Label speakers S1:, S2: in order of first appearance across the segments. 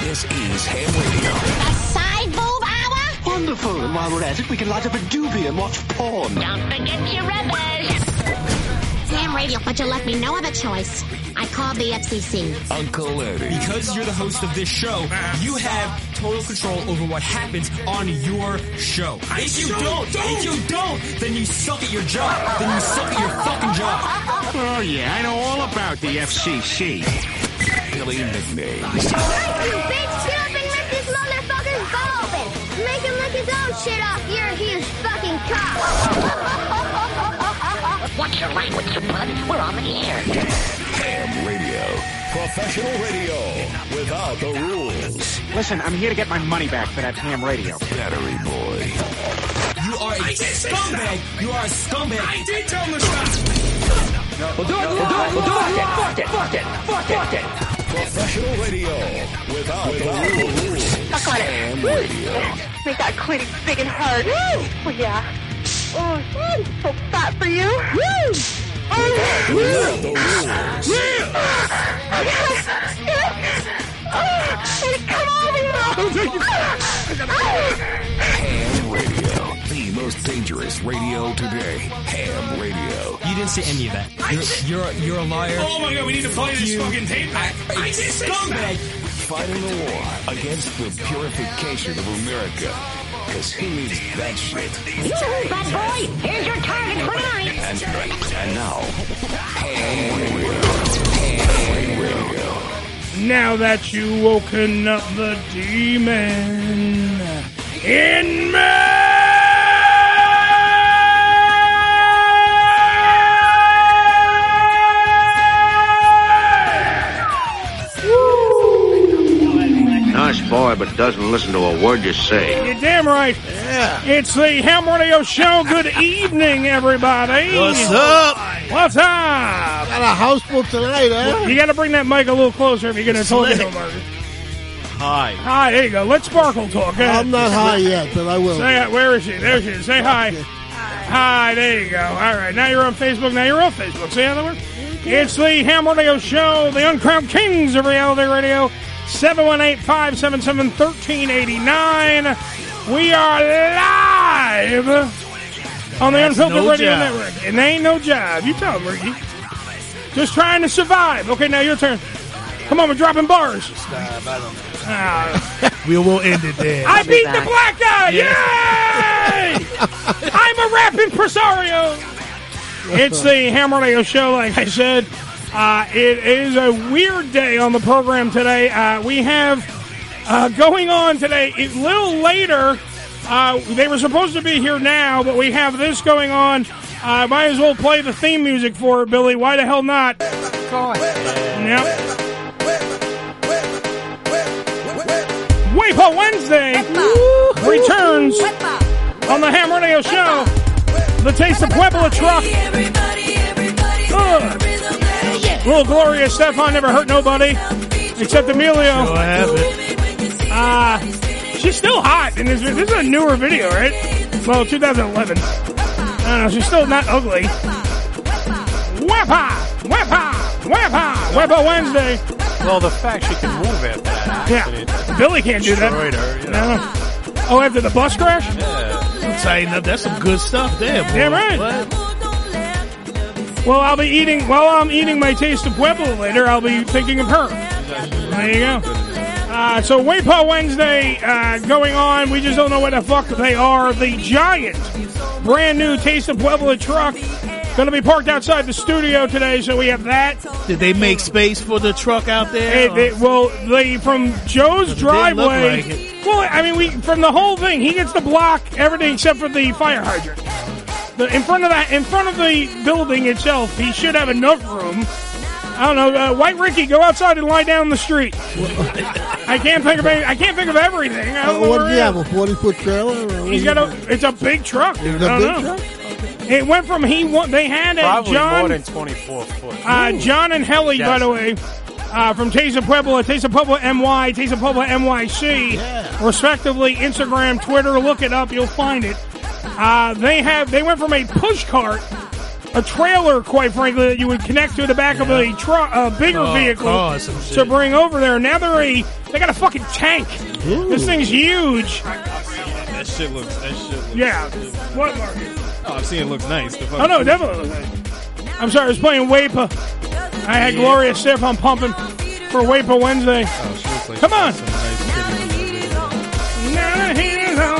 S1: This is Ham Radio.
S2: A side boob hour?
S3: Wonderful. And while we're at it, we can light up a doobie and watch porn.
S2: Don't forget your rubbish. Sam Radio, but you left me no other choice. I called the FCC.
S1: Uncle Eddie.
S4: Because you're the host of this show, you have total control over what happens on your show. If you don't, if you don't, then you suck at your job. Then you suck at your fucking job.
S5: Oh, yeah, I know all about the FCC.
S1: Billy McNays.
S2: Bitch, get up and let this motherfucker's butt open. Make him lick his own shit off. You're a huge fucking cop. What's your language, bud? We're on the air.
S1: Ham Radio. Professional radio without the rules.
S6: Listen, I'm here to get my money back for that ham radio.
S1: Battery boy.
S4: You are a scumbag. You are a scumbag. I did tell him to stop.
S1: Professional radio without, the rules.
S7: Suck on it.
S1: Ham
S7: Woo.
S1: Radio.
S7: Make that clit big and hard. Woo. Well, yeah. Oh, woo. so fat for you. Woo. Oh,
S1: Without the rules.
S7: yes, yes. Oh, and come on, me.
S1: Ham Radio. The most dangerous radio today. Ham Radio.
S4: You didn't say any of that. You're you're, you're a liar.
S8: Oh my god, we need to play this
S4: You-
S8: fucking tape back. I did say
S4: scumbag.
S1: Fighting the war against the purification of America. Because who needs that shit?
S2: Yoo-hoo, bad boy. Here's your target for tonight.
S1: And, and now, Ham Radio. Ham Radio.
S9: Now that you woken up the demon in me!
S5: Nice boy, but doesn't listen to a word you say.
S9: You're damn right. Yeah. It's the Ham Radio Show. Good evening, everybody. What's up? What's up?
S10: Got a house full tonight, eh?
S9: You got to bring that mic a little closer if you're going to talk to him.
S6: Hi.
S9: Hi, there you go. Let's sparkle talk. Go ahead.
S10: I'm not high yet, but I will.
S9: Say hi. Where is she? There she is. Say hi. Hi. There you go. All right. Now you're on Facebook. Now you're off Facebook. See how that works? It's the Ham Radio Show, the uncrowned kings of reality radio, 718-577-1389. We are live on the Unfiltered
S6: no
S9: Radio
S6: job.
S9: Network. And they ain't no job. You tell them, Ricky. Just trying to survive. Okay, now your turn. Come on, we're dropping bars. Ah.
S10: We will end it there.
S9: I beat the black guy! Yay! I'm a rap impresario! It's the Ham Radio Show, like I said. Uh, it is a weird day on the program today. Uh, we have uh, going on today, a little later, uh, they were supposed to be here now, but we have this going on. I might as well play the theme music for it, Billy. Why the hell not? Yep. Weepa Wednesday returns on the Ham Radio Show. The Taste of Puebla truck. Ugh. Little Gloria Stefan never hurt nobody except Emilio. Uh, she's still hot, and this, this is a newer video, right? Well, 2011. I don't know. She's still not ugly. Wepa, wepa, wepa, wepa Wednesday.
S11: Well, the fact she can move after that accident.
S9: Yeah, Billy can't do that.
S11: Destroyed her, you know.
S9: No. Oh, after the bus crash?
S11: Yeah.
S9: Tighten up. That's some good stuff there.
S11: boy.
S9: Damn right. Well, I'll be eating while I'm eating my taste of Pueblo later. I'll be thinking of her. There you go. Uh, so Waypo Wednesday uh, going on. We just don't know what the fuck they are. The giant, brand new Taste of Pueblo truck, going to be parked outside the studio today. So we have that.
S10: Did they make space for the truck out there?
S9: It, it- well, they from Joe's driveway.
S10: like it.
S9: well, I mean, we from the whole thing. He gets to block everything except for the fire hydrant. The, in front of that, in front of the building itself, he should have enough room. I don't know, uh, White Ricky, go outside and lie down in the street. I can't think of any, I can't think of everything. I
S12: Uh,
S9: don't
S12: what
S9: know where
S12: do
S9: it
S12: you
S9: is.
S12: have? A forty-foot trailer? Or what
S9: He's
S12: do
S9: got
S12: you
S9: a. It's a big truck.
S12: Is
S9: dude.
S12: it a
S9: I
S12: big
S9: don't know. It went from he. Won, they had a
S11: Probably
S9: John.
S11: more than 24 foot.
S9: Uh, John and Helly, by
S11: Yes.
S9: the way, uh, from Taste of Puebla, Taste of Puebla MY, Taste of Puebla MYC, respectively, Instagram, Twitter, look it up, you'll find it. Uh, they have they went from a push cart, a trailer, quite frankly, that you would connect to the back of a truck, a bigger
S10: Oh,
S9: vehicle,
S10: cars and
S9: to bring over there. Now they're a they got a fucking tank. This thing's huge.
S6: That shit looks. That shit looks.
S9: Yeah. What?
S6: Oh, I've seen it looks nice. The
S9: Oh no,
S6: fucking-
S9: definitely. I'm sorry, I was playing Wapa. I had
S6: Yeah. Oh,
S9: Gloria Stefan pumping for Wapa Wednesday. Come on. Not a hero.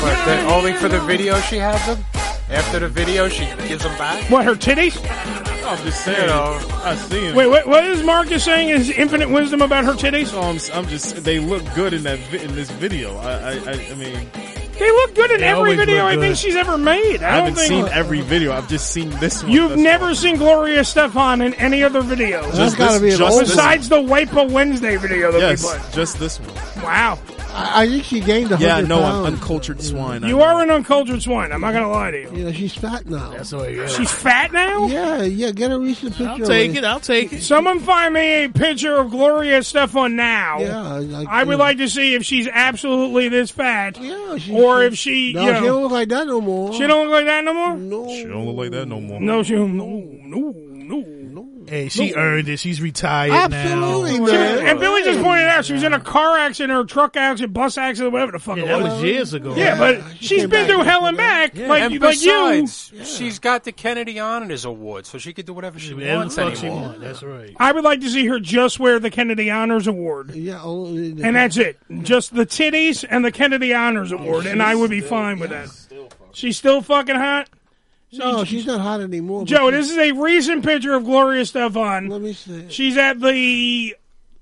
S11: But then only for the video she has them? After the video, she gives them back?
S9: What, her titties?
S6: I'm just saying. I see them.
S9: Wait, what, what is Marcus saying? Is infinite wisdom about her titties?
S6: So I'm, I'm just. They look good in that vi- in this video. I I, I, I mean.
S9: They look good in
S6: They
S9: every
S6: always
S9: video
S6: look
S9: I think
S6: good.
S9: she's ever made. I,
S6: I,
S9: don't
S6: haven't
S9: think
S6: seen every video. I've just seen this one.
S9: You've
S6: That's-
S9: never seen Gloria Stefan in any other video.
S6: Just That's gotta this- be an just old this
S9: besides the Wapa Wednesday video that we played.
S6: yes, just this one.
S9: Wow.
S12: I, I think she gained a hundred
S6: Yeah, no, I'm
S12: pounds.
S6: uncultured swine.
S9: You are an uncultured swine. I'm not going to lie to you.
S12: Yeah, she's fat now. That's
S10: what you
S9: She's fat now?
S12: Yeah, yeah. Get a recent picture. I'll
S10: I'll take it.
S9: Someone find me a picture of Gloria Stefan now.
S12: Yeah, I-
S9: I, would like to see if she's absolutely this fat, or if she,
S12: No,
S9: you
S12: she don't
S9: know,
S12: look like that no more.
S9: she don't look like that no more.
S12: No,
S6: She don't look like that no more.
S9: no, she don't- no, no, no, no.
S10: Hey, she earned it. She's retired
S12: Absolutely,
S10: now.
S9: She- and Billy just pointed out she was in a car accident, or truck accident, bus accident, whatever the fuck. it
S10: that was years ago.
S9: Yeah, but she's
S10: came
S9: been
S10: back.
S9: through hell and back, like
S11: and
S9: like you.
S11: besides, she's got the Kennedy Honors Award, so she could do whatever she
S10: whatever
S11: wants
S10: the fuck she
S11: anymore.
S10: want, That's right.
S9: I would like to see her just wear the Kennedy Honors Award.
S12: Yeah, oh,
S9: And that's it. Just the titties and the Kennedy Honors Award, and I would be fine with that. She's still fucking hot.
S12: No, she's not hot anymore. but
S9: Joe,
S12: she-
S9: this is a recent picture of Gloria Stefan.
S12: Let me see.
S9: She's at the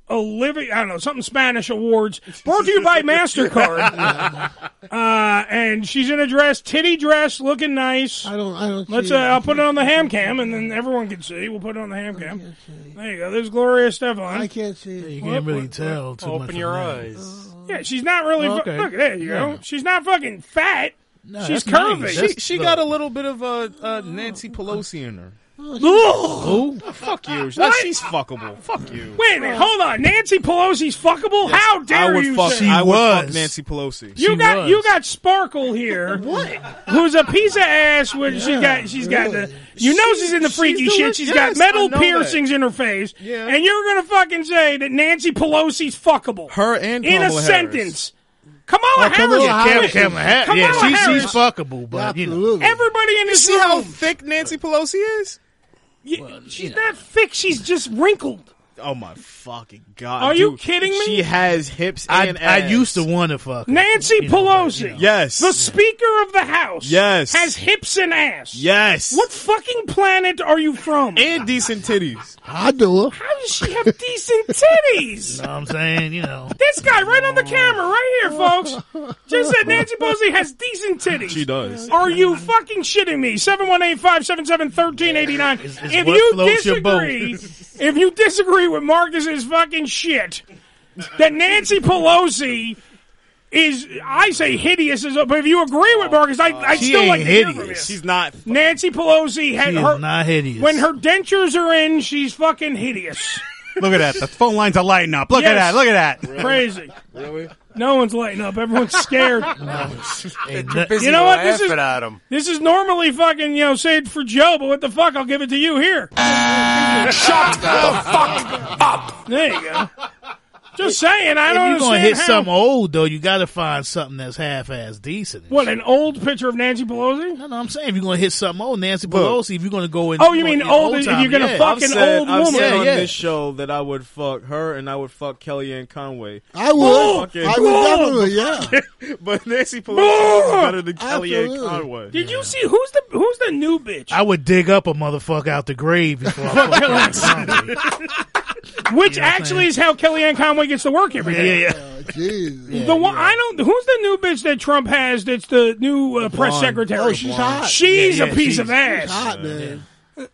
S9: Olivia, I don't know, something Spanish awards. Brought to you by MasterCard. uh, and she's in a dress, titty dress, looking nice.
S12: I don't, I don't.
S9: Let's.
S12: see
S9: Uh,
S12: it.
S9: I'll put it on the ham cam, and then everyone can see. We'll put it on the ham cam. There you go. There's Gloria Stefan.
S12: I can't see it.
S10: You can't really tell too much.
S11: Open your
S10: from that. Oh,
S11: eyes.
S9: Yeah, she's not really. fu-
S10: Okay.
S9: Look, there you
S10: Yeah.
S9: go. She's not fucking fat. she's
S10: that's
S9: curvy.
S10: nice.
S6: She, she got a little bit of uh, uh, Nancy Pelosi in her.
S9: Ugh.
S6: Fuck you. That-
S9: What?
S6: She's fuckable. Fuck you.
S9: Wait a minute. Hold on. Nancy Pelosi's fuckable. How
S6: I
S9: dare
S6: would
S9: you?
S6: fuck.
S9: say-
S6: I would fuck
S10: was.
S6: Nancy Pelosi.
S9: you
S10: she
S9: got
S10: was.
S9: you got Sparkle here. what? Who's a piece of ass? When she got she's got the you know she's in the freaky
S6: she's
S9: shit.
S6: doing-
S9: She's got
S6: yes, I
S9: metal
S6: know
S9: piercings in her face, and you're gonna fucking say that Nancy Pelosi's fuckable.
S6: Her and
S9: in a
S6: Kamala Harris.
S9: sentence. Kamala
S10: Oh, Kamala
S9: Harris.
S10: Harris. Kamala Harris.
S9: Kamala
S10: Yeah, she-
S9: Harris.
S10: she's fuckable, but you know.
S12: Absolutely.
S9: Everybody in
S6: You
S9: this
S6: see how
S9: room.
S6: thick Nancy Pelosi is?
S9: You- she's not thick. She's just wrinkled.
S6: Oh my fucking god!
S9: Are you
S6: dude.
S9: kidding me?
S6: She has hips
S10: I,
S6: and
S10: I
S6: ass.
S10: used to want to fuck. her.
S9: Nancy Pelosi,
S6: Yes.
S9: the Speaker of the House,
S6: Yes.
S9: has hips and ass.
S6: yes.
S9: What fucking planet are you from?
S6: And decent titties.
S12: I do. it.
S9: How does she have decent titties?
S10: You know what I'm saying? You know.
S9: This guy right on the camera, right here, folks, just said Nancy Pelosi has decent titties.
S6: She does.
S9: Are you fucking shitting me? 718-577-1389.
S10: it's
S9: If
S10: what
S9: you
S10: floats your boat.
S9: disagree, if you disagree with Marcus's fucking shit, that Nancy Pelosi is I say hideous is, but if you agree with Marcus, I, I
S10: She
S9: still
S10: ain't
S9: like to hear from you.
S10: hideous.
S6: She's not.
S9: Nancy Pelosi had
S10: She is
S9: her
S10: not hideous.
S9: when her dentures are in. She's fucking hideous.
S13: Look at that. The phone lines are lighting up. Look at
S9: Yes.
S13: that. Look at that.
S9: Crazy.
S11: Really?
S9: No one's lighting up. Everyone's scared.
S11: Too busy
S9: you know what? This is
S11: laughing at uh, 'em.
S9: this is normally fucking you know saved for Joe, but what the fuck? I'll give it to you here.
S11: Shut the
S9: fuck up. There you go. Just saying. I don't
S10: if you're gonna
S9: understand
S10: hit
S9: how.
S10: something old though, you got to find something that's half-ass decent.
S9: What an old picture of Nancy Pelosi?
S10: No, no, I'm saying if you're gonna hit something old, Nancy
S6: Look.
S10: Pelosi. If you're gonna go in,
S9: Oh, you mean old- if you're gonna
S10: yeah.
S9: fuck an
S6: said,
S9: old
S6: I've
S9: woman.
S6: said
S9: Yeah,
S6: on
S9: yeah.
S6: this show that I would fuck her and I would fuck Kellyanne Conway.
S12: I would.
S9: Oh!
S12: I would definitely, yeah.
S6: but Nancy
S9: Oh!
S6: Pelosi is
S10: Boo!
S6: better than Kellyanne
S10: Absolutely.
S6: Conway.
S9: Did you see who's the who's the new bitch?
S10: I would dig up a motherfucker out the grave before I fuck her.
S9: Which actually is how Kellyanne Conway gets to work every day.
S10: Yeah,
S9: the one I don't. Who's the new bitch that Trump has? That's the new uh, press
S12: blonde.
S9: secretary.
S12: Oh, she's hot.
S9: She's
S12: Yeah,
S9: a
S12: yeah,
S9: piece
S12: she's-
S9: of ass.
S12: she's hot, man.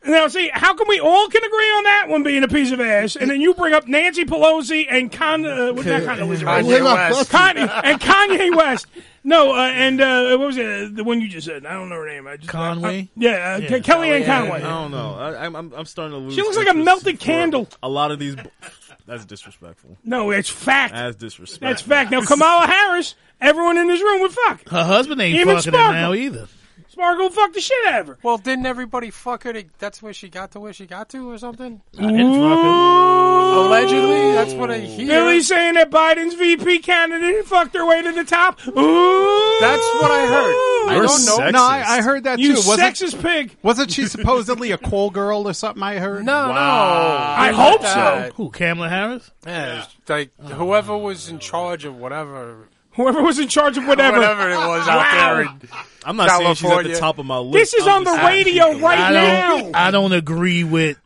S9: Now, see, how come we all can agree on that one being a piece of ass, and then you bring up Nancy Pelosi and Con, uh, what's that kind of lizard?
S12: Kanye We're not West. fucking-
S9: Kanye, and Kanye West. No, uh, and uh, what was it? The one you just said. I don't know her name. I just,
S10: Conway?
S9: I- yeah, uh, Ke- Kellyanne
S6: I
S9: Conway.
S6: don't know. I, I'm, I'm I'm starting to lose.
S9: She looks like a
S6: interest
S9: melted
S6: for
S9: candle.
S6: A lot of these. b- That's disrespectful.
S9: No, it's fact.
S6: That's disrespectful.
S9: That's fact. Now, Kamala Harris, everyone in this room would fuck.
S10: Her husband ain't
S9: Even
S10: fucking
S9: Sparkle.
S10: her now either.
S9: Sparkle fucked the shit out of her.
S11: Well, didn't everybody fuck her? To, that's where she got to where she got to, or something. Allegedly, that's what I hear.
S9: Billy's saying that Biden's VP candidate fucked her way to the top. Ooh.
S11: That's what I heard. I
S9: You're
S11: don't know.
S9: sexist.
S11: No, I, I heard that
S9: You
S11: too. Wasn't-
S9: sexist pig.
S11: Wasn't she supposedly a cool girl or something? I heard. No, no.
S10: I
S11: Not
S10: hope
S11: that.
S10: so. Who, Kamala Harris?
S11: Yeah, like
S6: Oh.
S11: whoever was in charge of whatever.
S9: Whoever was in charge of whatever.
S11: Whatever it was out
S9: Wow.
S11: there. In
S6: I'm not saying she's at the
S11: California.
S6: top of my list.
S9: This is
S6: I'm
S9: on the
S6: just-
S9: radio right
S10: I
S9: now.
S10: don't. I don't agree with.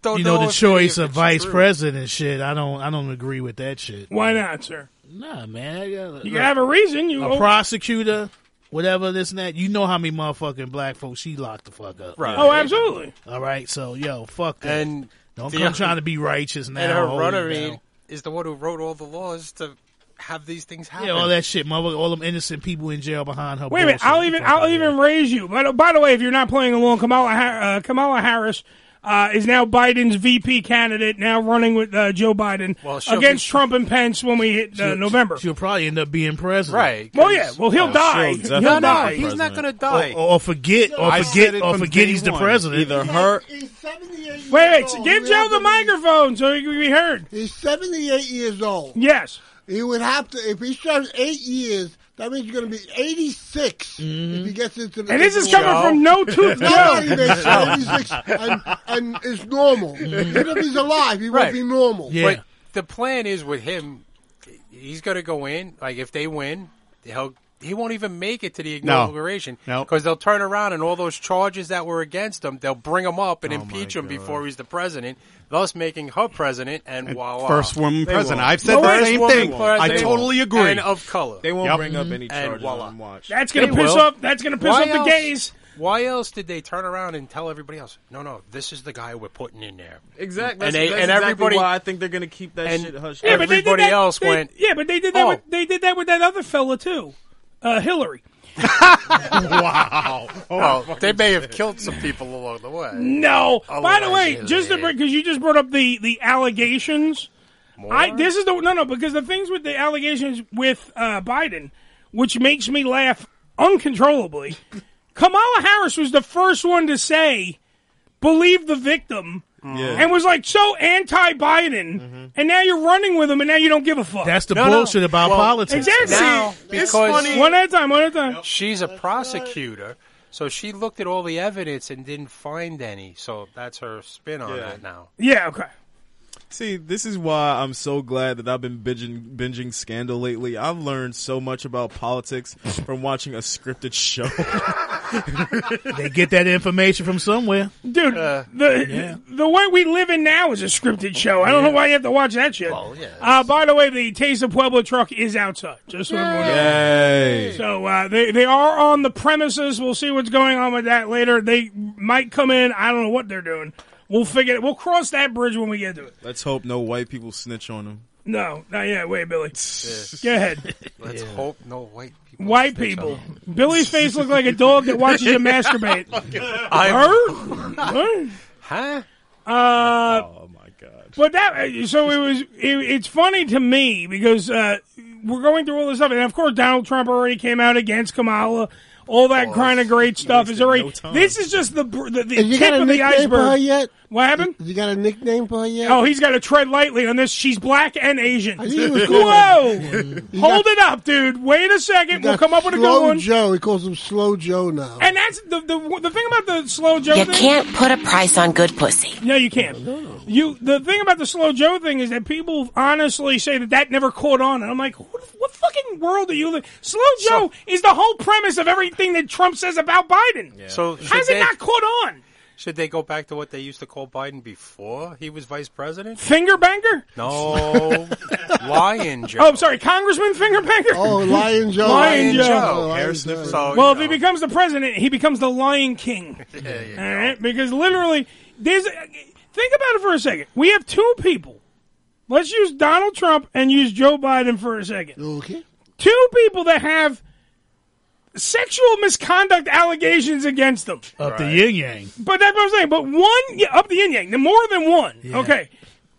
S11: Don't
S10: you know,
S11: know
S10: the
S11: if
S10: choice of vice president and shit. I don't. I don't agree with that shit.
S9: Why not, sir?
S10: Nah, man.
S9: You have a reason. You
S10: a prosecutor, whatever this and that. You know how many motherfucking black folks she locked the fuck up.
S11: Right.
S9: Oh, absolutely.
S10: All right, so yo, fuck that.
S11: And
S10: don't
S11: the-
S10: come trying to be righteous now.
S11: And her
S10: hold it
S11: runner
S10: down.
S11: is the one who wrote all the laws to have these things happen.
S10: Yeah, all that shit, mother. All them innocent people in jail behind her.
S9: Wait a minute.
S10: bullshit.
S9: I'll even I'll even raise you. But by the way, if you're not playing along, Kamala Har- uh, Kamala Harris. Uh, is now Biden's VP candidate, now running with uh, Joe Biden
S10: Well, she'll
S9: against
S10: be-
S9: Trump and Pence when we hit uh,
S10: She'll-
S9: November.
S10: She'll probably end up being president.
S11: Right.
S9: Well, yeah. Well, he'll
S10: Oh,
S9: die. He'll
S10: she'll definitely be
S9: die.
S10: president.
S11: gonna
S10: Or, or forget, or
S6: I said
S10: forget,
S6: it
S10: or
S6: from
S10: forget
S6: day
S10: he's the
S6: one.
S10: president.
S6: Either her.
S9: Wait, wait. so give Joe the microphone so he can be heard.
S12: He's 78 years old.
S9: Yes.
S12: He would have to, if he serves eight years, that means he's going to be 86 if he gets into the.
S9: And this is coming from No Tooth Joe.
S12: Nobody makes 86 and, and it's normal. Even if he's alive, he
S11: Mm-hmm. Right.
S12: won't be normal.
S11: But the plan is with him, he's going to go in. Like if they win, he'll he won't even make it to the
S13: No.
S11: inauguration
S13: No.
S11: because they'll turn around and all those charges that were against him, they'll bring him up
S13: Oh,
S11: and impeach him before he's the president, thus making her president and, voila.
S13: first woman
S11: They
S13: president.
S11: won't.
S13: I've said
S11: First
S13: the same
S11: woman
S13: thing. I
S11: president
S13: totally agree.
S11: And of color.
S6: They won't
S13: Yep.
S6: bring up any
S11: And
S6: charges
S11: voila.
S6: on watch.
S9: That's gonna
S11: They
S9: piss
S11: will.
S9: off. That's gonna piss
S11: Why
S9: off the
S11: else-
S9: gays.
S11: Why else did they turn around and tell everybody else? No, no, this is the guy we're putting in there.
S6: Exactly. That's,
S11: And, they,
S6: that's
S11: and
S6: exactly
S11: everybody
S6: why I think they're going to keep that
S11: and
S6: shit hushed.
S11: Yeah, but they did everybody that- else
S9: They-
S11: went,
S9: Yeah, but they did that.
S11: "Oh."
S9: With, they did that with that other fella too, uh, Hillary.
S11: wow.
S13: Oh,
S11: Well, they may have killed some people along the way.
S9: No.
S10: Oh,
S9: By the way,
S11: Allegedly.
S9: just because you just brought up the the allegations, I this is the no no because the things with the allegations with uh, Biden, which makes me laugh uncontrollably. Kamala Harris was the first one to say, "Believe the victim."
S10: Yeah.
S9: And was like so anti-Biden, and now you're running with him, and now you don't give a fuck.
S10: That's the No, no. bullshit about Well, politics.
S9: Exactly.
S11: now,
S9: It's
S11: because-
S9: funny. One at a time. One at a time.
S11: she's a prosecutor, so she looked at all the evidence and didn't find any. So that's her spin on that now.
S9: Yeah, okay.
S6: See, this is why I'm so glad that I've been binging, binging Scandal lately. I've learned so much about politics from watching a scripted show.
S10: they get that information from somewhere.
S9: Dude,
S10: Uh,
S9: the the way we live in now is a scripted show. I don't know why you have to watch that shit. uh, by the way, the Taste of Pueblo truck is outside. Just so everyone knows. So uh, they they are on the premises. We'll see what's going on with that later. They might come in. I don't know what they're doing. We'll figure it. We'll cross that bridge when we get to it.
S6: Let's hope no white people snitch on him.
S9: No, not yet. Wait, Billy. Go ahead.
S11: Let's hope no white people.
S9: White people. Billy's face looked like a dog that watches you masturbate.
S11: I'm-
S9: Her?
S11: huh?
S9: Uh, oh my god! But that so it was. It, it's funny to me because uh, we're going through all this stuff, and of course Donald Trump already came out against Kamala. All that kind of great stuff is already. this is just the br- the, the
S12: Have you
S9: tip
S12: got a
S9: of the
S12: nickname for
S9: iceberg.
S12: her yet?
S9: What happened? You got a nickname for her yet? Oh, he's got to tread lightly on this. She's black and Asian.
S12: knew he was going
S9: Whoa! Hold it up, dude. Wait a second. We'll come up with a
S12: Slow
S9: good one.
S12: Joe. He calls him Slow Joe now.
S9: And that's the, the the thing about the slow Joe.
S14: You
S9: thing-
S14: can't put a price on good pussy.
S9: No, you can't. You the thing about the slow Joe thing is that people honestly say that that never caught on, and I'm like, what, what fucking world are you? Li-? Slow Joe is the whole premise of everything that Trump says about Biden.
S11: So should
S9: how's it
S11: they-
S9: not caught on?
S11: Should they go back to what they used to call Biden before he was vice president?
S9: Finger banger?
S11: No, Lion Joe.
S9: Oh, I'm sorry, Congressman finger banger.
S12: Oh, Lion Joe.
S9: Lion
S11: Lion
S9: Joe.
S11: Joe. Oh, Hair Lion sniffer. Joe. So,
S9: well, if he becomes the president, he becomes the Lion King. All right, because literally, there's. Think about it for a second. We have two people. Let's use Donald Trump and use Joe Biden for a second.
S12: Okay.
S9: Two people that have sexual misconduct allegations against them.
S10: Up the yin yang.
S9: But that's what I'm saying. But one yeah, up the yin yang, the more than one. Okay,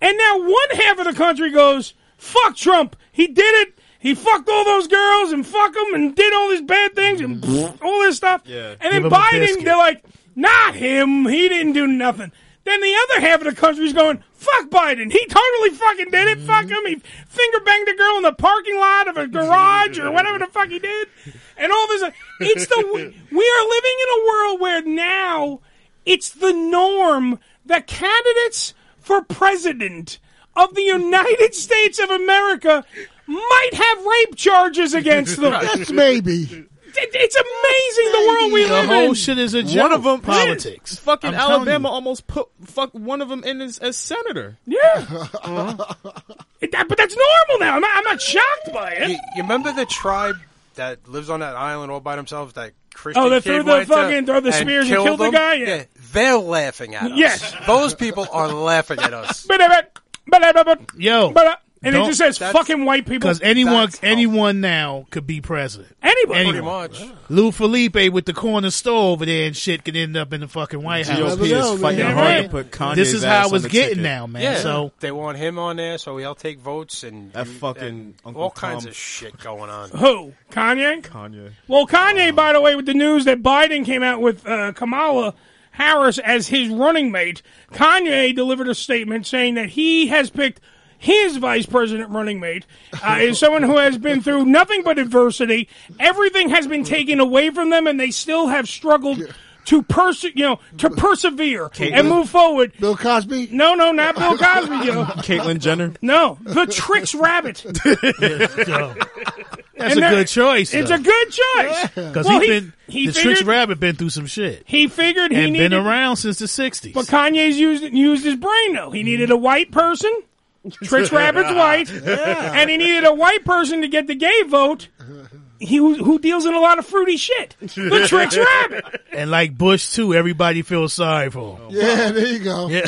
S9: and now one half of the country goes, "Fuck Trump. He did it. He fucked all those girls and fuck them and did all these bad things and all this stuff."
S8: Mm-hmm. Yeah.
S9: And
S8: Give
S9: then
S8: him a
S9: Biden,
S8: biscuit.
S9: they're like, "Not him. He didn't do nothing." Then the other half of the country's going, "Fuck Biden. He totally fucking did it. Fuck him. He finger banged a girl in the parking lot of a garage or whatever the fuck he did." And all this, it's the we are living in a world where now it's the norm that candidates for president of the United States of America might have rape charges against them.
S12: That's maybe.
S9: It- It's amazing the world we
S10: The
S9: live in.
S10: whole shit is a joke.
S6: One of them
S10: politics.
S6: Fucking
S10: I'm telling
S6: Alabama
S10: you.
S6: almost put fuck one of them in as, as senator.
S9: Yeah. It- that- but that's normal now. I'm not, I'm not shocked by it.
S11: You, you remember the tribe that lives on that island all by themselves? That Christian
S9: Oh, they
S11: kid
S9: threw the
S11: went to
S9: fucking- throw the
S11: and
S9: spears and
S11: killed
S9: killed the
S11: him?
S9: guy? Yeah.
S11: they're laughing at us.
S9: Yes.
S11: those people are laughing at us.
S10: Yo,
S9: and it
S10: Don't-
S9: just says fucking white people.
S10: because anyone, anyone now could be president.
S9: Anybody.
S10: Anyone.
S11: Pretty much.
S10: Lou Felipe with the corner store over there and shit could end up in the fucking White
S6: GOP
S10: House.
S6: is
S10: Yeah,
S6: fighting
S10: man.
S6: hard to put Kanye's
S10: This is
S6: ass
S10: how
S6: on
S10: it's
S6: the
S10: getting
S6: ticket.
S10: now, man.
S11: Yeah,
S10: So
S11: they want him on there, so he'll take votes and that fucking
S6: Uncle
S11: all kinds
S6: Tom.
S11: of shit going on.
S9: Who? Kanye?
S6: Kanye.
S9: Well, Kanye, by the way, with the news that Biden came out with uh, Kamala Harris as his running mate, Kanye delivered a statement saying that he has picked his vice president running mate uh, is someone who has been through nothing but adversity. Everything has been taken away from them, and they still have struggled. To perse- you know, to persevere and move forward.
S12: Bill Cosby?
S9: No, no, not Bill Cosby. Joe.
S6: Caitlyn Jenner.
S9: No, the Tricks Rabbit.
S10: that's
S9: And
S10: a
S9: that-
S10: good choice.
S9: It's a good choice.
S10: because
S9: Well,
S10: he been
S9: he
S10: the
S9: figured,
S10: Tricks Rabbit been through some shit
S9: he figured he
S10: and
S9: needed,
S10: been around since the '60s.
S9: but Kanye's used used his brain though. He needed a white person. Trish Rabbit's white,
S10: Yeah.
S9: and he needed a white person to get the gay vote. He who, who deals in a lot of fruity shit. The Tricks Rabbit.
S10: And like Bush too, everybody feels sorry for him.
S12: Yeah, there you go.
S10: Yeah.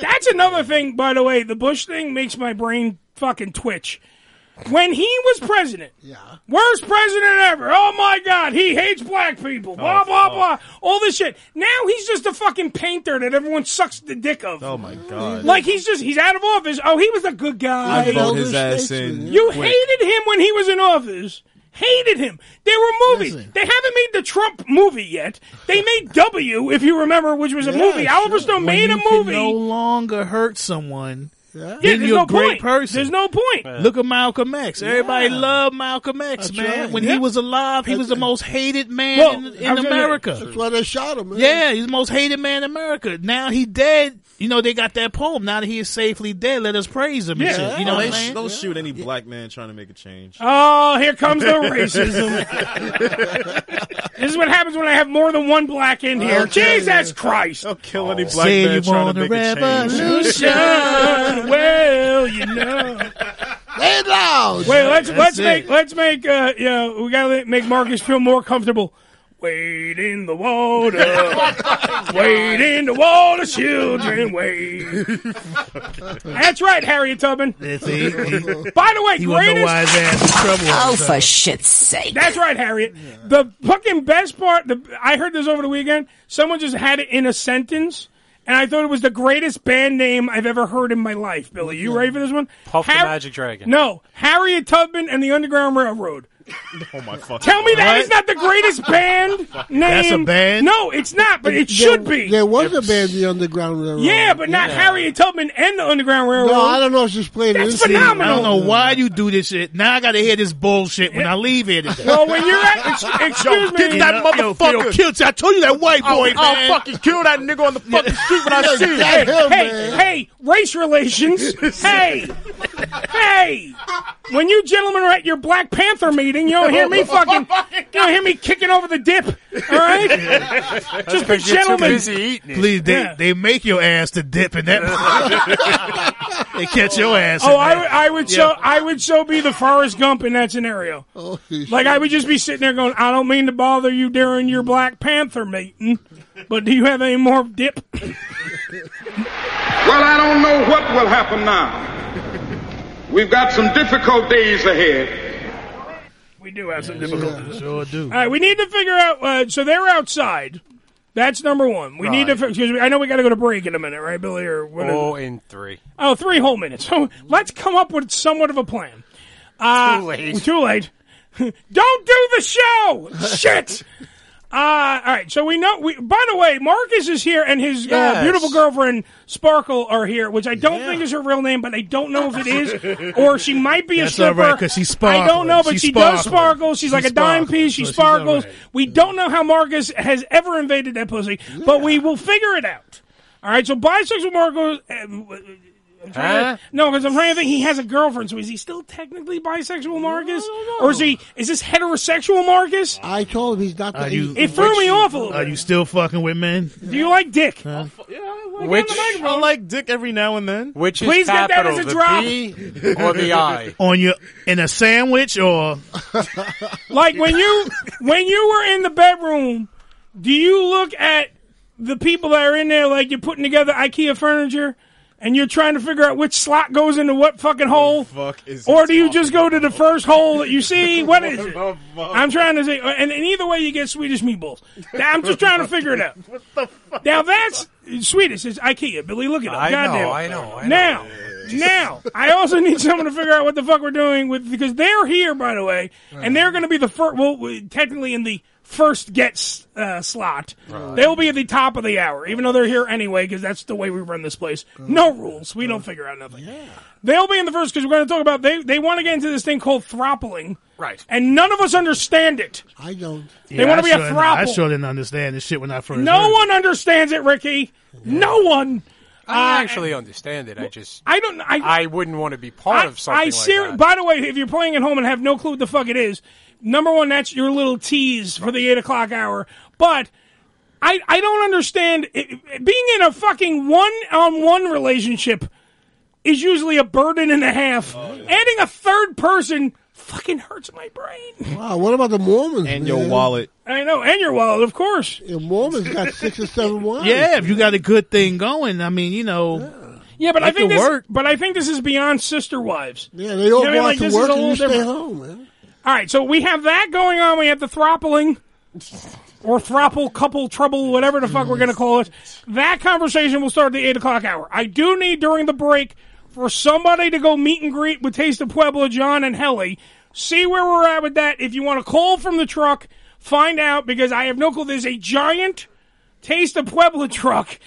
S9: That's another thing, by the way. The Bush thing makes my brain fucking twitch. When he was president, yeah. worst president ever. Oh my God, he hates black people. Blah
S8: Oh,
S9: blah
S8: fuck.
S9: blah. All this shit. Now he's just a fucking painter that everyone sucks the dick of.
S6: Oh my god.
S9: Like he's just he's out of office. Oh, he was a good guy.
S6: I vote his ass in.
S9: You
S6: quick.
S9: hated him when he was in office. Hated him. There were movies. They haven't made the Trump movie yet. They made W, if you remember, which was a movie. Oliver Stone
S10: When
S9: made
S10: you
S9: a
S10: can
S9: movie.
S10: no longer hurt someone.
S12: Yeah,
S10: then
S9: there's
S10: you're
S9: no
S10: a great
S9: point.
S10: person.
S9: There's no point.
S10: Look at Malcolm X. Everybody
S9: Yeah.
S10: loved Malcolm X,
S9: That's
S10: man.
S9: right.
S10: When
S9: Yeah.
S10: he was alive, he was the most hated man
S9: Well,
S10: in,
S9: I
S10: in
S9: was gonna-
S10: America.
S12: That's why they shot him. Man.
S10: Yeah, he's the most hated man in America. Now he dead. You know they got that poem. Now that he is safely dead, let us praise him. and
S6: Yeah.
S10: shit. you know
S6: they
S10: what I'm
S6: sh-
S10: saying?
S6: don't shoot any black man trying to make a change.
S9: Oh, here comes the racism. this is what happens when I have more than one black in here.
S6: Okay.
S9: Jesus Christ.
S6: Don't kill any black
S10: Say
S6: man
S10: you
S6: trying
S10: want
S6: to
S10: a
S6: make a
S10: revolution.
S9: well, you know.
S12: Say it loud.
S9: Wait, let's
S12: That's
S9: let's
S12: it.
S9: make let's make uh you know, we gotta make Marcus feel more comfortable. Wade in the water. Wade in the water, children. Wade. That's right, Harriet Tubman.
S10: he-
S9: By the way,
S10: he wasn't
S9: greatest.
S10: wise ass in trouble.
S14: Oh, for shit's sake.
S9: That's right, Harriet. The fucking best part. The, I heard this over the weekend. Someone just had it in a sentence, and I thought it was the greatest band name I've ever heard in my life. Billy, you ready for this one?
S11: Puff the
S9: Har-
S11: Magic Dragon.
S9: No, Harriet Tubman and the Underground Railroad.
S6: Oh my fucking!
S9: Tell me that
S6: What?
S9: is not the greatest band name.
S6: That's a
S12: band?
S9: No, it's not, but it
S12: There-
S9: should be.
S12: There was a band, the Underground Railroad.
S9: Yeah, but not Harriet Tubman and the Underground Railroad.
S12: No, I don't know if she's playing
S9: That's
S12: this.
S9: phenomenal.
S10: I don't know why you do this shit. Now I got to hear this bullshit when I leave here. Today.
S9: No, when you're at- ex- excuse me.
S10: get that
S9: Yo, yo,
S10: motherfucker
S9: yo.
S10: killed. I told you that white
S9: I'll-
S10: boy.
S9: I'll
S10: man.
S9: fucking
S10: kill that nigga on the fucking street
S9: when I see you. Hey, hey, hey, race relations. hey, hey. When you gentlemen are at your Black Panther meeting, you don't hear me fucking, you don't hear me kicking over the dip. All right? Just be gentlemen.
S10: Please, they,
S9: Yeah.
S10: they make your ass to dip in that. they catch your ass.
S9: Oh,
S10: in
S9: I,
S10: there.
S9: would- I would so I would so be the Forrest Gump in that scenario.
S5: Oh.
S9: Like I would just be sitting there going, I don't mean to bother you during your Black Panther meeting, but do you have any more dip?
S15: Well, I don't know what will happen now. We've got some difficult days ahead.
S9: We do have some difficulties.
S10: Sure do.
S9: All right, we need to figure out. Uh, so they're outside. That's number one. We need to. fi- Excuse me. I know we got to go to break in a minute, right, Billy? Or what is-
S11: Oh, in three.
S9: Oh, three whole minutes. So let's come up with somewhat of a plan. Uh,
S11: Too late.
S9: Too late. Don't do the show. Shit. Uh, all right. So we know. We. By the way, Marcus is here, and his uh,
S5: Yes.
S9: beautiful girlfriend Sparkle are here, which I don't think is her real name, but I don't know if it is, or she might be
S10: That's
S9: a stripper.
S10: all right, 'cause she's
S9: I don't know, but
S10: sparkling. She's
S9: she does
S10: sparkling.
S9: sparkle. She's
S10: She's
S9: like a dime
S10: sparkling,
S9: piece. She
S10: so she's all
S9: sparkles. We don't know how Marcus has ever invaded that pussy, but we will figure it out. All right. So bisexual Marcus. Uh, I'm trying to-
S11: Huh?
S9: No, because I'm trying to think. He has a girlfriend, so is he still technically bisexual, Marcus, or is he? Is this heterosexual, Marcus?
S12: I told him he's not.
S10: Are you,
S9: it threw me off a little.
S10: Are you still fucking with men?
S9: Do you like dick?
S6: Which I like dick every now and then.
S11: Which
S10: is Please get that capital, as a the drop. P
S11: or the I?
S10: On your in a sandwich or
S9: Like when you when you were in the bedroom, do you look at the people that are in there like you're putting together IKEA furniture and you're trying to figure out which slot goes into what fucking hole?
S6: Fuck is
S9: or do you just go to the first hole that Oh, you see? What is it? I'm trying to say, uh, and, and either way, you get Swedish meatballs. I'm just trying to figure it out. What the fuck? Now that's Swedish. It's IKEA. Billy, look it up.
S11: I
S9: Goddamn
S11: know,
S9: it.
S11: I know, Oh, I know.
S9: Now, now, I also need someone to figure out what the fuck we're doing with because they're here, by the way, and they're going to be the first. Well, we- technically in the first get uh, slot,
S5: Right.
S9: they'll be at the top of the hour, even though they're here anyway because that's the way we run this place. No rules. We don't figure out nothing. They'll be in the first because we're going to talk about they. They want to get into this thing called throttling,
S11: right?
S9: And none of us understand it.
S12: I don't.
S9: They want to be
S10: I
S9: a
S10: sure didn't-
S9: throttle.
S10: I sure didn't understand this shit when I first.
S9: No
S10: heard
S9: one understands it, Ricky. No one.
S11: I
S9: Uh,
S11: actually understand it. I just
S9: I don't. I,
S11: I wouldn't want to be part
S9: I-
S11: of something
S9: I
S11: like
S9: ser-
S11: that.
S9: By the way, if you're playing at home and have no clue what the fuck it is, number one, that's your little tease for the eight o'clock hour. But I I don't understand it, it- being in a fucking one on one relationship is usually a burden and a half.
S12: Oh,
S9: Adding a third person fucking hurts my brain.
S12: Wow, what about the Mormons? And
S6: your wallet.
S9: I know, Oh, and your wallet, of course.
S12: Your Mormons got six or seven
S10: it.
S12: wives.
S10: Yeah, if you got a good thing going, I mean, you know.
S9: Yeah, but
S10: That
S9: I think
S10: could
S9: this,
S10: work.
S9: but I think this is beyond sister wives.
S12: Yeah, they all go
S9: You know what I mean?
S12: out
S9: Like,
S12: to
S9: this
S12: work
S9: is a
S12: and
S9: little
S12: you stay
S9: different.
S12: home, man.
S9: All right, so we have that going on. We have the throttling or thropple, couple, trouble, whatever the fuck we're going to call it. That conversation will start at the 8 o'clock hour. I do need during the break for somebody to go meet and greet with Taste of Pueblo, John and Helly. See where we're at with that. If you want to call from the truck, find out because I have no clue. There's a giant Taste of Pueblo truck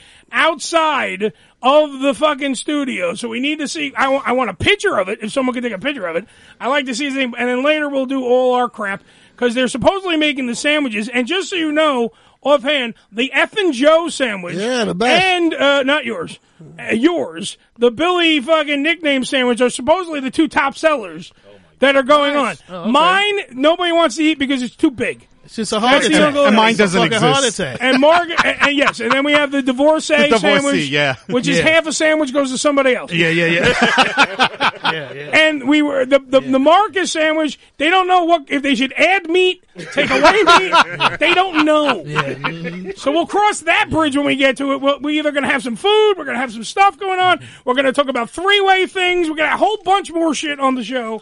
S9: outside of the fucking studio. So we need to see. I wa- I want a picture of it. If someone could take a picture of it, I like to see his name. And then later we'll do all our crap because they're supposedly making the sandwiches. And just so you know, offhand, the F and Joe sandwich. Yeah, the best. And uh, not yours, uh, yours. The Billy fucking nickname sandwich are supposedly the two top sellers that are going on. Mine, nobody wants to eat because it's too big.
S10: It's just a heart
S9: That's the
S10: attack.
S9: only-
S10: And mine It's a doesn't fucking exist. heart attack.
S9: And Morgan, and, and yes, and then we have the divorcee,
S13: The divorcee,
S9: sandwich,
S13: yeah.
S9: which is
S13: Yeah.
S9: half a sandwich goes to somebody else.
S13: Yeah, yeah, yeah.
S9: And we were the the, the Marcus sandwich. They don't know what if they should add meat, take away meat. They don't know. So we'll cross that bridge when we get to it. We'll, we're either going to have some food, we're going to have some stuff going on, we're going to talk about three way things, we're going to have a whole bunch more shit on the show.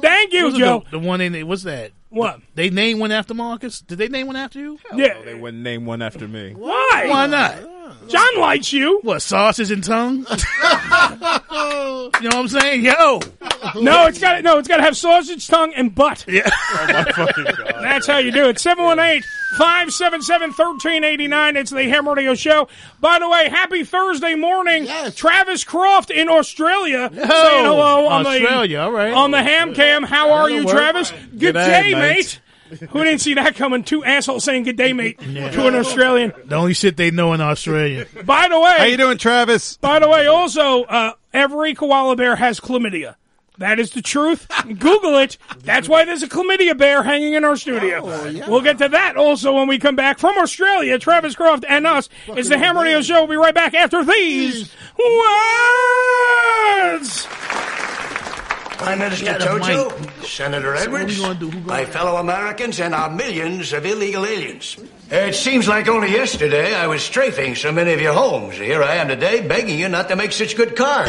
S9: Thank you,
S10: Wasn't
S9: Joe.
S10: The, the one in it, what's that?
S9: What?
S10: They named one after Marcus? Did they name one after you?
S9: yeah.
S6: They wouldn't name one after me.
S9: Why?
S10: Why not?
S9: John likes you.
S10: What, sausage and tongue? you know what I'm saying? Yo.
S9: No, it's got no, it's got to have sausage tongue and butt.
S10: Yeah.
S9: That's how you do it. 718-577-1389. It's the Ham Radio Show. By the way, happy Thursday morning. Travis Croft in Australia saying hello on
S10: Australia,
S9: the
S10: all right.
S9: on the ham cam. How are
S10: That'll
S9: you,
S10: work.
S9: Travis? Good
S10: G'day,
S9: day, mate.
S10: mate.
S9: Who didn't see that coming? Two assholes saying good day, mate, to an Australian.
S10: The only shit they know in Australia.
S9: By the way,
S10: How you
S9: doing, Travis? By the way, also uh, every koala bear has chlamydia. That is the truth. Google it. That's why there's a chlamydia bear hanging in our studio. We'll get to that also when we come back from Australia. Travis Croft and us. It's the Ham Radio Show. We'll be right back after these words.
S5: Prime Minister
S9: Get a
S5: Tojo, Senator
S9: So what are
S5: Edwards,
S9: we gonna do? Who gonna-
S5: my fellow Americans, and our millions of illegal aliens. It seems like only yesterday I was strafing so many of your homes. Here I am today begging you not to make such good cars.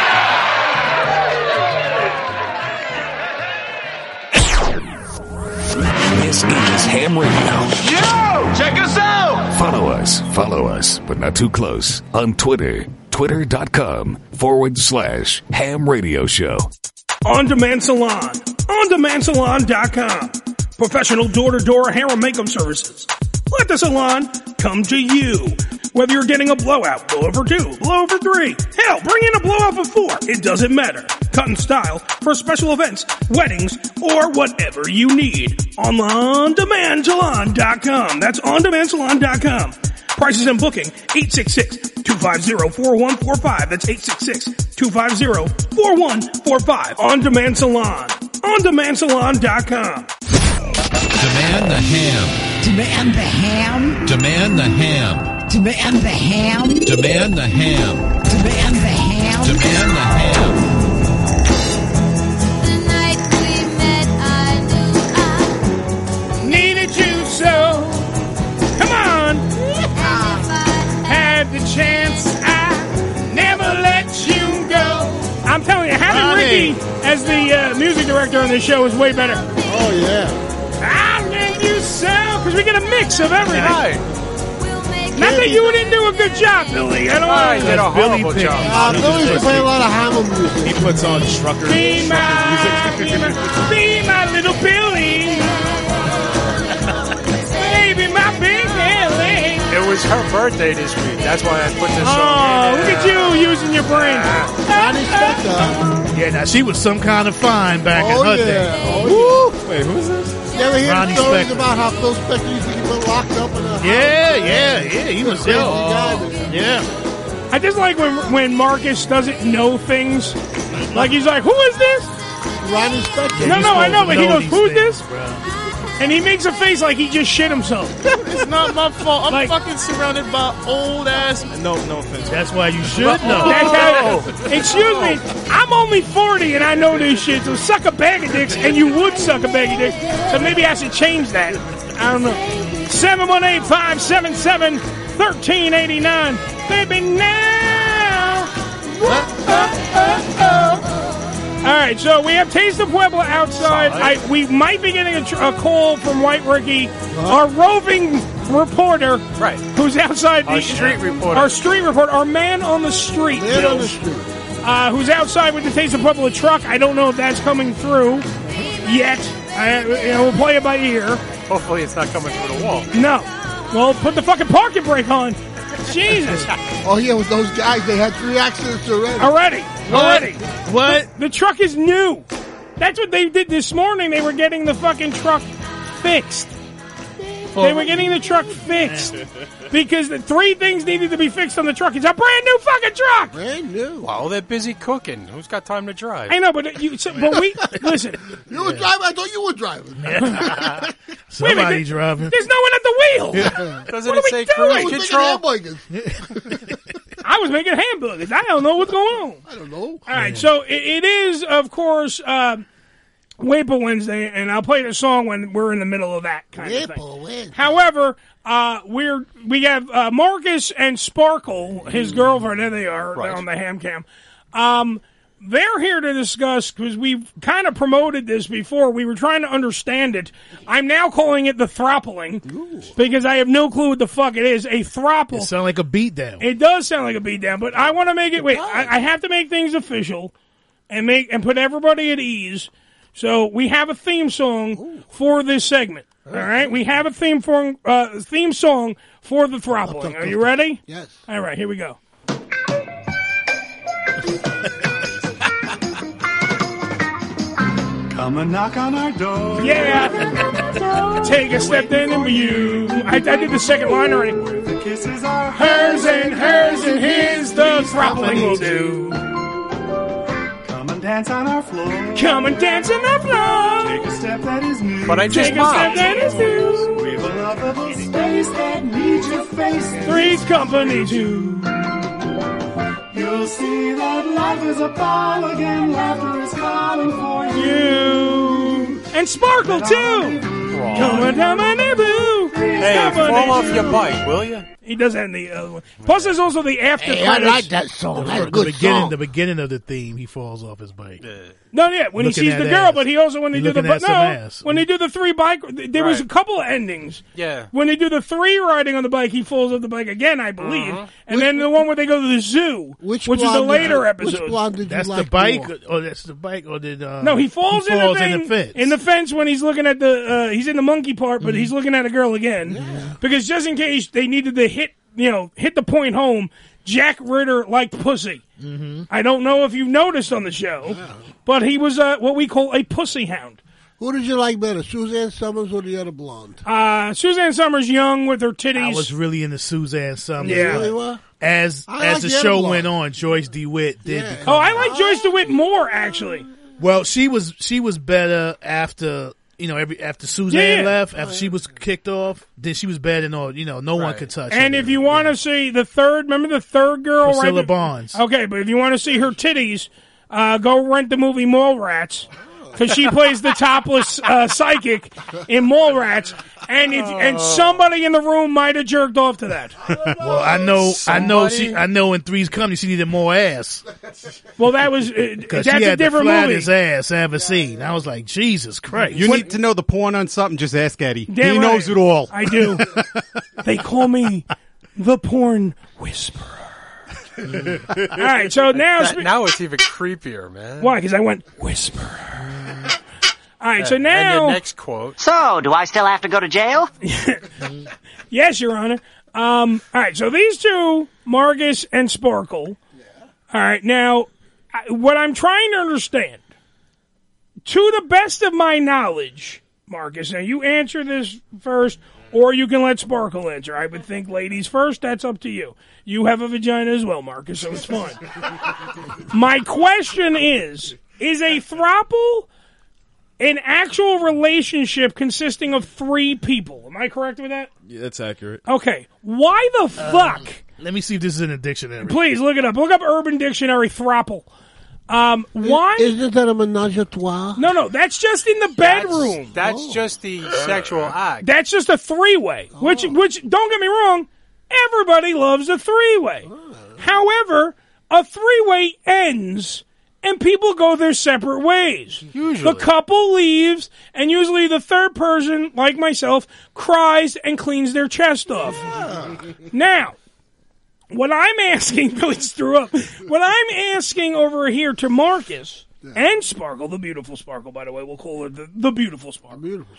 S1: This is Ham Radio.
S8: Yo! Check us out!
S1: Follow us, follow us, but not too close on Twitter. Twitter.com forward slash ham radio show.
S9: On Demand Salon. OnDemandSalon.com. Professional door-to-door hair and makeup services. Let the salon come to you. Whether you're getting a blowout, blowover two, blowover three, hell, bring in a blowout of four. It doesn't matter. Cut and style for special events, weddings, or whatever you need. On OnDemandSalon.com. That's OnDemandSalon.com. Prices and booking, 866-250-4145. That's 866-250-4145. On Demand Salon. OnDemandSalon.com.
S16: Demand the ham. Demand the ham. Demand the ham. Demand the ham. Demand the ham. Demand the ham. Demand the ham.
S9: Needed you so. Come on. Had the chance. I never let you go. I'm telling you, having
S8: Honey.
S9: Ricky as the uh, music director on this show is way better.
S12: Oh yeah.
S9: I'll make you sound because we get a mix of everything.
S11: Right.
S9: Not that you didn't do a good job, Billy. I don't
S11: I
S9: want
S11: did a horrible job.
S12: Uh, Billy's play a lot of Hammer music.
S6: He puts on trucker.
S9: Be my, be my, be my little Billy. Baby, my big Billy.
S11: It was her birthday this week. That's why I put this
S9: Oh,
S11: song.
S9: look at you using your brain.
S10: Yeah, now she was some kind of fine back
S12: Oh,
S10: in her
S12: yeah.
S10: day.
S12: Oh,
S10: Woo!
S6: Wait, who is this?
S12: You ever hear
S10: Ronnie
S12: stories
S10: Spector.
S12: about how Phil Spector used to get locked up in a house?
S10: Yeah, yeah, yeah. He was
S12: Crazy
S10: ill.
S12: guy, man.
S10: Yeah.
S9: I just like when when Marcus doesn't know things. Like he's like, who is this?
S12: Ronnie Spector.
S9: No,
S10: He's
S9: no, I know,
S10: supposed to
S9: but he
S10: know
S9: goes,
S10: these
S9: who's
S10: things,
S9: this?
S10: bruh.
S9: And he makes a face like he just shit himself.
S10: It's not my fault. I'm
S9: Like-
S10: fucking surrounded by old ass.
S6: No, no offense. oh,
S10: That's why you should know.
S11: Oh.
S9: That's how- excuse me, I'm only 40 and I know this shit, so suck a bag of dicks, and you would suck a bag of dicks, so maybe I should change that. I don't know. 718 577 1389. Baby, now! All right, so we have Taste of Puebla outside. I, we might be getting a, tr- a call from White Ricky, our roving reporter,
S11: right?
S9: Who's outside?
S11: Our
S9: the,
S11: street reporter.
S9: Our street reporter. Our man on the street.
S12: Man on the
S9: Bills, Uh, who's outside with the Taste of Puebla truck? I don't know if that's coming through yet. I, you know, we'll play it by ear.
S11: Hopefully, it's not coming through the wall.
S9: No. Well, put the fucking parking brake on. Jesus.
S12: Oh yeah, with those guys, they had three accidents already.
S9: Already. Already.
S10: What?
S9: The, the truck is new. That's what they did this morning. They were getting the fucking truck fixed. They were getting the truck fixed because the three things needed to be fixed on the truck. It's a brand new fucking truck.
S12: Brand new.
S11: Wow, they're busy cooking. Who's got time to drive?
S9: I know, but you, so, but we listen.
S12: You were driving. I thought you were driving.
S9: Wait a minute,
S10: Somebody
S9: there-
S10: driving.
S9: There's no one at the wheel. What
S11: Doesn't
S9: are
S11: it
S9: we
S11: say
S9: doing?
S11: cruise
S9: I was making
S11: control?
S9: I was making hamburgers. I don't know what's going on.
S12: I don't know.
S9: All right, so it, it is, of course, uh, Waple Wednesday, and I'll play the song when we're in the middle of that kind of thing. However, uh, we're we have uh, Marcus and Sparkle,
S10: Mm.
S9: his girlfriend. There they are they're on the ham cam. Um, they're here to discuss because we've kind of promoted this before. We were trying to understand it. I'm now calling it the throppling because I have no clue what the fuck it is. A
S10: It
S9: thropple.
S10: sound like a beatdown.
S9: It does sound like a beatdown, but I want to make it. Wait, I, I have to make things official and make and put everybody at ease. So we have a theme song for this segment. All right, we have a theme for uh, theme song for the throttling. Are you ready?
S12: Yes.
S9: All right, here we go.
S3: Come and knock on our door.
S9: Yeah. Take a step then and you. I, I did the second line already.
S3: The kisses are
S9: Hers and hers and his, the throttling will do.
S3: Come and dance on our floor.
S9: Come and dance on the floor.
S3: Take a step that is new.
S11: But I just
S9: Take a step
S11: mopped.
S9: then and do.
S3: We have a lovable space that needs your face.
S9: Three's company too.
S3: You'll see that life is a ball again. Laughter is calling for you.
S9: you and Sparkle too. Come on, come on, boo.
S11: Hey,
S9: Come on,
S11: fall off
S9: boo.
S11: your bike, will you?
S9: He does that in the other one. uh, Plus, there's also the after.
S12: Hey, I
S9: credits.
S12: like that song. That's
S10: The,
S12: a good
S10: beginning,
S12: song.
S10: the beginning of the theme, he falls off his bike.
S9: No, yeah, when
S10: Looking
S9: he sees
S10: at
S9: the
S10: ass.
S9: girl, but he also when they do
S10: Looking
S9: the but
S10: at
S9: no,
S10: some ass.
S9: when they do the three bike, there was a
S11: Right.
S9: couple of endings.
S11: Yeah.
S9: When they do the three riding on the bike, he falls off the bike again, I believe.
S10: Mm-hmm.
S9: And then the one where they go to the zoo, which, is the
S12: blonde did
S9: later
S12: you-
S9: episode.
S12: Which blonde did
S10: That's
S12: you
S10: the
S12: like
S10: bike,
S12: more?
S10: or, or that's the bike, or did uh,
S9: No, he falls,
S10: he falls
S9: in, the
S10: in the fence.
S9: In the fence when he's looking at the uh, he's in the monkey part, but he's looking at a girl again because just in case they needed to hit you know hit the point home. Jack Ritter liked pussy. I don't know if you've noticed on the show, but he was uh, what we call a pussy hound.
S12: Who did you like better, Suzanne Summers or the other blonde?
S9: Uh, Suzanne Summers young with her titties.
S10: I was really into Suzanne Summers.
S9: Yeah.
S10: but
S9: Really
S12: were?
S10: As
S9: I
S10: as
S9: like
S10: the
S9: the other
S10: show
S9: one.
S10: went on, Joyce DeWitt did.
S9: oh,
S10: become-
S9: I like Joyce DeWitt more actually.
S10: well, she was she was better after you know every after Suzanne
S9: Yeah.
S10: left after she was kicked off. Then she was better than all you know. No one could touch.
S9: And
S10: her.
S9: if you want to see the third, remember the third girl, right?
S10: Priscilla
S9: be-
S10: Bonds.
S9: Okay, but if you want to see her titties, uh, go rent the movie Mallrats. because she plays the topless uh, psychic in Mallrats, and if,
S10: Oh.
S9: and somebody in the room might have jerked off to that.
S10: well, I know, I know, she, I know. In Three's Company, she needed more ass.
S9: Well, that was uh,
S10: because
S9: that's a
S10: she had
S9: different
S10: the
S9: movie.
S10: flattest ass I ever seen. I was like, Jesus Christ!
S13: You need to know the porn on something. Just ask Eddie.
S9: Damn
S13: he
S9: right.
S13: knows it all.
S9: I do. they call me the porn whisperer. All right, so now
S11: That-
S9: spe-
S11: now it's even creepier, man.
S9: Why? Because I went whisper. All right, so
S11: Uh, And your
S9: now
S11: next quote.
S9: So, do I still have to go to jail? yes, Your Honor. Um, all right, so these two, Margus and Sparkle. All right, now I, what I'm trying to understand, to the best of my knowledge, Marcus, now you answer this first, or you can let Sparkle answer. I would think ladies first. That's up to you. You have a vagina as well, Marcus, so it's fine. My question is Is a throuple an actual relationship consisting of three people? Am I correct with that?
S6: Yeah, that's accurate.
S9: Okay. Why
S11: Uh,
S9: the fuck?
S10: Let me see if this is in a dictionary.
S9: Please look it up. Look up Urban Dictionary throuple. Um, why?
S12: Isn't that a menage a trois?
S9: No, no, that's just in the bedroom.
S11: That's just the
S12: Oh.
S11: sexual act.
S9: That's just a three way. Which which don't get me wrong, everybody loves a three way. However, a three way ends and people go their separate ways. Usually. The couple leaves and usually the third person, like myself, cries and cleans their chest off. Now, what I'm asking, please threw up. What I'm asking over here to Marcus and Sparkle, the beautiful Sparkle, by the way, we'll call her the, the beautiful Sparkle.
S12: Beautiful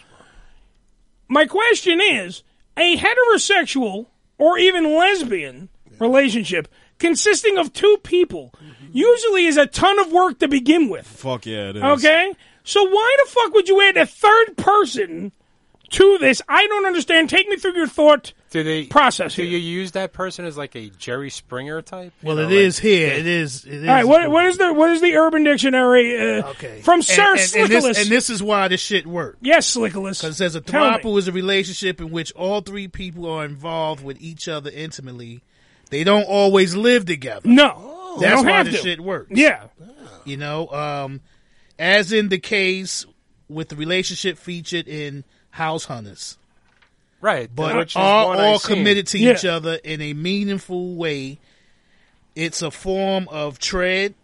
S9: My question is a heterosexual or even lesbian relationship consisting of two people usually is a ton of work to begin with.
S6: Fuck yeah, it is.
S9: Okay? So why the fuck would you add a third person to this? I don't understand. Take me through your thought
S11: Do they
S9: process
S11: Do
S9: here.
S11: you use that person as like a Jerry Springer type?
S10: Well,
S11: it is
S10: it is here. It is. It is.
S9: All right, what, what is the what is the Urban Dictionary? Uh, okay, from
S10: And-
S9: Sir
S10: and, and
S9: Slickless.
S10: this, and this is why this shit works.
S9: yes, Slickless. Because
S10: says a throuple is a relationship in which all three people are involved with each other intimately. They don't always live together.
S11: Oh.
S9: No, they
S10: that's
S9: don't
S10: why
S9: have
S10: this
S9: to.
S10: shit works.
S9: Yeah.
S10: you know, um, as in the case with the relationship featured in House Hunters,
S11: right?
S10: but
S11: which is
S10: are
S11: what I
S10: all
S11: seen.
S10: committed to each other in a meaningful way. It's a form of tread,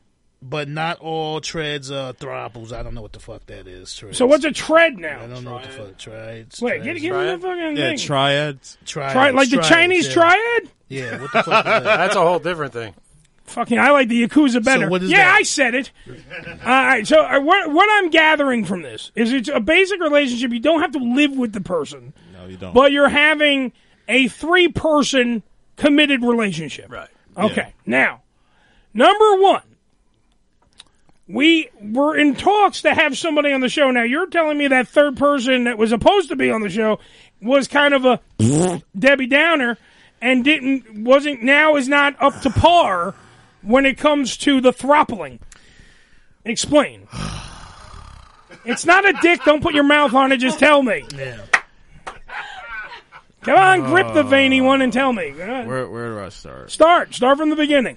S10: but not all treads are thropples. I don't know what the fuck that is. Treads.
S9: So what's a tread now?
S10: I don't know what the fuck treads.
S9: Wait, get, give me that fucking
S6: Yeah,
S9: thing.
S6: triads.
S10: Triads.
S9: Tri- like the
S10: triads,
S9: Chinese
S10: yeah.
S9: triad?
S10: Yeah, what the fuck is that?
S11: That's a whole different thing.
S9: Fucking, I like the Yakuza better.
S10: what is
S9: yeah,
S10: that?
S9: I said it. Uh, All right, so uh, what, what I'm gathering from this is it's a basic relationship. You don't have to live with the person,
S6: No, you don't.
S9: but you're having a three person committed relationship. Right. Okay. Now, number one, we were in talks to have somebody on the show. Now, you're telling me that third person that was supposed to be on the show was kind of a Debbie Downer and didn't, wasn't, now is not up to par when it comes to the throttling. Explain. It's not a dick. Don't put your mouth on it. Just tell me.
S10: Yeah.
S9: Come on, grip the veiny one and tell me. Go ahead.
S6: Where where do I start?
S9: Start. Start from the beginning.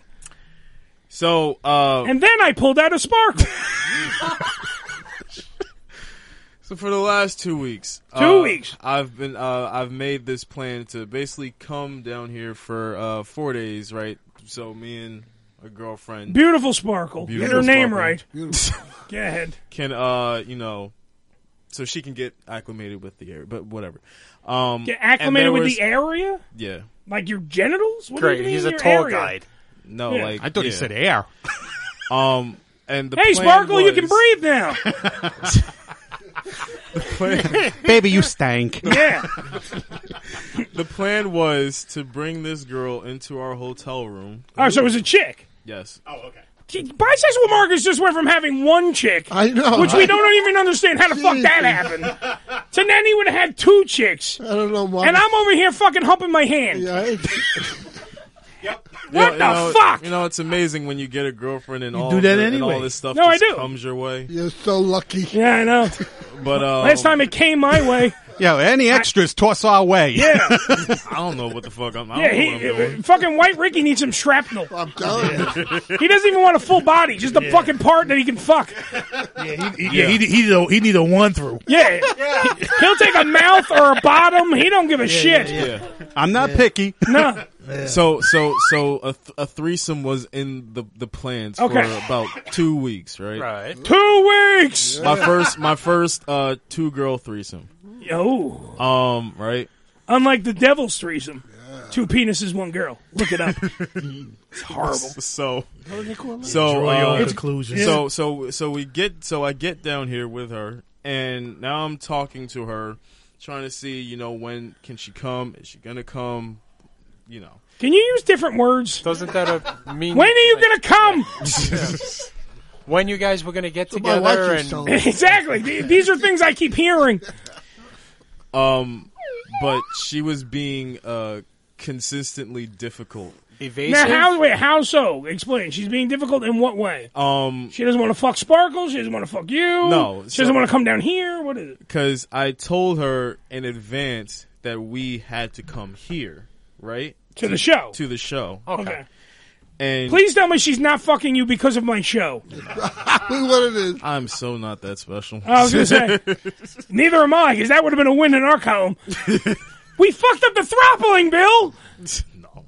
S6: So uh,
S9: And then I pulled out a spark.
S6: So for the last two weeks,
S9: Two
S6: uh,
S9: weeks.
S6: I've been uh, I've made this plan to basically come down here for uh, four days, right? So me and a girlfriend,
S9: Beautiful Sparkle. Get her
S6: Beautiful
S9: name
S6: Sparkle.
S9: right. Go ahead.
S6: can uh you know, so she can get acclimated with the air, but whatever. Um,
S9: Get
S6: and
S9: acclimated
S6: there
S9: with
S6: was-
S9: the area?
S6: Yeah,
S9: Like your genitals? What do you
S6: Great,
S9: mean
S6: he's a
S9: your
S6: tour
S9: area?
S6: guide. no,
S9: Yeah.
S6: like
S13: I thought
S6: yeah.
S13: you said air.
S6: Um, and the
S9: hey,
S6: plan
S9: Sparkle, you can
S6: was-
S9: breathe now.
S13: Baby, you stank.
S9: yeah.
S6: the plan was to bring this girl into our hotel room.
S9: All right, Oh, so it was a chick.
S6: Yes. Oh, okay.
S9: Gee, Bisexual Marcus just went from having one chick,
S12: I know,
S9: which we
S12: right?
S9: don't even understand how the fuck that
S12: Jesus.
S9: happened, to then he would have had two chicks,
S12: I don't know, Marcus.
S9: and I'm over here fucking humping my hand.
S12: Yeah, it-
S9: What
S6: You
S9: the
S6: know- you know,
S9: fuck?
S6: You know, it's amazing when you get a girlfriend and all
S12: do that
S6: the- and all
S12: anyway.
S6: this stuff
S9: No, I
S6: just
S9: do.
S6: comes your way.
S12: You're so lucky.
S9: Yeah, I know.
S6: But uh,
S9: Last time it came my way.
S13: Yo, any extras, toss our way.
S9: Yeah.
S6: I don't know what the fuck I'm. I
S9: Yeah,
S6: don't know what I'm
S9: he, fucking White Ricky needs some shrapnel. I'm
S12: telling
S9: you. He doesn't even want a full body, just a
S10: Yeah.
S9: fucking part that he can fuck.
S10: He, yeah, he, he, need a, he need a one through.
S9: Yeah. He- He'll take a mouth or a bottom. He don't give a shit.
S13: I'm not picky.
S9: No.
S6: So so so a, th- a threesome was in the the plans
S9: Okay.
S6: for about two weeks, right?
S11: Right.
S9: Two weeks.
S6: My first my first uh two girl threesome.
S9: Yo.
S6: Um. Right.
S9: Unlike the devil's threesome. Two penises, one girl. Look it up. it's horrible.
S6: So,
S9: call it?
S6: so
S9: Draw your
S6: uh,
S9: own conclusions.
S6: So, so, so we get. So I get down here with her, and now I'm talking to her, trying to see, you know, when can she come? Is she gonna come? You know,
S9: Can you use different words?
S11: Doesn't that a mean?
S9: When are you gonna come?
S11: when you guys were gonna get
S9: My
S11: together?
S9: wife
S11: and
S9: is telling me. Exactly. Th- These are things I keep hearing.
S6: um, but she was being uh consistently difficult.
S9: Now, how? Wait, how so? Explain. She's being difficult in what way?
S6: Um,
S9: She doesn't want to fuck Sparkle. She doesn't want to fuck you.
S6: No,
S9: she
S6: so-
S9: doesn't want to come down here. What is it?
S6: because I told her in advance that we had to come here, right?
S9: To the show.
S6: To the show.
S9: Okay.
S6: And
S9: Please tell me she's not fucking you because of my show.
S12: what it is?
S6: I'm so not that special.
S9: I was gonna say. Neither am I, because that would have been a win in our column. we fucked up the throttling, Bill.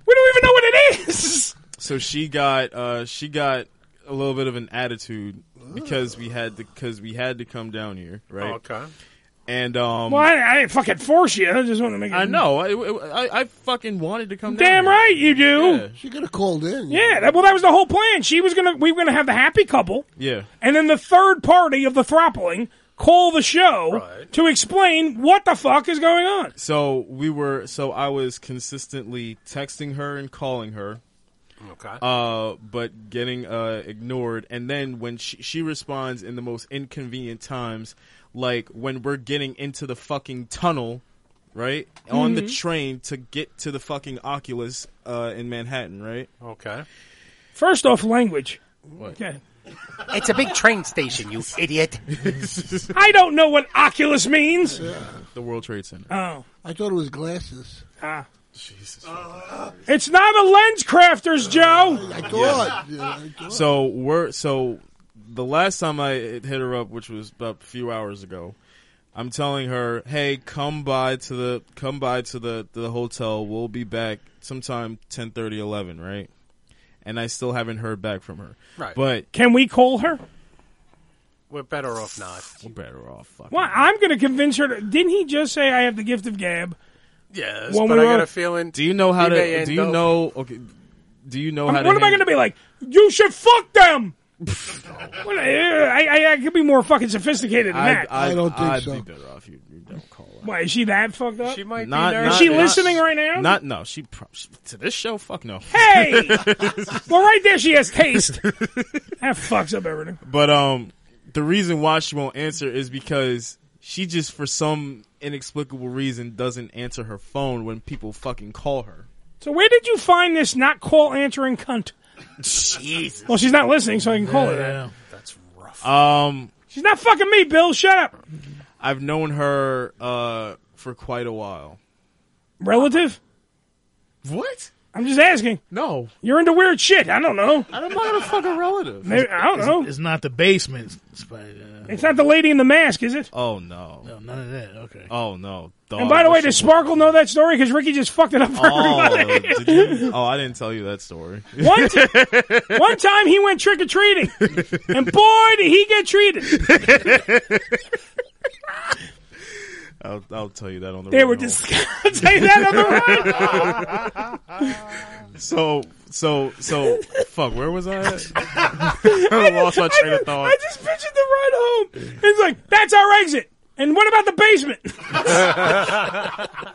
S9: We don't even know what it is.
S6: so she got uh she got a little bit of an attitude because we had to because we had to come down here, right?
S11: Okay.
S6: And um
S9: well, I, I didn't fucking force you. I just want to make. It
S6: I know. I, I, I fucking wanted to come
S9: Damn
S6: down. here.
S9: right you do.
S6: Yeah.
S12: She could have called in.
S9: Yeah, that, well, that was the whole plan. She was gonna, we were gonna have the happy couple,
S6: Yeah.
S9: and then the third party of the throttling call the show to explain what the fuck is going on.
S6: So we were so I was consistently texting her and calling her.
S11: Okay.
S6: Uh but getting uh ignored and then when she she responds in the most inconvenient times like when we're getting into the fucking tunnel, right? On the
S9: Mm-hmm.
S11: Mhm.
S6: train to get to the fucking Oculus uh in Manhattan, right?
S11: Okay.
S9: First off, language.
S6: What?
S9: Okay.
S11: It's a big train station, you idiot.
S9: I don't know what Oculus means.
S6: The World Trade Center.
S9: Oh,
S12: I thought it was glasses.
S9: Ah.
S6: Jesus.
S9: it's not a lens crafters, Joe.
S12: I thought.
S6: So we're so the last time I hit her up, which was about a few hours ago, I'm telling her, "Hey, come by to the come by to the the hotel. We'll be back sometime 10:30, 11, right?" And I still haven't heard back from her.
S11: Right.
S6: But
S9: can we call her?
S11: We're better off not.
S6: We're better off. Fuck.
S9: Well, I'm going to convince her. To, didn't he just say I have the gift of gab?
S11: Yes,
S9: When
S11: but
S9: we
S11: I got
S9: were-
S11: a feeling.
S6: Do you know how
S11: we may
S6: to?
S11: end
S6: Do you
S11: up-
S6: know? Okay. Do you know
S9: I'm-
S6: how to?
S9: what am I
S6: handle-
S9: going to be like? You should fuck them. What- I, I, I could be more fucking sophisticated than that.
S6: I'd be better off you, you don't call.
S9: Why is she that fucked up? She
S11: might
S6: Not,
S9: Is
S6: not-
S9: she
S6: not-
S9: listening right now?
S6: Not no. She, pro- she to this show. Fuck no.
S9: Hey, well, right there she has taste. That fucks up everything.
S6: But um, the reason why she won't answer is because she just, for some inexplicable reason, doesn't answer her phone when people fucking call her.
S9: So where did you find this not call answering cunt?
S6: Jesus.
S9: Well, she's not listening, so I can call her.
S6: Yeah.
S9: That.
S6: Um,
S9: She's not fucking me, Bill. Shut up.
S6: I've known her uh for quite a while.
S9: Relative?
S6: What?
S9: I'm just asking.
S6: No,
S9: you're into weird shit. I don't know.
S6: I don't know a fucking relative.
S9: Maybe, I don't
S10: it's,
S9: know.
S10: It's not the basement. It's, by-
S9: It's not the lady in the mask, is it?
S6: Oh no.
S10: no, none of that. Okay.
S6: Oh no. Dog,
S9: and by the way,
S6: what's
S9: does Sparkle know that story? Because Ricky just fucked it up for
S6: Oh,
S9: everybody.
S6: did you- oh, I didn't tell you that story.
S9: One, t- one time he went trick or treating, and boy did he get treated.
S6: I'll, I'll tell you that on the.
S9: They
S6: way
S9: were
S6: home.
S9: just say that on the right.
S6: So so so fuck. Where was I? At? I lost my train of thought.
S9: I just pictured the ride home. It's like that's our exit. And what about the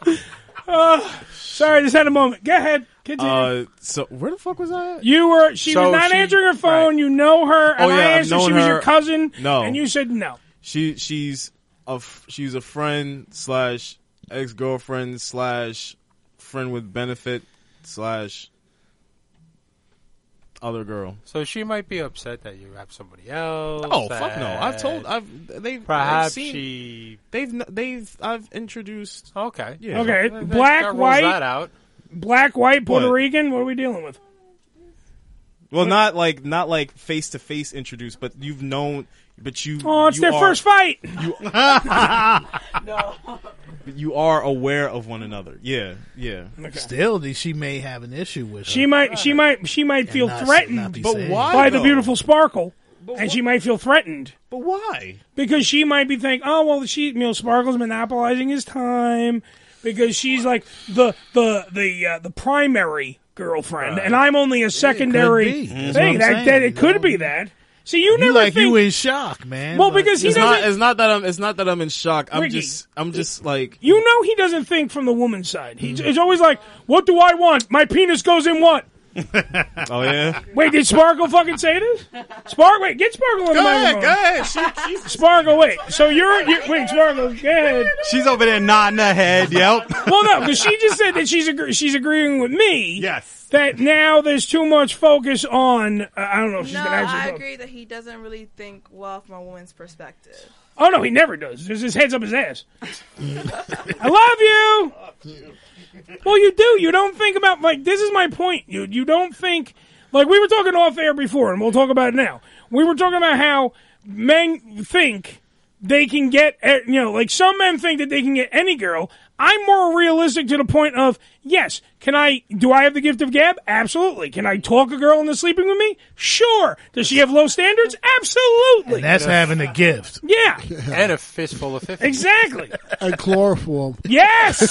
S9: basement? Uh, sorry, just had a moment. Go ahead, continue.
S6: Uh, so where the fuck was I? At?
S9: you were she
S6: So
S9: was not
S6: she-
S9: answering her phone. You know her, and
S6: Oh,
S9: I
S6: yeah, I've
S9: asked if
S6: known
S9: she was your
S6: her.
S9: cousin.
S6: No.
S9: and you said no.
S6: She she's a f- she's a friend slash ex girlfriend slash friend with benefit slash other girl.
S11: So she might be upset that you have somebody else.
S6: Oh fuck no! I've told
S11: that-
S6: I've they
S11: Perhaps
S6: I've seen,
S11: she-
S6: they've n- they've I've introduced.
S11: Okay.
S6: Yeah.
S9: Okay,
S6: That- that-
S9: black,
S6: that rules
S9: white,
S6: that out.
S9: black, white, Puerto
S6: What?
S9: Rican. What are we dealing with?
S6: Well, not like not like face to face introduced, but you've known. But you.
S9: Oh, it's
S6: you
S9: their
S6: are-
S9: first fight.
S6: You are aware of one another. Yeah. Yeah.
S10: Still, the- she may have an issue with.
S9: She might, she might, she might feel
S10: not- not
S9: threatened
S10: be But saying. why,
S9: by the
S10: though?
S9: beautiful sparkle, and she might feel threatened
S6: But why?
S9: because she might be thinking, "Oh, well, she, you know, Sparkle's monopolizing his time because she's like the the the uh, the primary girlfriend, and I'm only a secondary
S10: be. That's what
S9: thing."
S10: I'm
S9: That,
S10: saying,
S9: that it could be that. See, you,
S10: You
S9: never
S10: like
S9: think
S10: you in shock, man.
S9: Well,
S10: Like-
S9: because he
S6: it's not.
S9: doesn't-
S6: It's not that I'm. It's not that I'm in shock. I'm
S9: Ricky.
S6: just. I'm just like.
S9: You know he doesn't think from the woman's side. He's, he's always like, "What do I want? My penis goes in what?"
S6: Oh yeah.
S9: Wait, did Sparkle fucking say this? Spark, wait, get Sparkle on the
S13: Go ahead,
S9: microphone.
S13: go ahead.
S9: Sparkle, wait. So you're, you wait, Sparkle, go ahead.
S13: She's over there nodding her head. Yep.
S9: Well, no, because she just said that she's agree- she's agreeing with me.
S13: Yes.
S9: That now there's too much focus on. Uh, I don't know if she's
S17: No,
S9: gonna actually.
S17: I
S9: focus.
S17: agree that he doesn't really think well from a woman's perspective.
S9: Oh no, he never does. Just his head's up his ass. I love you. Well, you do. You don't think about like this is my point, dude. You don't think like we were talking off air before, and we'll talk about it now. We were talking about how men think they can get eh, you know like some men think that they can get any girl. I'm more realistic to the point of yes. Can I? Do I have the gift of gab? Absolutely. Can I talk a girl into sleeping with me? Sure. Does she have low standards? Absolutely.
S10: And that's having a gift.
S9: Yeah.
S11: and a fistful of fifty.
S9: Exactly.
S12: And chloroform.
S9: Yes.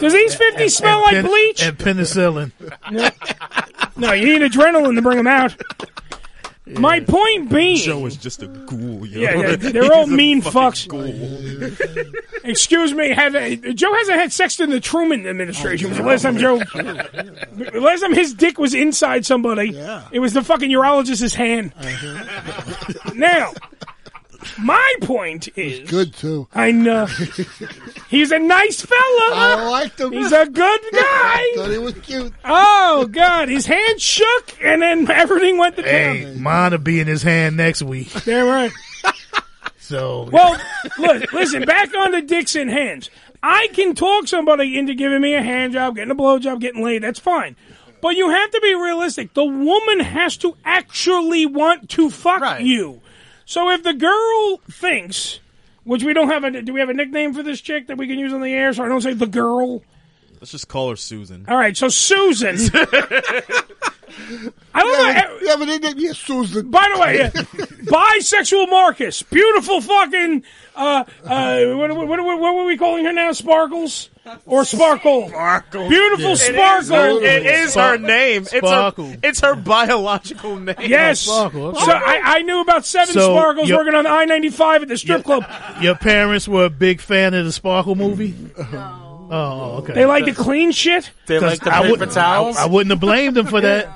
S9: Does these 50 smell like
S10: pen-
S9: bleach?
S10: and penicillin.
S9: No. No, you need adrenaline to bring them out. My point being,
S6: Joe is just a ghoul. Yo.
S9: yeah, yeah, they're all
S6: He's a
S9: mean fucks.
S6: fucking Ghoul.
S9: Excuse me, have a, Joe hasn't had sex in the Truman
S12: Oh,
S9: administration. The last time Joe, the last time his dick was inside somebody, it was the fucking urologist's hand.
S12: Uh-huh.
S9: Now, my point is
S12: Good too.
S9: I know. He's a nice fella.
S12: I liked him.
S9: He's a good guy.
S12: Thought he was cute.
S9: Oh God, his hand shook, and then everything went to town.
S10: Hey, mine will be in his hand next week.
S9: Damn right.
S10: So
S9: Well, look, listen. Back on the Dixon hands. I can talk somebody into giving me a hand job, getting a blow job, getting laid. That's fine. But you have to be realistic. The woman has to actually want to fuck you. So if the girl thinks, which we don't have a, do we have a nickname for this chick that we can use on the air? So I don't say the girl.
S6: Let's just call her Susan.
S9: All right, so Susan. I don't know. eh,
S12: Yeah, but they didn't get Susan.
S9: By the way, yeah, bisexual Marcus, beautiful fucking. Uh, uh, what, what, what, what were we calling her now? Sparkles or Sparkle? Sparkle. Beautiful Sparkle.
S6: It is her name.
S10: Sparkle.
S6: It's her. It's her biological name.
S9: Yes.
S10: Oh, Sparkle, okay.
S9: So I, I knew about seven
S10: So,
S9: Sparkles
S10: yep.
S9: working on the I ninety five at the strip club.
S10: your parents were a big fan of the Sparkle movie. Oh, okay.
S9: They like to clean shit.
S11: They
S10: Because
S11: like the
S10: I
S11: paper
S10: wouldn't-
S11: towels?
S10: I, I wouldn't have blamed them for that.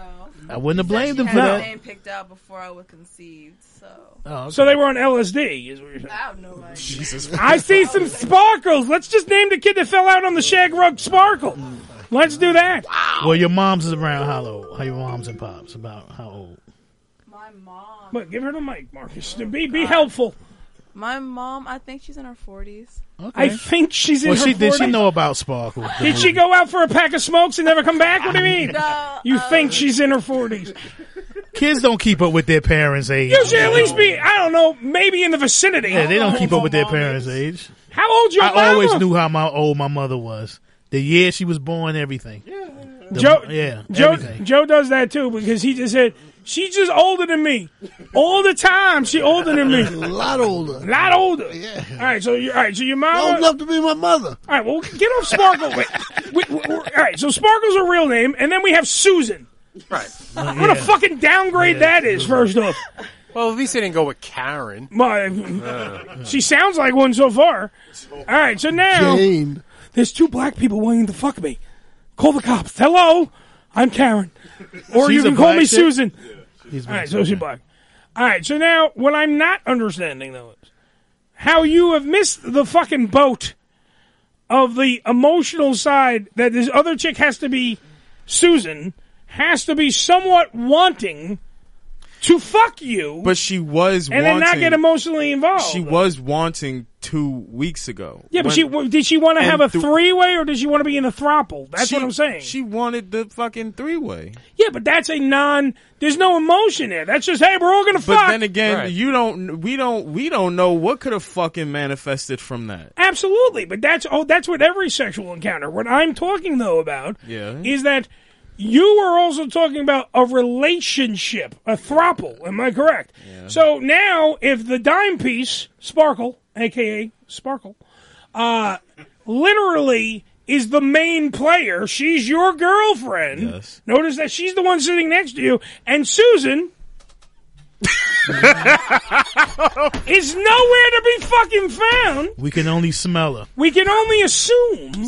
S10: I wouldn't have blamed them
S17: Had
S10: for
S17: his
S10: that.
S17: name picked out before I was conceived, so
S9: So they were on LSD. Is what you're saying.
S17: I have no idea.
S6: Jesus.
S9: I see some sparkles. Let's just name the kid that fell out on the shag rug Sparkle. Let's do that.
S10: Well, your mom's is around how old? How your mom's and pops about how old?
S9: Look, give her the mic, Marcus. Be be helpful.
S17: My mom, I think she's in her forties.
S9: I think she's in
S10: Well,
S9: her
S10: she did she
S9: 40s.
S10: know about Sparkle? the
S9: Did she
S10: movie?
S9: go out for a pack of smokes and never come back? What do you mean? you think she's in her forties?
S10: Kids don't keep up with their parents' age.
S9: You should at least be, I don't know, maybe in the vicinity.
S10: Yeah, they don't keep up with their parents' age.
S9: How old your
S10: I
S9: mama?
S10: always knew how my old my mother was. The year she was born, everything. The-
S9: Joe,
S10: yeah,
S9: Joe,
S10: everything.
S9: Joe does that too because he just said she's just older than me all the time. She older than me, a
S12: lot older, a
S9: lot older. Yeah. All right, so you, all right, so your mom
S12: Old enough to be my mother.
S9: All right, well, get off Sparkle. Wait, wait, wait, all right, so Sparkle's a real name, and then we have Susan.
S11: Right.
S6: Oh,
S9: What a fucking downgrade that is. First off,
S11: Well, at least they didn't go with Karen. Uh.
S9: My, she sounds like one so far. All right, so now there's two black people wanting to fuck me. Call the cops. Hello, I'm Karen, or
S10: She's
S9: you
S10: a
S9: can call
S10: black
S9: me
S10: chick?
S9: Susan.
S10: He's
S9: All right, so she's black. All right, so now what I'm not understanding though is how you have missed the fucking boat of the emotional side that this other chick has to be Susan has to be somewhat wanting to fuck you,
S6: But she was
S9: and then
S6: wanting.
S9: not get emotionally involved.
S6: she was wanting two weeks ago.
S9: yeah, but
S6: When-
S9: she w- did she want to
S6: and
S9: have a
S6: th-
S9: three way or did she want to be in a throuple? That's
S6: She-
S9: what I'm saying.
S6: She wanted the fucking three way.
S9: Yeah, but that's a non. There's no emotion there. That's just hey, we're all gonna
S6: But
S9: fuck.
S6: then again, you don't. We don't. We don't know what could have fucking manifested from that.
S9: Absolutely, but that's oh, that's what every sexual encounter. What I'm talking though about
S6: Yeah.
S9: is that you were also talking about a relationship, a throuple. Am I correct? So now, if the dime piece Sparkle, aka Sparkle, uh, literally is the main player, she's your girlfriend. Yes. Notice that she's the one sitting next to you, and Susan. is nowhere to be fucking found.
S10: We can only smell her.
S9: We can only assume.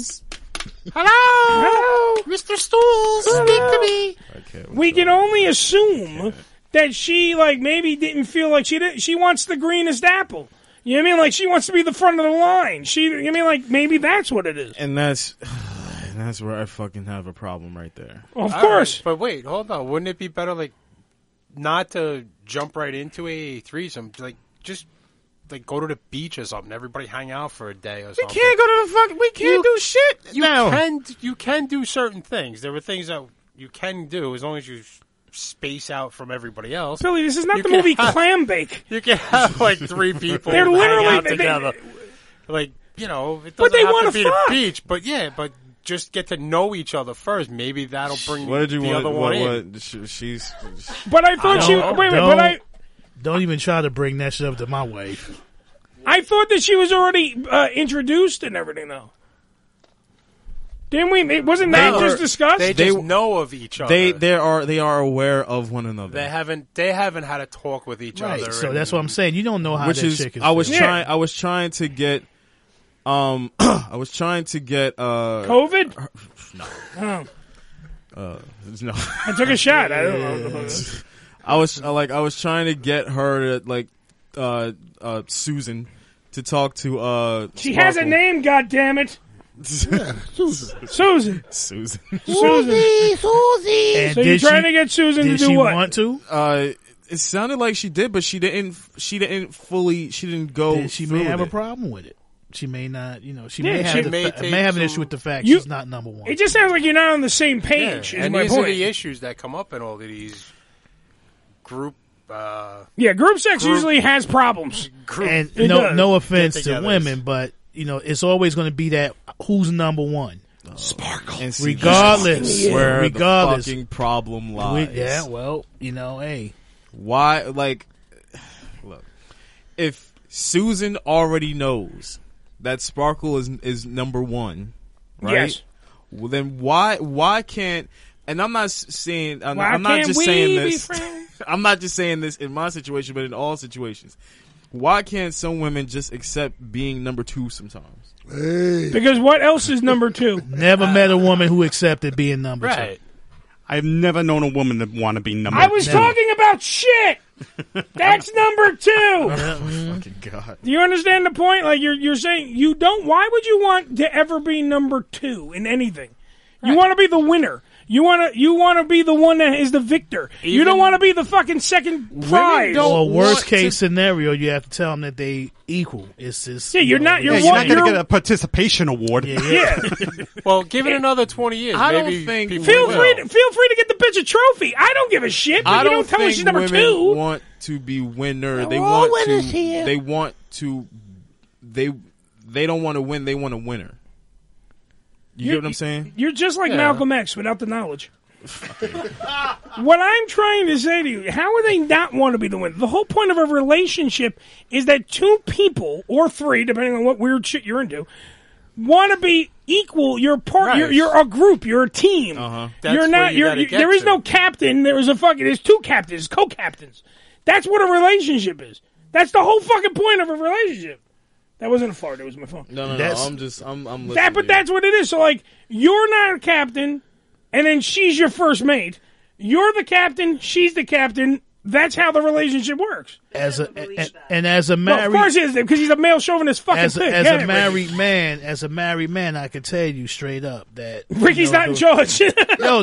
S9: Hello,
S3: Mr. Stools,
S9: speak to me. We can only assume that she like maybe didn't feel like she did. She wants the greenest apple. You know what I mean? Like she wants to be the front of the line. She, you know what I mean? Like maybe that's what it is.
S6: And that's and that's where I fucking have a problem right there.
S9: Of
S11: All
S9: course.
S11: right, but wait, hold on. Wouldn't it be better, like, not to jump right into a threesome? Like, just like go to the beach or something. Everybody hang out for a day or something.
S6: can't go to the fucking. We
S11: can't
S6: do shit.
S11: You
S6: now.
S11: can you can do certain things. There were things that you can do as long as you s- space out from everybody else.
S9: Billy, this is not
S11: You
S9: the
S11: can
S9: movie
S11: have-
S9: Clam Bake.
S11: You can have like three people.
S9: They're
S11: hang
S9: literally-
S11: out
S9: they- they-
S11: together. like you know, it doesn't
S9: But they
S11: have
S9: wanna
S11: to be
S9: fuck.
S11: the beach. But yeah, but just get to know each other first. Maybe that'll bring
S6: What did you
S11: the
S6: want?
S11: other
S6: What,
S11: one in.
S6: what- she- she's.
S9: But I thought she.
S10: Don't-
S9: Wait, wait. But I,
S10: don't- Don't even try to bring that shit up to my wife.
S9: I thought that she was already uh, introduced and everything though. Didn't we? It wasn't that
S11: They-
S9: just discussed.
S11: They just know of each other.
S6: They they are they are aware of one another.
S11: They haven't. They haven't had a talk with each
S10: Right.
S11: other.
S10: So
S11: and-
S10: that's what I'm saying. You don't know how
S6: which
S10: that
S6: is
S10: chick is.
S6: I was
S10: feeling.
S6: trying I was trying to get um I was trying to get uh
S9: COVID. Oh.
S6: uh no
S9: I took a shot. I don't know what the fuck it is.
S6: I was I, like I was trying to get her to like uh uh Susan to talk to uh
S9: She has a
S6: Sparkle.
S9: name. God damn it.
S6: Susan
S9: Susan
S6: Susan
S9: Susan.
S6: And
S9: so you're
S6: did
S9: trying
S6: she-
S9: to get Susan to
S6: did
S9: do
S6: she
S9: what?
S6: want
S10: to?
S6: uh it sounded like she did but she didn't she didn't fully she didn't go
S10: Then she
S6: through
S10: may have
S6: with it.
S10: a problem with it. She may not. You know, she
S9: Yeah,
S10: may
S9: she
S10: have the
S9: may
S10: fa-
S9: take
S10: may have an
S9: some-
S10: issue with the fact
S9: You-
S10: she's not number one.
S9: It just sounds like you're not on the same
S11: Yeah,
S9: page. Is
S11: and
S9: my
S11: these are
S9: point.
S11: the issues that come up in all of these group. Uh,
S9: yeah, group sex
S11: Group-
S9: usually has problems.
S10: and
S9: It
S10: no,
S9: does.
S10: no offense to
S9: Get-togethers.
S10: women, but you know, it's always going to be that who's number one.
S13: Oh.
S6: and see,
S10: Regardless,
S6: that's where
S10: regardless,
S6: the fucking problem lies.
S10: We- yeah, well, you know, hey,
S6: why like look if susan already knows that sparkle is is number one right
S9: Yes.
S6: well, then why why can't and i'm not s- saying i'm,
S9: Why
S6: I'm not
S9: can't
S6: just
S9: we
S6: saying
S9: be
S6: this
S9: friends?
S6: i'm not just saying this in my situation but in all situations why can't some women just accept being number two sometimes
S9: Because what else is number two?
S10: never met a woman who accepted being number
S9: Right.
S13: I've never known a woman that want to be number.
S9: I was
S13: two.
S9: talking about shit. That's number two.
S6: fucking god
S9: Do you understand the point? Like you're you're saying you don't. Why would you want to ever be number two in anything? You want to be the winner. You want to you want to be the one that is the victor. you
S10: Even-
S9: don't want to be the fucking second prize.
S10: two. Or worst case scenario, you have to tell them that they equal. It's just
S9: Yeah, you're
S10: you know,
S9: not-
S13: Yeah,
S9: you're
S13: you're not going to get a participation award.
S9: Yeah.
S11: well, give it another twenty years.
S6: I don't
S11: maybe
S6: think
S11: people
S9: Feel
S11: will.
S9: free to, feel free to get the bitch a trophy. I don't give a shit. But
S6: I
S9: you
S6: don't,
S9: don't tell me
S6: think
S9: she's number
S6: women
S9: two.
S6: want to be winner. they
S9: We're all
S6: want
S9: winners
S6: to.
S9: here.
S6: They want to. They they don't want to win. They want a winner. You get what I'm saying?
S9: You're just like
S6: Yeah.
S9: Malcolm X without the knowledge. what I'm trying to say to you, how would they not want to be the winner? The whole point of a relationship is that two people or three, depending on what weird shit you're into, want to be equal. You're part. You're,
S11: Right.
S9: you're a group. You're a team. Uh-huh.
S11: That's
S9: you're
S11: where
S9: not.
S11: you
S9: you're.
S11: gotta
S9: you-
S11: get
S9: there is
S11: to.
S9: no captain. There is a fucking. There's two captains, co-captains. That's what a relationship is. That's the whole fucking point of a relationship. That wasn't a fart. It was my phone.
S6: No, no, no.
S10: That's-
S6: I'm just. I'm. I'm
S9: That, but that's what it is. So like, you're not a captain, and then she's your first mate. You're the captain. She's the captain. That's how the relationship works.
S10: as a and, and as a
S9: Well,
S10: married
S9: of course, he is because he's a male chauvinist fucking
S10: as,
S9: pig.
S10: as
S9: yeah,
S10: a
S9: Ricky.
S10: married man, as a married man, I can tell you straight up that
S9: Ricky's not in charge.
S10: yo,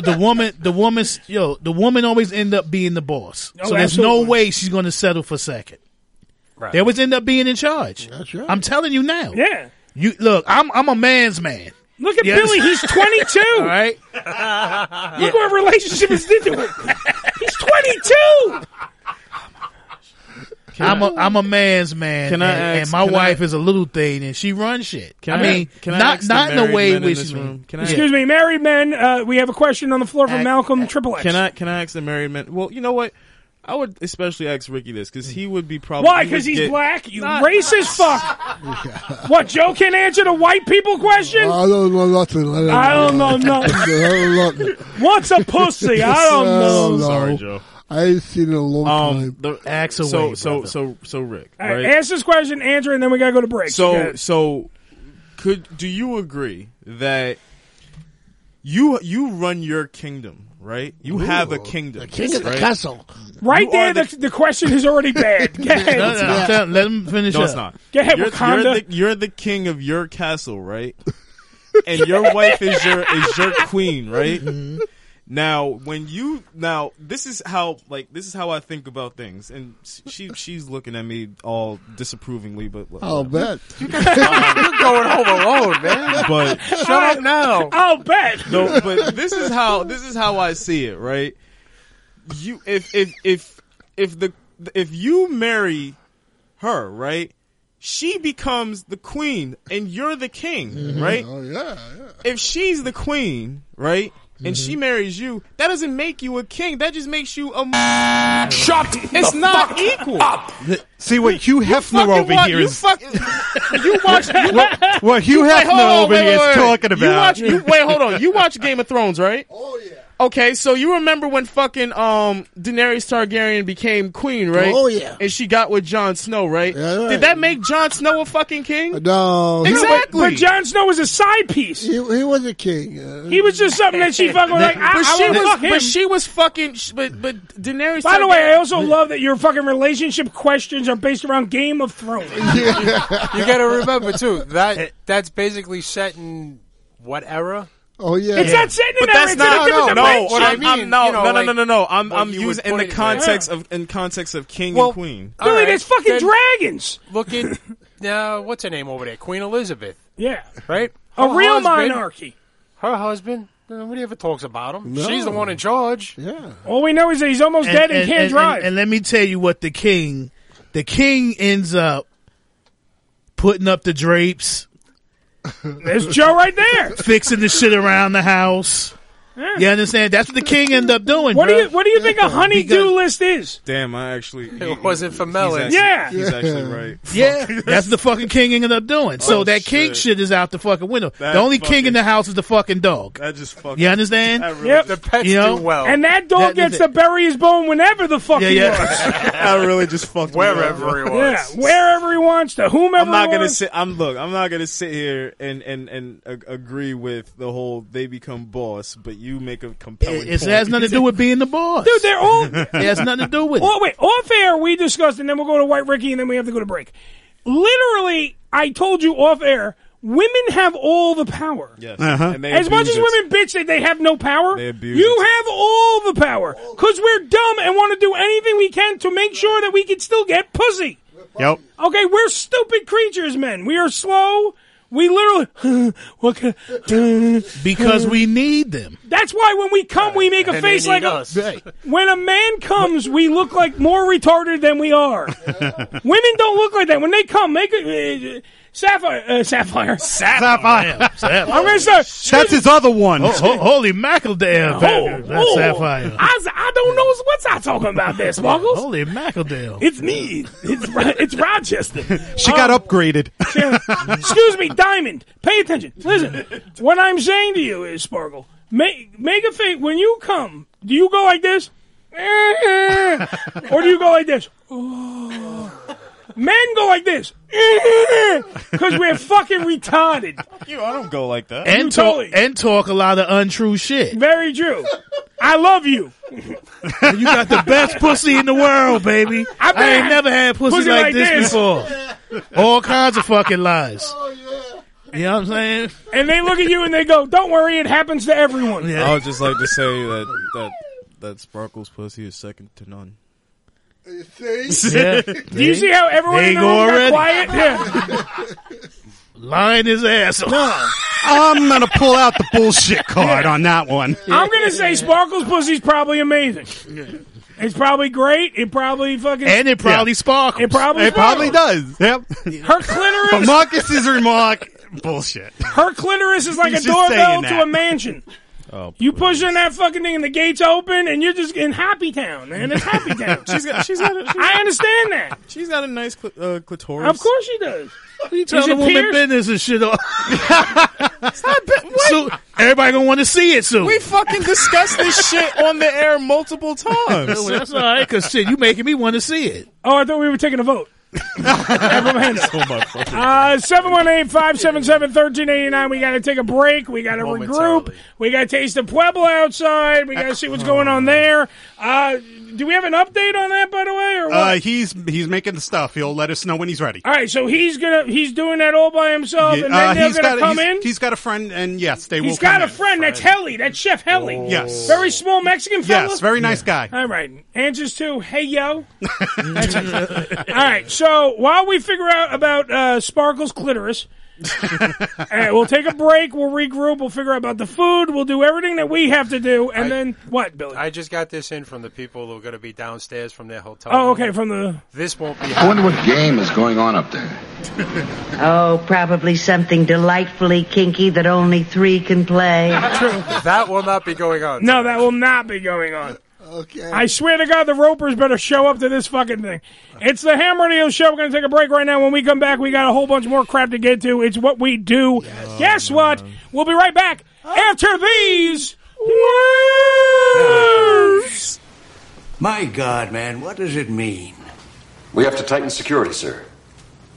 S10: the woman, the woman's yo, the woman always end up being the boss.
S9: Oh,
S10: so there's
S9: absolutely.
S10: no way she's going to settle for second.
S11: Right.
S10: They always end up being in charge. That's right. I'm telling you now. Yeah. You look, I'm I'm a man's man.
S9: Look at
S10: You
S9: Billy. He's
S10: understand?
S9: 22.
S10: All right.
S9: Look what relationship is into it. He's 22.
S10: I'm a I'm a man's man,
S6: Can
S10: and,
S6: I
S10: and
S6: ask-
S10: my
S6: can I-
S10: wife is a little thing, and she runs shit. I mean,
S6: can I
S10: not
S6: ask the
S10: not in a
S6: married
S10: way
S6: men in
S10: which
S6: this room? Can I-
S9: Excuse me, married men. Uh, we have a question on the floor from Malcolm Triple X.
S6: Can I can I ask the married man? Well, you know what? I would especially ask Ricky this because he would be probably
S9: Why?
S6: he would
S9: Because he's
S6: get-
S9: black. You racist fuck. what? Joe can't answer the white people question.
S12: I don't know nothing.
S9: I don't know nothing.
S12: I don't know nothing.
S9: What's a pussy? I don't know.
S6: uh, Sorry, Joe.
S12: Oh, I ain't seen it in a long
S6: Um,
S12: time.
S6: the,
S12: Axel
S6: so
S12: Wade,
S6: so
S12: brother.
S6: so so Rick.
S9: All right,
S6: Right?
S9: Ask this question, answer, and then we gotta go to break.
S6: So
S9: Okay.
S6: so could do you agree that you you run your kingdom, right? You have a kingdom.
S9: The king of the
S6: right?
S9: castle. right
S6: You
S9: there,
S6: are
S9: the, the, question is already bad. Go ahead.
S6: No, no, no, I'm
S10: telling- let him finish
S6: No, it's
S10: up.
S6: not.
S9: Go ahead,
S6: you're,
S9: Wakanda.
S6: You're the, you're the king of your castle, right? and your wife is your is your queen, right?
S12: Mm-hmm.
S6: Now, when you now, this is how like this is how I think about things, and she she's looking at me all disapprovingly, but
S12: I'll bet.
S6: you're going home alone, man. But
S9: shut up now. I'll bet.
S6: no, but this is how this is how I see it, right? You if if if if the if you marry her, right? She becomes the queen and you're the king, right?
S12: Oh, yeah. Mm-hmm.
S6: If she's the queen, right? And she marries you, that doesn't make you a king. That just makes you a
S13: Shut
S6: It's
S13: the
S6: not
S13: fuck
S6: equal.
S13: See what Hugh Hefner
S6: fucking
S13: over
S6: wa-
S13: here
S6: you
S13: is.
S6: fuck- you watch you,
S13: What- what Hugh
S6: you- wait,
S13: Hefner
S6: hold on,
S13: over
S6: wait,
S13: here is
S6: wait, wait.
S13: talking
S6: You
S13: about.
S6: watch, you, wait, hold on. You watch Game of Thrones, right? Oh yeah. Okay, so you remember when fucking um Daenerys Targaryen became queen, right?
S12: Oh, yeah.
S6: And she got with Jon Snow, right?
S12: right.
S6: Did that make Jon Snow a fucking king?
S12: No.
S6: Exactly.
S9: But Jon Snow was a side piece.
S12: He, he was a king. Uh,
S9: He was just something that she fucking was like. I,
S6: but
S9: I
S6: she
S9: wanna
S6: was,
S9: fuck him.
S6: but she was fucking, sh- but but Daenerys.
S9: By the
S6: Targaryen-
S9: way, I also love that your fucking relationship questions are based around Game of Thrones.
S11: you got to remember too that that's basically set in what era?
S12: Oh yeah.
S9: It's not set in
S6: But
S9: an era,
S6: that's
S9: it's in a
S6: not
S9: different
S6: no,
S9: dimension.
S6: no. I mean, I'm, no,
S11: you know,
S6: no,
S11: like,
S6: no, no, no, no. I'm
S11: what
S6: I'm
S11: you would
S6: using in
S11: put
S6: the
S11: it-
S6: context of in context of king and queen.
S11: All
S9: Billy,
S11: right,
S9: there's fucking
S11: then
S9: dragons.
S11: Look at now. what's her name over there? Queen Elizabeth,
S9: Yeah,
S11: right?
S9: a
S11: Her
S9: real
S11: husband-
S9: monarchy.
S11: Her husband. Nobody ever talks about him.
S10: No.
S11: She's the one in charge.
S12: Yeah.
S9: All we know is that he's almost dead and, can't drive.
S10: And, let me tell you what the king, the king ends up putting up the drapes.
S9: There's Joe right there,
S10: fixing the shit around the house.
S9: Yeah.
S10: You understand? That's what the king ended up doing.
S9: What do
S10: bruh.
S9: you What do you think a honeydew list is?
S6: Damn, I actually
S11: It wasn't for
S6: Melon.
S11: Melon.
S9: Yeah.
S6: he's actually right.
S10: Yeah, that's the fucking king ended up doing. So
S6: Oh,
S10: that king
S6: shit.
S10: shit is out the fucking window.
S6: That
S10: the only
S6: fucking-
S10: king in the house is the fucking dog.
S6: That just fucking.
S10: You understand?
S6: that really
S9: Yep.
S6: just-
S11: pets
S10: You know?
S11: do well.
S9: And that dog
S10: That- that's
S9: gets to bury his bone whenever the fuck
S10: Yeah,
S9: he
S10: yeah.
S9: wants.
S6: I really just fucked me up, bro.
S11: Wherever he
S9: Yeah,
S11: was.
S9: wherever he wants to whomever.
S6: I'm not
S9: he
S6: gonna
S9: wants.
S6: sit. I'm look. I'm not gonna sit here and and and a- agree with the whole they become boss, but you make a compelling.
S10: It, it
S6: point.
S10: has nothing to do with being the boss.
S9: Dude, they're all. it
S10: It has nothing to do with it.
S9: Oh wait, off air we discussed, and then we'll go to White Ricky, and then we have to go to break. Literally, I told you off air. Women have all the power.
S6: Yes.
S13: Uh-huh.
S6: And they
S9: As much as
S6: abuse it.
S9: women bitch that they have no power,
S6: They abuse
S9: you
S6: it.
S9: have all the power because we're dumb and want to do anything we can to make sure that we can still get pussy.
S13: Yep.
S9: Okay, we're stupid creatures, men. We are slow. We literally what can,
S10: Because we need them.
S9: That's why when we come, we make a
S11: And they
S9: face like
S11: need
S9: a.
S11: us.
S9: When a man comes, we look like more retarded than we are. Women don't look like that. When they come, make a. Uh, sapphire. Uh, sapphire.
S13: Sapphire.
S9: I'm going to start.
S13: That's his other one.
S10: Oh, ho- holy mackerel, damn!
S9: Oh,
S10: That's
S9: oh,
S10: sapphire.
S9: I, s- I don't know what's I talking about there, Smuggles.
S10: Holy mackerel.
S9: It's me. It's Ro- it's Rochester.
S13: She got upgraded.
S9: Excuse me, Diamond. Pay attention. Listen, what I'm saying to you is, Sparkle, make make a face. When you come, do you go like this, Eh, eh. or do you go like this? Oh. Men go like this because we're fucking retarded.
S6: You, I don't go like that.
S10: And
S9: You
S10: talk
S9: totally-
S10: and talk a lot of untrue shit.
S9: Very true. I love you.
S10: you got the best pussy in the world, baby. I, ain't never had pussy,
S3: pussy
S10: like,
S3: like
S10: this,
S3: this.
S10: before. All kinds of fucking lies. You know what I'm saying?
S9: And they look at you and they go, "Don't worry, it happens to everyone."
S6: I would just like to say that that that Sparkle's pussy is second to none.
S10: Yeah.
S9: Do you see how everyone
S10: There
S9: in the
S10: you go
S9: room
S10: already.
S9: got quiet? Yeah.
S10: Lying his ass off.
S13: I'm gonna pull out the bullshit card on that one.
S9: I'm gonna say Sparkle's pussy's probably amazing. It's probably great. It probably fucking
S13: And it probably
S9: Yeah.
S13: sparkles.
S9: It probably
S13: It probably
S9: sparkles.
S13: does. Yep.
S9: Her clitoris.
S13: But Marcus's remark, bullshit.
S9: Her clitoris is like
S13: He's
S9: a
S13: just
S9: doorbell
S13: saying
S9: to
S13: that.
S9: a mansion.
S6: Oh,
S9: You push in that fucking thing and the gates open and you're just in Happy Town, man. It's Happy Town.
S6: She's got- she's got a- she's-
S9: I understand that.
S6: She's got a nice cl- uh, clitoris.
S9: Of course she does.
S10: You tell
S9: Is
S10: the
S9: it
S10: woman
S9: pierced?
S10: business and shit. off. So, everybody gonna want to see it soon.
S6: We fucking discussed this shit on the air multiple times.
S10: Well, that's all right, cause shit, you making me want to see it.
S9: Oh, I thought we were taking a vote. Never mind. Uh, 718-577-1389. We got to take a break. We got to regroup. We got to taste the Pueblo outside. We got to see what's going on there. Uh, do we have an update on that, by the way, or what?
S13: Uh, he's he's making the stuff. He'll let us know when he's ready.
S9: all right, so he's gonna he's doing that all by himself,
S13: Yeah,
S9: and then
S13: uh,
S9: they're
S13: he's
S9: gonna
S13: got-
S9: come
S13: he's-
S9: in.
S13: He's got a friend, and yes, they will.
S9: He's got
S13: come
S9: a friend. That's Helly. That's Chef Helly.
S13: Yes.
S9: Very small Mexican fella.
S13: Yes, very nice guy.
S9: All right. Answers to Hey Yo. That's it. All right. So while we figure out about uh, Sparkle's clitoris, all right, we'll take a break. We'll regroup. We'll figure out about the food. We'll do everything that we have to do, and
S11: I-
S9: then what, Billy?
S11: I just got this in from the people who are going to be downstairs from their hotel.
S9: Oh, okay. From the
S11: This won't be.
S18: I wonder what game is going on up there.
S19: Oh, probably something delightfully kinky that only three can play.
S11: that will not be going on.
S9: no, that will not be going on.
S12: Okay.
S9: I swear to God, the Ropers better show up to this fucking thing. It's the Hammer Deal Show. We're going to take a break right now. When we come back, we got a whole bunch more crap to get to. It's what we do. Guess what? We'll be right back after these words.
S5: My God, man, what does it mean?
S20: We have to tighten security, sir.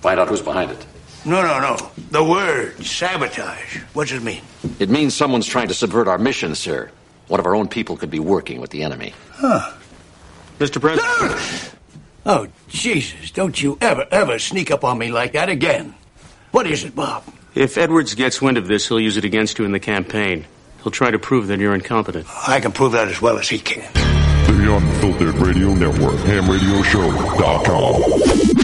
S20: Find out who's behind it.
S5: No, no, no. The word sabotage. What does it mean?
S20: It means someone's trying to subvert our mission, sir. One of our own people could be working with the enemy.
S5: Huh.
S20: Mr. President.
S5: Oh, Jesus, don't you ever, ever sneak up on me like that again. What is it, Bob?
S21: If Edwards gets wind of this, he'll use it against you in the campaign. He'll try to prove that you're incompetent.
S5: I can prove that as well as he can.
S22: The Unfiltered Radio Network, hamradioshow.com.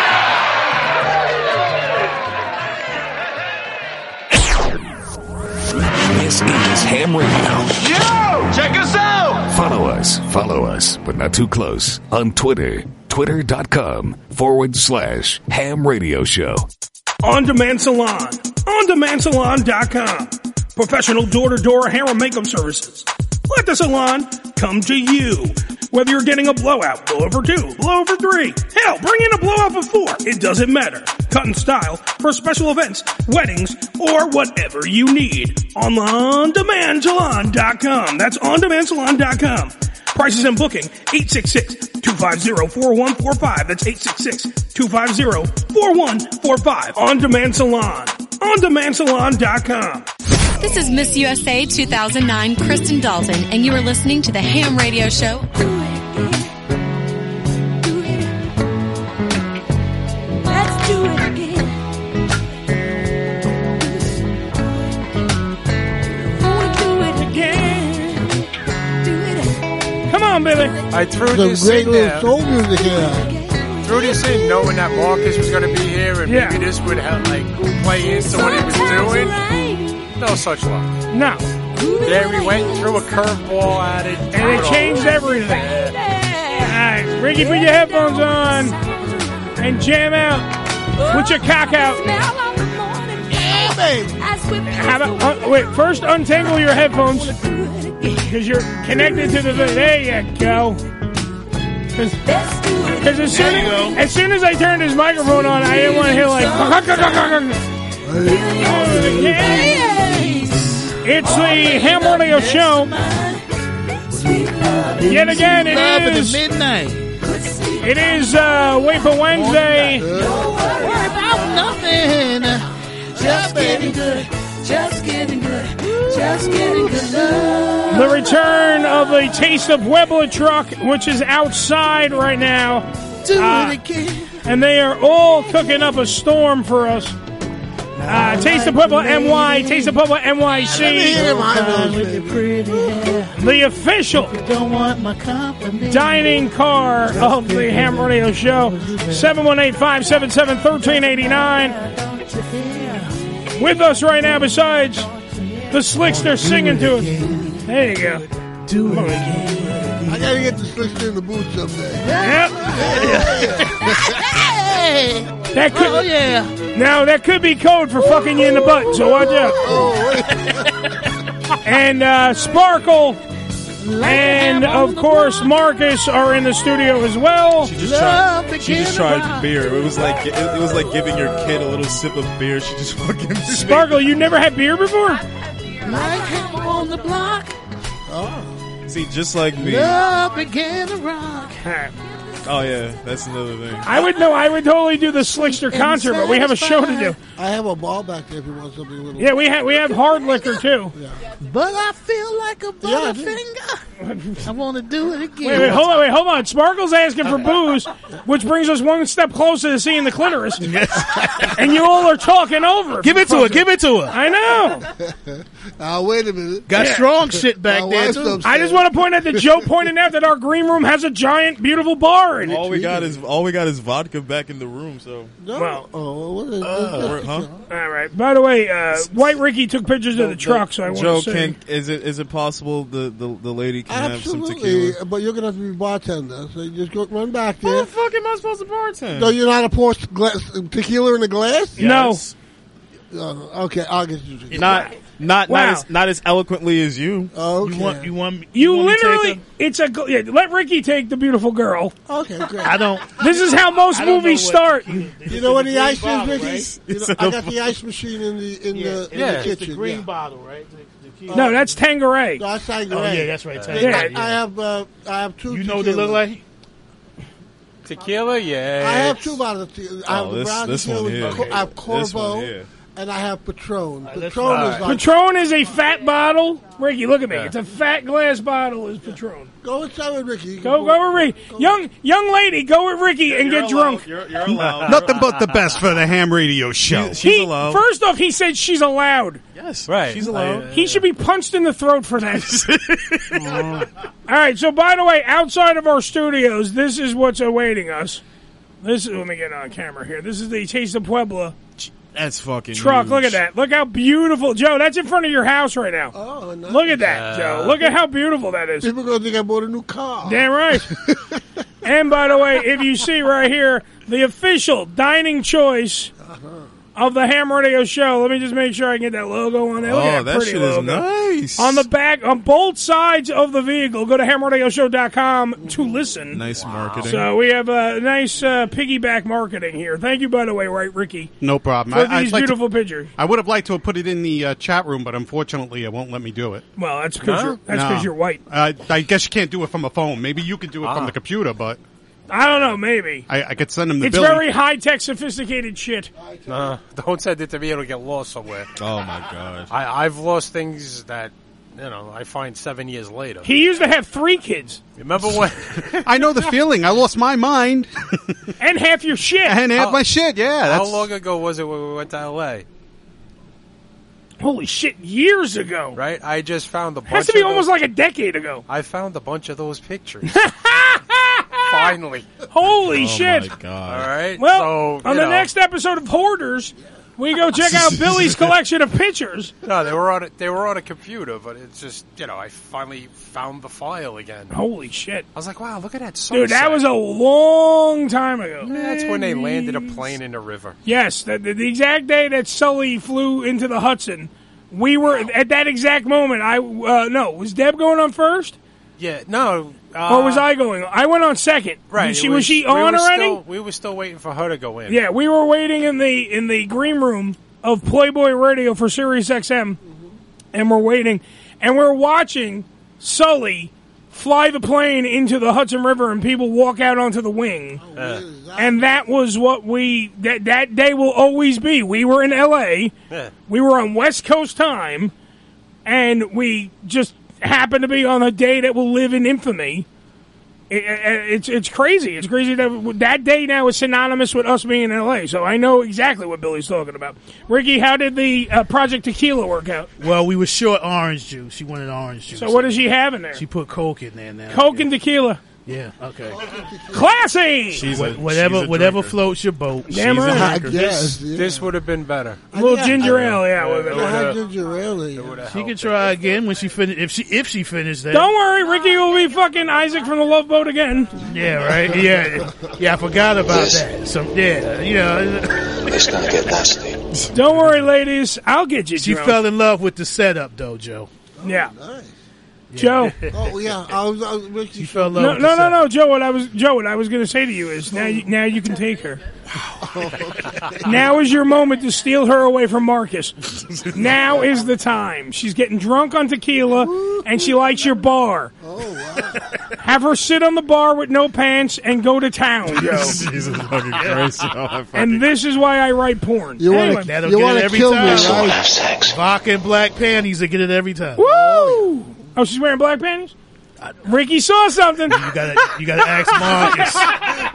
S1: This is Ham Radio.
S8: Yo! Check us out!
S1: Follow us, follow us, but not too close on Twitter, twitter.com forward slash ham radio show.
S9: On Demand Salon. OnDemandSalon.com. Professional door-to-door hair and makeup services. Let the salon come to you. Whether you're getting a blowout, blowover two, blowover three, hell, bring in a blowout of four. It doesn't matter. Cut and style for special events, weddings, or whatever you need. On OnDemandSalon.com. That's OnDemandSalon.com. Prices and booking, 866-250-4145. That's 866-250-4145. On Demand Salon. OnDemandSalon.com.
S23: This is Miss USA 2009, Kristen Dalton, and you are listening to the Ham Radio Show.
S3: Let's do it again.
S9: Do it again. Come on, baby.
S11: I threw
S12: Some
S11: this
S12: great
S11: in
S12: little
S11: there.
S12: soul music here.
S11: Threw this in knowing that Marcus was going to be here and maybe this would help, like play into what he was doing. No such luck.
S9: No.
S11: There we went, threw a curveball at it,
S9: And it changed everything. Alright, Ricky, put your headphones on and jam out. Put your cock out. How about, uh, wait, first untangle your headphones because you're connected to the. vi- There you go. Because as soon as, as soon as I turned his microphone on, I didn't want to hear like. It's the Ham Radio Show. Yet again, it
S10: Live
S9: is
S10: at the midnight.
S9: it is uh, Wafer Wednesday.
S10: Don't worry about nothing.
S3: Just getting good. Just getting good. Just getting good love.
S9: The return of the Taste of Puebla truck, which is outside right now.
S3: Do
S9: Uh,
S3: it again.
S9: And they are all cooking up a storm for us. Uh, Taste of Puebla NY, Taste of Puebla NYC. The official dining car of the Ham Radio Show. 718 577 1389. With us right now, besides the Slickster singing to us. There you go. Do it
S12: I gotta get the slickster in the booth someday.
S9: That could, oh yeah. Now that could be code for fucking you in the butt. So watch
S3: Oh.
S9: out. and uh, Sparkle. And of course, Marcus are in the studio as well. She
S6: just tried, she just tried beer. It was like it, it was like giving your kid a little sip of beer. She just fucking
S9: Sparkle, you never had beer before?
S3: Like him on the block.
S6: see just like me.
S3: Love began to rock.
S6: Oh yeah, that's another thing.
S9: I would know. I would totally do the Slickster concert, but we have a show to do.
S12: I have a ball back there if you want something a little.
S9: Yeah, we have we have hard liquor too.
S10: But I feel like a butterfinger. I want to do it again.
S9: Wait, wait, hold on, wait, hold on. Sparkle's asking for booze, which brings us one step closer to seeing the clitoris. and you all are talking over.
S10: Give it to her. Give it to her.
S9: I know.
S12: Uh, wait a minute.
S10: Got
S9: Yeah.
S10: strong shit back there too.
S9: I just want to point out that Joe pointed out that our green room has a giant, beautiful bar in it.
S6: All we got is all we got is vodka back in the room. So
S9: Well,
S12: oh, what is
S6: We're- huh?
S9: all right. By the way, uh, White Ricky took pictures of the truck, so I want
S6: Joe
S9: to say.
S6: can is it is it possible the the, the lady can have some
S12: Absolutely,
S6: tequila?
S12: but you're gonna have to be bartender, so you just go run back
S9: Oh,
S12: there.
S6: fuck am I supposed to bartend?
S12: No, you know how to pour s- glass, tequila in a glass?
S6: Yes.
S12: No. Uh, okay, I'll get you.
S6: Not not
S12: Wow.
S6: not as not as eloquently as you.
S12: Oh, Okay.
S10: you want
S9: You, literally, it's a. gl- Yeah, let Ricky take the beautiful girl.
S12: Okay, great.
S10: I don't.
S9: This is how most
S10: I don't know
S9: movies
S10: what-
S9: start.
S12: You know what the ice is, Ricky? You
S9: It's
S12: know, I
S9: a-
S12: got the ice machine in the in the in
S9: Yeah.
S12: the
S9: It's
S12: kitchen.
S9: the
S10: green
S12: bottle,
S10: right? The- the key-
S9: No, that's Tangeray.
S12: No, that's Tangeray.
S10: Oh, yeah, that's right,
S12: They-
S10: Tangeray,
S12: I, I
S10: yeah.
S12: have uh, I have two.
S10: You know what they look like?
S11: Tequila, yeah.
S12: I have two bottles of tequila. I
S11: Oh,
S12: have the
S11: this-
S12: brown
S11: this
S12: tequila.
S11: one
S12: with
S11: here.
S12: Co- I have Corvo,
S11: This one here.
S12: and I have Patron. Patron
S9: All
S12: is
S9: right.
S12: like
S9: Patron is a fat bottle. Ricky, look at me.
S12: Yeah.
S9: It's a fat glass bottle. Is Patron?
S12: Go inside with Ricky.
S9: Go, go with Ricky. Young, young lady, go with Ricky and get drunk.
S13: Nothing but the best for the ham radio show.
S9: he, First off, he said she's allowed.
S6: Yes,
S13: right. She's allowed.
S9: he should be punched in the throat for that. All right. So, by the way, outside of our studios, this is what's awaiting us. This is, let me get on camera here. This is the Taste of Puebla
S6: That's fucking
S9: truck.
S6: huge.
S9: Look at that. Look how beautiful, Joe. That's in front of your house right now.
S12: Oh, nice.
S9: Look at
S6: Uh,
S9: that, Joe. Look at how beautiful that is.
S12: People gonna think I bought a new car.
S9: Damn right. and by the way, if you see right here, the official dining choice
S12: Uh-huh.
S9: of the Ham Radio Show. Let me just make sure I can get that logo on there. Look
S6: Oh,
S9: at that,
S6: that
S9: pretty
S6: shit is
S9: logo.
S6: nice.
S9: On the back, on both sides of the vehicle, go to hamradioshow.com to listen.
S6: Nice marketing.
S9: So we have a nice uh, piggyback marketing here. Thank you, by the way, right, Ricky,
S17: No problem.
S9: for
S17: I'd
S9: these
S17: like to-
S9: beautiful pictures.
S17: I would have liked to have put it in the uh, chat room, but unfortunately, it won't let me do it.
S9: Well, that's because
S17: No?
S9: you're, that's
S17: No.
S9: 'cause you're white.
S17: Uh, I guess you can't do it from a phone. Maybe you could do it
S9: Ah.
S17: from the computer, but
S9: I don't know, maybe.
S17: I, I could send him the
S9: It's
S17: Billy.
S9: very high tech, sophisticated shit.
S11: Nah, don't send it to me; it'll get lost somewhere.
S6: Oh my god!
S11: I, I've lost things that you know I find seven years later.
S9: He used to have three kids.
S11: Remember when?
S17: I know the feeling. I lost my mind
S9: and half your shit.
S17: and half
S11: How-
S17: my shit. Yeah,
S11: How
S17: that's
S11: long ago was it when we went to L.A.?
S9: Holy shit! Years ago,
S11: right? I just found the bunch
S9: Has to be
S11: of
S9: almost
S11: those-
S9: like a decade ago.
S11: I found a bunch of those pictures. Finally,
S9: Ah!
S17: Oh,
S9: Holy shit!
S11: All right.
S9: Well,
S11: so,
S9: on
S11: you
S9: the
S11: know,
S9: next episode of Hoarders, we go check out Billy's collection of pictures.
S11: no, they were on a, they were on a computer, but it's just you know I finally found the file again.
S9: Holy shit!
S11: I was like, wow, look at that sunset.
S9: Dude, that was a long time ago.
S11: That's when they landed a plane in the river.
S9: Yes, the, the, the exact day that Sully flew into the Hudson, we were at that exact moment. I uh, no, was Deb going on first,
S11: Yeah, no. Uh,
S9: or was I going? on? I went on second.
S11: Right.
S9: Did
S11: it
S9: she was, she
S11: we
S9: on
S11: were
S9: already?
S11: Still, we were still waiting for her to go in.
S9: Yeah, we were waiting in the in the green room of Playboy Radio for Sirius XM, and we're waiting, and we're watching Sully fly the plane into the Hudson River, and people walk out onto the wing. and that was what we that that day will always be. We were in L.A.
S11: Yeah.
S9: We were on West Coast time, and we just happened to be on a day that will live in infamy. I- I- it's it's crazy. It's crazy that that day now is synonymous with us being in L.A. So I know exactly what Billy's talking about. Ricky, how did the uh, Project Tequila work out?
S10: Well, we were short orange juice. She wanted orange juice.
S9: So what does she have in there?
S10: She put Coke in there now.
S9: Coke and tequila.
S10: Yeah. Okay.
S9: Classy.
S10: She's a- whatever- she's a whatever drinker. floats your boat.
S9: Damn
S10: She's a
S9: right.
S10: drinker. I guess,
S11: This, would have been better.
S9: A little ginger
S10: I-
S9: ale, yeah. with it.
S10: I had
S12: ginger ale.
S10: She could try again when she finish. If she if she finished that.
S9: Don't worry, Ricky will be fucking Isaac from the Love Boat again.
S10: Yeah. Right. Yeah. Yeah. I forgot about that. So yeah. You know. It's gonna get nasty.
S9: Don't worry, ladies. I'll get you.
S10: She
S9: drunk.
S10: fell in love with the setup, though, Joe.
S9: Yeah. Joe.
S12: Oh yeah, I was. I was Ricky.
S10: fell in
S9: No, no, no, no, Joe. What I was, Joe. What I was going to say to you is now, you, now you can take her. Now is your moment to steal her away from Marcus. Now is the time. She's getting drunk on tequila, and she likes your bar. Oh, wow. Have her sit on the bar with no pants and go to town, Joe.
S6: Jesus fucking Christ! Oh, I fucking-
S9: and this is why I write porn.
S10: You wanna-
S9: Anyway.
S10: That'll get it every time. Vodka and black panties that get it every time.
S9: Woo! Oh, she's wearing black panties. Ricky saw something. You
S10: gotta, Uh, you gotta ask Marcus.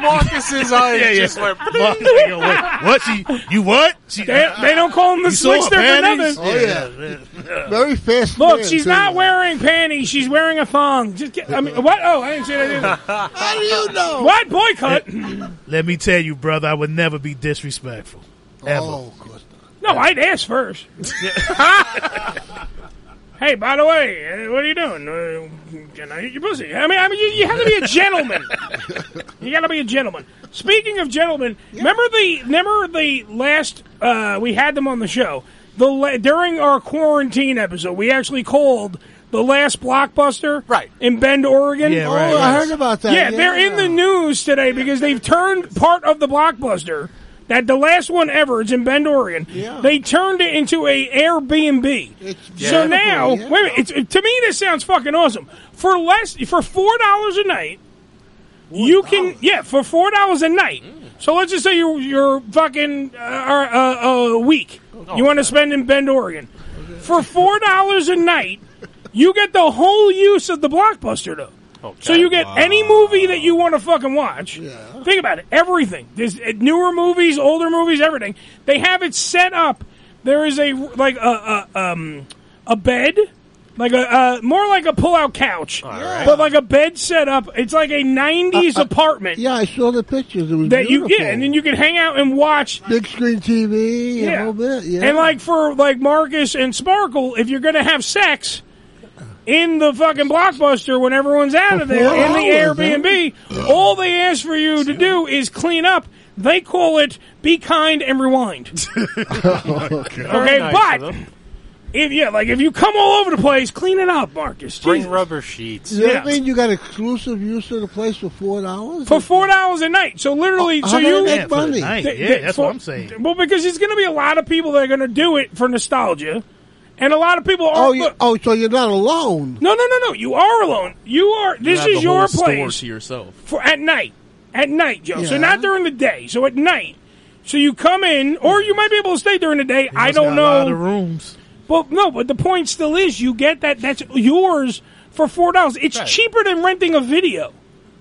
S11: Marcus's eyes
S10: Yeah, yeah.
S11: just went.
S10: Marcus, you know, what? what? She, you what? She, uh,
S9: They, they don't call them the
S10: You saw
S9: slicks. They're
S10: panties? Oh,
S9: nothing.
S12: Very fast.
S9: Look,
S12: man,
S9: she's
S12: too.
S9: not wearing panties. She's wearing a thong. Just get, I mean, what? Oh, I didn't say that either.
S12: How do you know?
S9: What boycott?
S10: Let me tell you, brother, I would never be disrespectful. Ever.
S9: No, I'd ask first. hey, by the way, uh, what are you doing? Uh, can I eat your pussy? I mean, I mean, you, you have to be a gentleman. you got to be a gentleman. Speaking of gentlemen, remember the remember the last uh, we had them on the show. The la- during our quarantine episode, we actually called the last blockbuster right in Bend, Oregon.
S12: Yeah, Oh, right, I right. heard about that.
S9: Yeah, they're in the news today because they've turned part of the blockbuster. That the last one ever, it's in Bend, Oregon.
S12: Yeah.
S9: They turned it into a Airbnb. So
S12: beautiful,
S9: now,
S12: yeah.
S9: wait a minute. It's, it- to me, this sounds fucking awesome. For less, for four dollars a night, you can yeah, for four dollars a night. So let's just say you're you're fucking uh, uh, uh, a week. You want to spend in Bend, Oregon, for four dollars a night, you get the whole use of the blockbuster though. So you get any movie that you want to fucking watch. Think about it. Everything. There's uh, newer movies, older movies, everything. They have it set up. There is a like a, a um a bed, Like a uh, more like a pull-out couch, but like a bed set up. It's like a '90s apartment. Yeah,
S12: Uh, I saw the pictures. It was
S9: that you
S12: beautiful.
S9: yeah, and then you can hang out and watch
S12: big screen TV.
S9: Yeah,
S12: a whole bit, yeah.
S9: and like for like Marcus and Sparkle, if you're gonna have sex in the fucking blockbuster when everyone's out of there
S3: Four
S9: in
S3: hours,
S9: the Airbnb, all they ask for you to do is clean up. They call it "be kind and rewind." okay, but if yeah, like if you come all over the place, clean it up, Marcus.
S11: Bring
S9: Jesus.
S11: rubber sheets.
S12: You know what I mean? You got exclusive use of the place for four dollars.
S9: for four dollars a night. So literally,
S12: Oh,
S9: so
S12: how do
S9: you
S12: they make Yeah, for the money? night. Yeah, that's what I'm saying.
S9: Well, because there's going to be a lot of people that are going to do it for nostalgia, and a lot of people are.
S12: Oh, you, oh, so you're not alone.
S9: no, no, no, no. You are alone. You are. This
S6: have
S9: is
S6: the
S9: your
S6: whole store
S9: place
S6: to yourself.
S9: for at night. At night, Joe. So
S6: Yeah.
S9: not during the day. So at night. So you come in, or you might be able to stay during the day. I
S10: must
S9: don't
S10: got a
S9: know.
S10: lot of rooms.
S9: But no, but the point still is, you get that. That's yours for four dollars. It's cheaper than renting a video.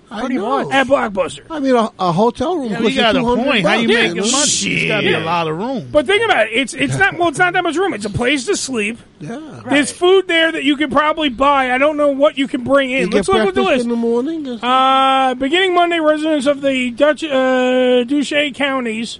S12: Pretty know. much.
S9: at Blockbuster.
S12: I mean, a, a hotel room.
S9: Yeah,
S12: costs
S9: you got a
S12: 200
S9: point. How you
S12: bucks.
S9: making money? It's gotta be a lot
S10: of room.
S9: But think about it. It's it's not well. It's not that much room. It's a place to sleep.
S12: Yeah.
S9: There's food there that you can probably buy. I don't know what you can bring in.
S12: You
S9: Let's
S12: get
S9: look at the
S12: breakfast
S9: list.
S12: in the morning.
S9: Uh, beginning Monday, residents of the Dutch uh, Duché counties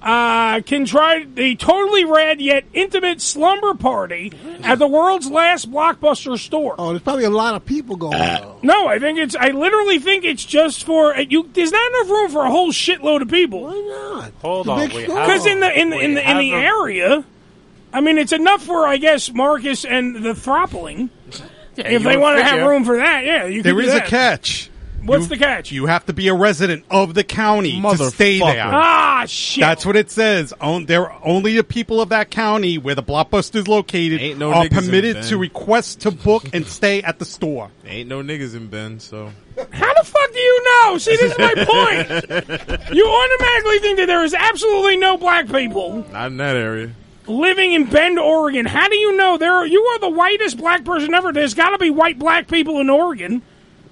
S9: uh, can try the totally rad yet intimate slumber party at the world's last blockbuster store.
S12: Oh, there's probably a lot of people going.
S9: No, I think it's. I literally think it's just for you. There's not enough room for a whole shitload of people. Why
S12: not?
S11: Hold on, we have
S9: Because in the in the
S11: we
S9: in the, in
S11: have
S9: the
S11: a-
S9: area, I mean, it's enough for I guess Marcus and the throppling. if they
S17: you would
S9: want to have
S17: figure.
S9: room for that, yeah, you
S17: There
S9: could do
S17: is a
S9: that.
S17: catch.
S9: What's the catch?
S17: You have to be a resident of the county to stay there.
S9: Ah, shit.
S17: That's what it says. On, there only the people of that county where the blockbuster is located
S6: no niggas
S17: are
S6: in
S17: permitted
S6: Bend.
S17: to request to book and stay at the store.
S6: Ain't no niggas in Ben, so
S9: How the fuck do you know? See, this is my point. you automatically think that there is absolutely no black people
S6: not in that area.
S9: living in Bend, Oregon. How do you know there? Are, you are the whitest black person ever. There's got to be white black people in Oregon.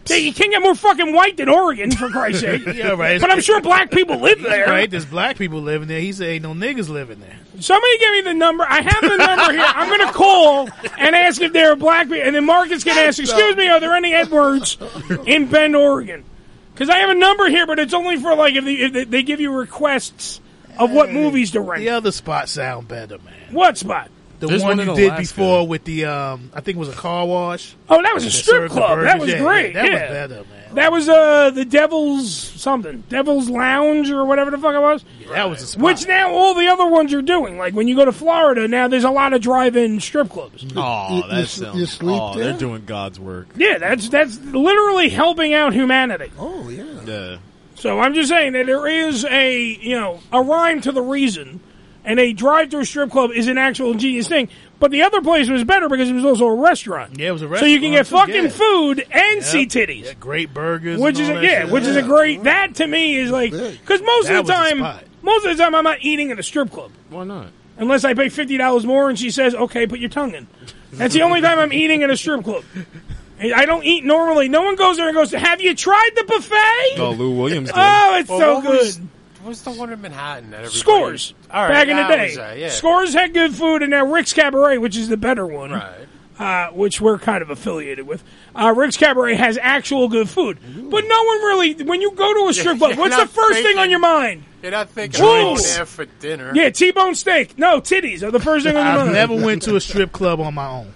S9: They- You can't get more fucking white than Oregon, for Christ's sake.
S10: Yeah, right.
S9: But I'm sure black people live there.
S10: Right? There's black people living there. He said ain't no niggas living there.
S9: Somebody give me the number. I have the number here. I'm going to call and ask if there are black people. And then Marcus can ask, excuse me, are there any Edwards in Bend, Oregon? Because I have a number here, but it's only for like if they, if they- they give you requests of what movies to rent. The
S10: other spot sound better, man.
S9: What spot?
S10: The one, you did before with the um, I think it was a car wash.
S9: Oh, that was a
S10: That
S9: strip
S10: served the
S9: club. That
S10: burgers.
S9: was
S10: Yeah,
S9: great.
S10: That was
S9: yeah.
S10: better.
S9: That was uh, the Devil's something, Devil's Lounge or whatever the fuck it was.
S10: That was a spot.
S9: Which now all the other ones are doing. Like when you go to Florida now, there's a lot of drive-in strip clubs.
S6: Oh,
S9: you-
S6: that
S9: you-
S6: sounds.
S9: you sleep
S6: oh,
S9: there?
S6: they're doing God's work.
S9: Yeah, that's that's literally helping out humanity. Oh yeah.
S6: Yeah.
S9: So I'm just saying that there is a you know a rhyme to the reason, and a drive-through strip club is an actual genius thing. But the other place was better because it was also a restaurant.
S10: Yeah, it was a
S9: So you can get
S10: restaurant,
S9: fucking
S10: yeah.
S9: food and see
S10: Yep.
S9: titties,
S10: Yeah, great burgers.
S9: which is
S10: and
S9: a,
S10: all that
S9: yeah,
S10: shit.
S9: which is a great that to me is like because most
S10: That
S9: of the
S10: was the
S9: time,
S10: spot.
S9: most of the time I'm not eating in a strip club
S6: Why not?
S9: unless I pay fifty dollars more, and she says, "Okay, put your tongue in." That's the only time I'm eating in a strip club. And I don't eat normally. No one goes there and goes, "Have you tried the buffet?"
S6: Oh, Lou Williams. Did.
S9: Oh, it's
S11: Well,
S9: so
S11: what
S9: good.
S11: was- what was the one in Manhattan that everybody-
S9: Scores
S11: All right,
S9: back in the
S11: that
S9: day.
S11: was, uh, yeah.
S9: Scores had good food, and now Rick's Cabaret, which is the better one, uh, which we're kind of affiliated with. Uh, Rick's Cabaret has actual good food, but no one really. When you go to a strip club,
S11: You're
S9: what's the
S11: not
S9: first thing
S11: thinking-
S9: on your mind?
S11: You're not thinking
S9: Whoa.
S11: I'm going there for dinner.
S9: Yeah, T-bone steak. No, titties are the first thing on your
S10: I've
S9: mind.
S10: never went to a strip club on my own.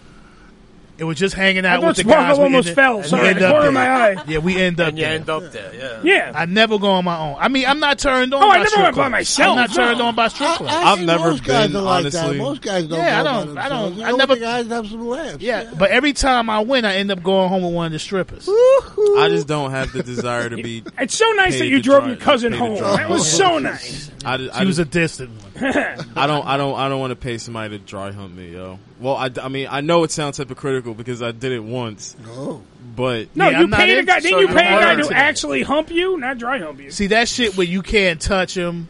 S10: It was just hanging
S9: I
S10: out
S9: thought
S10: with the
S9: Sparkle
S10: guys. We
S9: almost
S10: ended-
S9: fell.
S10: we
S9: Sorry,
S10: end
S9: the
S10: up
S9: corner of
S10: there.
S9: my eye.
S10: Yeah, we end up
S11: And you
S10: there.
S11: end up there, yeah.
S9: Yeah.
S10: I never go on my own. I mean, I'm not turned on.
S9: Oh,
S10: by
S9: I never
S10: strip
S9: went by
S10: clubs.
S9: myself,
S10: I'm not
S9: no.
S10: turned on by strip clubs.
S12: I- I I've think never most guys been, are like that. honestly. Most guys don't
S10: Yeah,
S12: go by
S10: I don't. I
S12: themselves.
S10: don't.
S12: They
S10: I
S12: don't
S10: never.
S12: think guys have some laughs.
S10: Yeah, but every time I win, I end up going home with one of the strippers.
S6: I just don't have the desire to be.
S9: It's so nice
S6: paid
S9: that you
S6: to
S9: drove
S6: drive-
S9: your cousin
S6: paid to
S9: home.
S6: drive
S9: That was
S6: home.
S9: so nice.
S6: I, d- I
S10: She was
S6: just-
S10: a distant one.
S6: I don't, I don't, I don't want to pay somebody to dry hump me, yo. Well, I, I mean, I know it sounds hypocritical because I did it once.
S12: No,
S6: but
S9: No, you paid a guy. Didn't you pay a guy
S10: into
S9: to
S10: that.
S9: actually hump you, not dry hump you?
S10: See that shit where you can't touch him,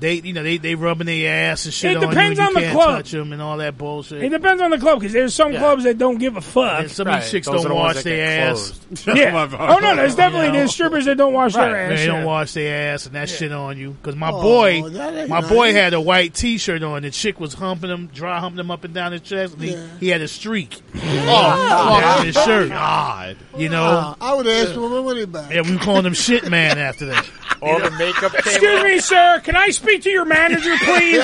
S10: They, you know, they they rubbing their ass and shit.
S9: It
S10: on you,
S9: depends
S10: you
S9: on the
S10: can't
S9: club.
S10: touch 'em and all that bullshit.
S9: It depends on the club because there's some
S10: Yeah.
S9: clubs that don't give a fuck.
S10: some of these chicks don't wash their ass.
S9: yeah. Oh no, there's definitely
S10: You know?
S9: there's strippers that don't wash
S10: Right,
S9: their ass.
S10: They don't
S9: yeah.
S10: wash their ass and that shit on you. Because my
S9: Oh,
S10: boy,
S9: that
S10: my
S9: ain't
S10: boy
S9: nice.
S10: had a white T-shirt on. The chick was humping him, dry humping him up and down his chest. And he, he had a streak.
S12: God.
S10: down his shirt.
S12: God.
S10: you know.
S9: Ah,
S12: Uh, I would ask for my money back.
S10: yeah, we calling him shit man after that.
S11: All the makeup
S9: Excuse me, sir. Can I speak to your manager, please?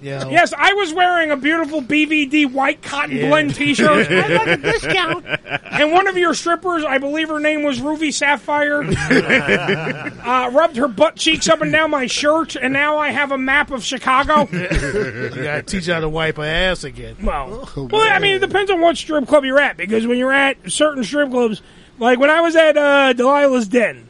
S10: Yeah.
S9: Yes, I was wearing a beautiful BVD white cotton
S10: Yeah.
S9: blend T-shirt. I like a discount. And one of your strippers, I believe her name was Ruby Sapphire, uh, rubbed her butt cheeks up and down my shirt, and now I have a map of Chicago.
S10: you gotta teach her how to wipe her ass again.
S9: Well,
S12: Oh,
S9: Well, I mean, it depends on what strip club you're at because when you're at certain strip clubs, like when I was at uh, Delilah's Den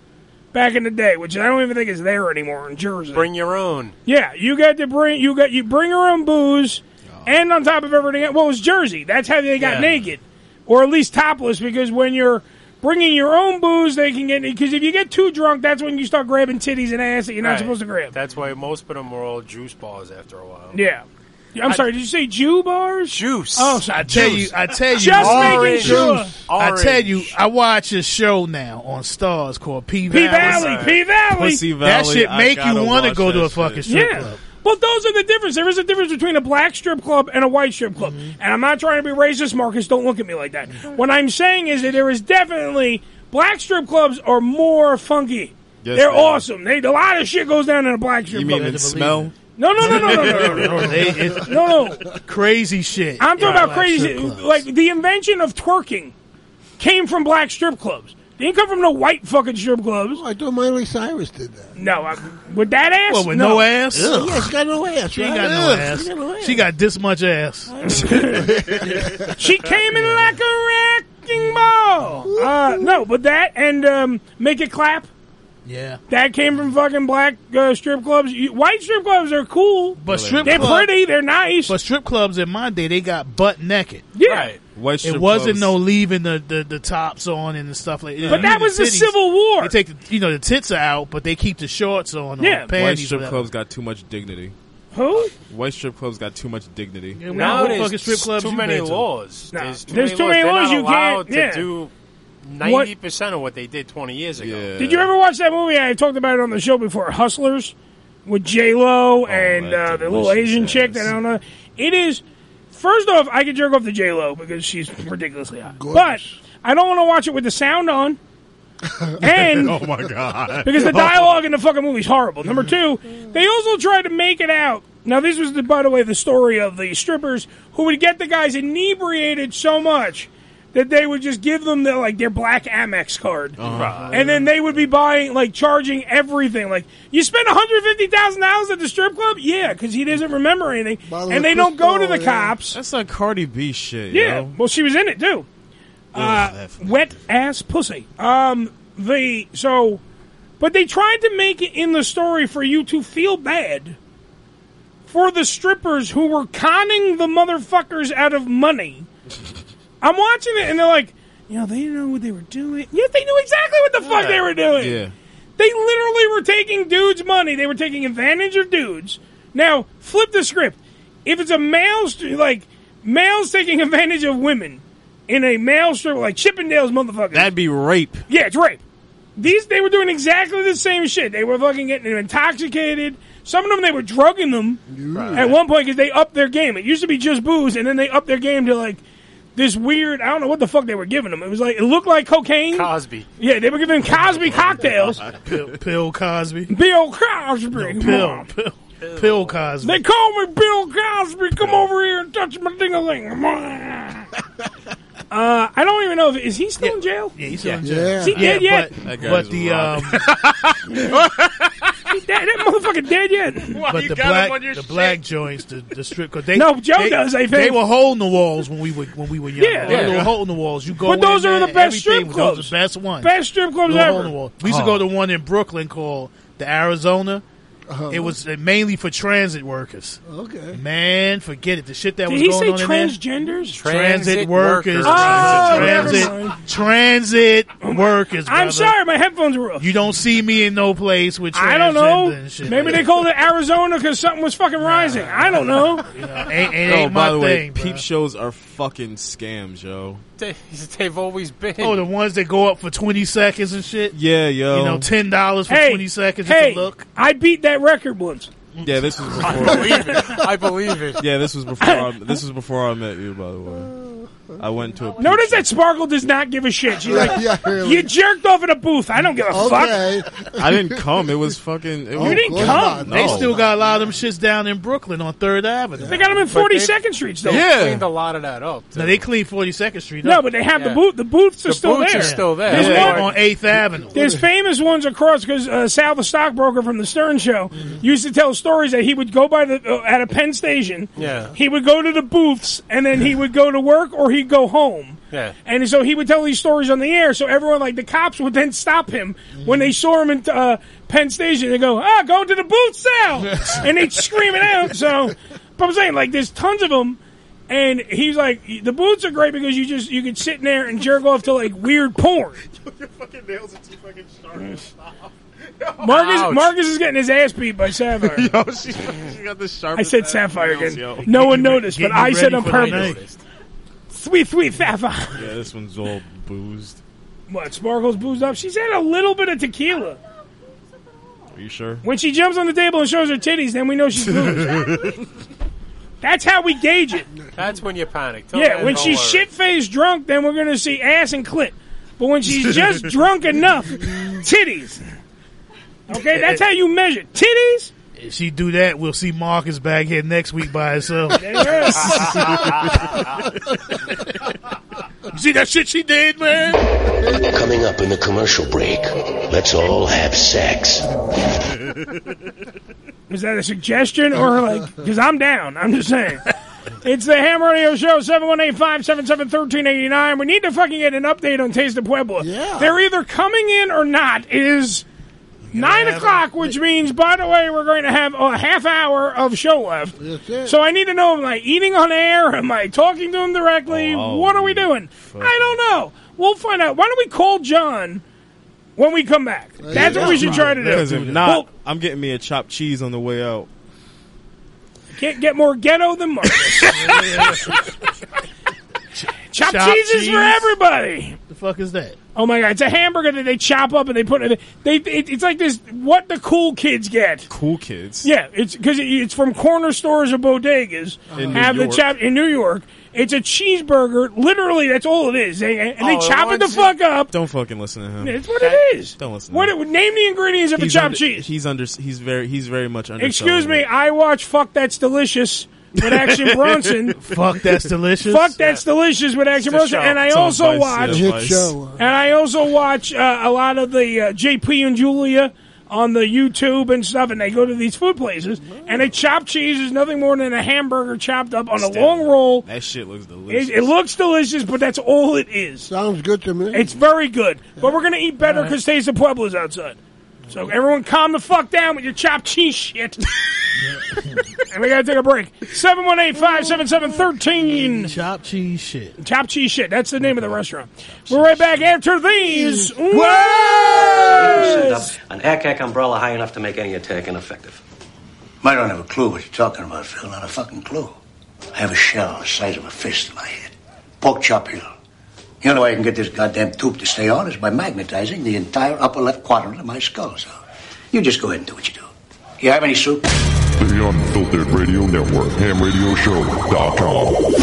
S9: back in the day, which I don't even think is there anymore in Jersey.
S11: Bring your own.
S9: Yeah, you got to bring you got you bring your own booze, and on top of everything, well, it was Jersey. That's how they got
S11: Yeah.
S9: naked, or at least topless, because when you're bringing your own booze, they can get because if you get too drunk, that's when you start grabbing titties and ass that you're not
S11: Right.
S9: supposed to grab.
S11: That's why most of them were all juice bars after a while.
S9: Yeah. I'm
S11: I-
S9: sorry. Did you say Jew bars?
S11: Juice.
S9: Oh, so
S10: I tell you,
S9: juice.
S10: I tell you,
S9: Just making sure.
S10: I tell you, I watch a show now on Stars called P Valley.
S9: P-Valley, P-Valley. Pussy
S10: That
S9: Valley,
S10: shit
S9: I
S10: make you
S9: gotta
S10: want to
S9: watch
S10: go to
S9: that
S10: a fucking
S9: shit.
S10: strip
S9: Yeah.
S10: club.
S9: Well, those are the difference. There is a difference between a black strip club and a white strip club.
S10: Mm-hmm.
S9: And I'm not trying to be racist, Marcus. Don't look at me like that. What I'm saying is that there is definitely black strip clubs are more funky. They're
S6: Yes, they are.
S9: awesome. They a lot of shit goes down in a black strip
S6: You
S9: club.
S6: mean in smell?
S9: No, no, no, no, no, no, no, no,
S10: They-
S9: no, no, no.
S10: Crazy shit.
S9: I'm talking
S10: Yeah,
S9: about
S10: like
S9: crazy.
S10: strip clubs.
S9: Like the invention of twerking came from black strip clubs. They didn't come from no white fucking strip clubs. I thought Miley Cyrus did that. No, I, with that ass.
S10: Well, with no, ass.
S12: Yeah, she got no ass.
S10: She
S12: right?
S10: ain't got no
S12: Ugh.
S10: ass.
S12: She got no ass.
S10: She got this much ass.
S9: she came in like a wrecking ball. Uh, no, but that and um, make it clap.
S10: Yeah.
S9: That came from fucking black uh, strip clubs. You- White strip clubs are cool,
S10: But strip
S9: they're
S10: club-
S9: pretty. They're nice.
S10: But strip clubs in my day, they got butt naked.
S9: Yeah. Right.
S6: White
S10: it
S6: strip
S10: wasn't
S6: clubs.
S10: no leaving the, the, the tops on and the stuff like that.
S9: But that was the Civil War.
S10: They take the, you know the tits are out, but they keep the shorts on. or
S9: Yeah.
S6: White
S10: panties or
S6: strip
S10: whatever.
S6: clubs got too much dignity.
S9: Who?
S6: White strip clubs got too much dignity.
S10: Yeah,
S11: Now
S10: What fucking
S11: there's
S10: strip clubs
S11: too
S10: you
S11: many
S10: been to?
S11: laws.
S10: Nah.
S11: There's too
S9: There's
S11: many
S9: too
S11: laws.
S9: many
S11: They're
S9: laws
S11: not
S9: you can't-
S11: allowed
S9: yeah.
S11: to do
S9: What-
S11: ninety percent of what they did twenty years ago.
S9: Did you ever watch that movie? I talked about it on the show before, Hustlers, with J
S13: Oh,
S9: Lo and uh, the little Asian chick that I don't know. It is first off, I could jerk off to J Lo because she's ridiculously hot, but I don't want to watch it with the sound on. and
S13: oh my Oh. god!
S9: because the dialogue in the fucking movie is horrible. Number two, they also tried to make it out. Now, this was, the, by the way, the story of the strippers who would get the guys inebriated so much that they would just give them their like their black Amex card, and then they would be buying like charging everything. Like you spent one hundred fifty thousand dollars at the strip club, yeah, because he doesn't remember anything, and they don't go to the cops.
S6: That's like Cardi B shit.
S9: Yeah, well, she was in it too. Uh, wet ass pussy. Um, the so, but they tried to make it in the story for you to feel bad for the strippers who were conning the motherfuckers out of money. I'm watching it and they're like, you know, they didn't know what they were doing. Yeah, they knew exactly what the fuck they were doing.
S6: Yeah.
S9: They literally were taking dudes' money. They were taking advantage of dudes. Now, flip the script. If it's a male, st- like, males taking advantage of women in a male strip, like Chippendale's motherfucker.
S6: That'd be rape.
S9: Yeah, it's rape. These, they were doing exactly the same shit. They were fucking getting them intoxicated. Some of them, they were drugging them at one point because they upped their game. It used to be just booze, and then they upped their game to, like, this weird, I don't know what the fuck they were giving them. It was like, it looked like cocaine.
S11: Cosby.
S9: Yeah, they were giving Cosby cocktails.
S10: Bill, Bill Cosby.
S9: Bill Cosby.
S10: Bill, Bill, Bill Cosby.
S9: They call me Bill Cosby. Come over here and touch my ding a ling. uh, I don't even know if is he still in jail. Yeah,
S10: he's still in
S9: Yeah.
S10: jail.
S9: Is he
S10: Yeah,
S9: dead yet?
S10: but- That guy but is the, robbed.
S9: He's dead. That motherfucker dead yet?
S10: but the black, the black joints, the, the strip club. They,
S9: No, Joe
S10: they,
S9: does, I think.
S10: They were holding the walls when we were when we were young.
S9: Yeah.
S10: They were
S9: Yeah.
S10: holding the walls. You go.
S9: But those
S10: in
S9: are
S10: there,
S9: the best strip
S10: everything was-
S9: clubs.
S10: those are The best one.
S9: Best strip clubs
S10: Little
S9: ever.
S10: hole in the wall. We used to go to one in Brooklyn called the Arizona. It was uh, mainly for transit workers.
S12: Okay.
S10: Man, forget it. The shit that
S9: Did
S10: was
S9: he
S10: going
S9: say
S10: on in there.
S9: transgenders?
S10: Transit
S9: Transit workers.
S10: workers.
S9: Oh,
S10: transit,
S9: never mind.
S10: transit, transit workers.
S9: I'm
S10: brother.
S9: sorry, my headphones were off.
S10: You don't see me in no place with
S9: I don't know.
S10: transgender and shit
S9: Maybe
S10: like
S9: they called it Arizona because something was fucking rising. I don't know.
S10: ain't,
S6: oh,
S10: ain't
S6: by
S10: my
S6: the way,
S10: thing,
S6: peep shows are fucking scams, yo.
S11: They, they've always been.
S10: Oh, the ones that go up for twenty seconds and shit.
S6: Yeah, yo.
S10: You know, ten dollars for
S9: Hey,
S10: twenty seconds.
S9: hey,
S10: just a look.
S9: I beat that record once.
S6: Yeah, this was before.
S11: I believe it.
S6: Yeah, this was before. I, this was before I met you, by the way. I went to a.
S9: Notice that Sparkle does not give a shit. She's like,
S6: Yeah, really.
S9: you jerked off in a booth. I don't give a fuck.
S6: I didn't come. It was fucking. It
S9: You
S6: was,
S9: didn't come.
S6: No.
S10: They still got a lot of them shits down in Brooklyn on Third Avenue.
S9: They got them in
S10: But
S9: Forty
S10: they-
S9: Second Street though.
S10: Yeah. cleaned
S11: a lot of that up.
S10: No, they cleaned Forty Second Street.
S9: No,
S10: up.
S9: but they have the booth. The booths are still there. There's one-
S10: on Eighth Avenue.
S9: There's famous ones across because uh, Sal, the stockbroker from the Stern Show,
S10: Mm-hmm.
S9: used to tell stories that he would go by the uh, at a Penn Station.
S11: Yeah.
S9: He would go to the booths and then he would go to work or he'd go home.
S11: Yeah.
S9: And so he would tell these stories on the air. So everyone, like the cops, would then stop him when they saw him in uh, Penn Station. They go, "Ah, go to the booth sale," and they'd scream it out. So, but I'm saying, like, there's tons of them. And he's like, the booths are great because you just you could sit in there and jerk off to like weird porn.
S10: Your fucking nails are too fucking sharp.
S9: Marcus
S6: Ouch.
S9: Marcus is getting his ass beat by Sapphire.
S6: Yo, she, she got the sharpest.
S9: I said
S6: ass
S9: Sapphire
S6: nails,
S9: again.
S6: yo.
S9: No one noticed,
S6: Get
S9: but
S6: me
S9: I said
S6: ready
S9: on
S6: for
S9: purpose. Sweet, sweet Sapphire.
S6: Yeah, this one's all boozed.
S9: What? Sparkles boozed up. She's had a little bit of tequila.
S6: Are you sure?
S9: When she jumps on the table and shows her titties, then we know she's boozed. That's how we gauge it.
S11: That's when you panic. Tell
S9: yeah,
S11: them
S9: when
S11: don't
S9: she's
S11: worry.
S9: shit faced drunk, then we're gonna see ass and clit. But when she's just drunk enough, titties. Okay, that's how you measure titties.
S10: If she do that, we'll see Marcus back here next week by himself. You see that shit she did, man?
S18: Coming up in the commercial break, let's all have sex.
S9: Was that a suggestion or like? Because I'm down. I'm just saying. It's the Ham Radio Show, 718-577-1389. We need to fucking get an update on Taste of Puebla. Yeah. They're either coming in or not. It is 9 o'clock, which means, by the way, we're going to have a half hour of show left. So I need to know, am I eating on air? Am I talking to him directly? what are we doing? I don't know. We'll find out. Why don't we call John when we come back? That's what we should try to do.
S6: Because if not,
S9: Well,
S6: I'm getting me a chopped cheese on the way out.
S9: Can't get more ghetto than Marcus. Chopped
S10: Chopped
S9: cheese is
S10: cheese?
S9: for everybody.
S10: The fuck is that?
S9: Oh my god, it's a hamburger that they chop up and they put it. They it, it's like this. What the cool kids get.
S6: Cool kids.
S9: Yeah, it's because it, it's from corner stores or bodegas.
S6: In New
S9: have the
S6: York.
S9: chop in New York. It's a cheeseburger. Literally, that's all it is. They, and they
S6: Oh,
S9: chop it the
S6: what's
S9: fuck up.
S6: Don't fucking listen to him.
S9: It's what it is.
S6: Don't listen.
S9: What
S6: to
S9: it,
S6: him.
S9: name the ingredients of a
S6: He's
S9: chopped
S6: under-
S9: cheese.
S6: He's under. He's very. He's very much under.
S9: Excuse me, I watch Fuck That's Delicious with Action Bronson.
S10: Fuck That's Delicious?
S9: Fuck That's Delicious with Action
S10: It's a
S9: Bronson.
S10: show.
S9: And I
S10: It's on
S9: also
S10: Vice, yeah,
S9: watch
S10: Hit Vice. show.
S9: and I also watch uh, a lot of the uh, JP and Julia on the YouTube and stuff and they go to these food places and they chop cheese is nothing more than a hamburger chopped up on a
S6: Still.
S9: long roll.
S6: That shit looks delicious.
S9: It, it looks delicious, but that's all it is.
S12: Sounds good to me.
S9: It's very good, but we're gonna eat better because Taste of Pueblo's outside. So everyone, calm the fuck down with your chopped cheese shit. and we gotta take a break. 718-577-13.
S10: Chopped cheese shit.
S9: Chopped cheese shit. That's the name of the restaurant. We're right back after these.
S14: Send up
S9: Words.
S14: an ack umbrella high enough to make any attack ineffective.
S5: I don't have a clue what you're talking about, Phil. Not a fucking clue. I have a shell the size of a fist in my head. Pork chop hill. The only way I can get this goddamn tube to stay on is by magnetizing the entire upper left quadrant of my skull. So you just go ahead and do what you do. You have any soup?
S15: The Unfiltered Radio Network, hamradioshow.com.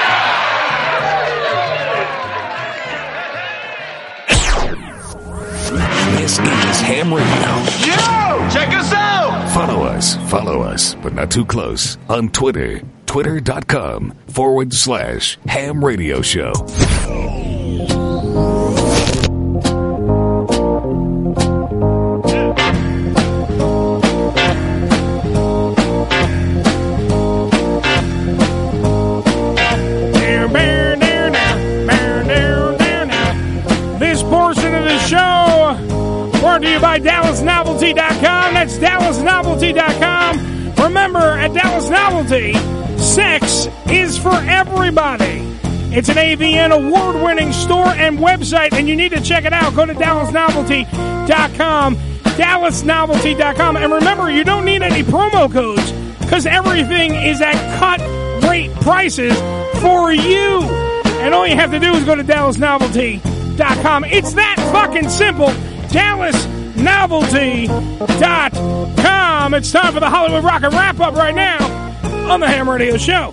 S1: This is Ham Radio.
S8: Yo! Check us out!
S1: Follow us, follow us, but not too close on Twitter, twitter.com forward slash ham radio show.
S9: This portion of the show brought to you by DallasNovelty.com. That's DallasNovelty.com. Remember, at Dallas Novelty, sex is for everybody. It's an AVN award winning store and website, and you need to check it out. Go to DallasNovelty.com. DallasNovelty.com. And remember, you don't need any promo codes because everything is at cut rate prices for you. And all you have to do is go to DallasNovelty.com. It's that fucking simple. DallasNovelty.com. It's time for the Hollywood Rock and Wrap Up right now on the Ham Radio Show.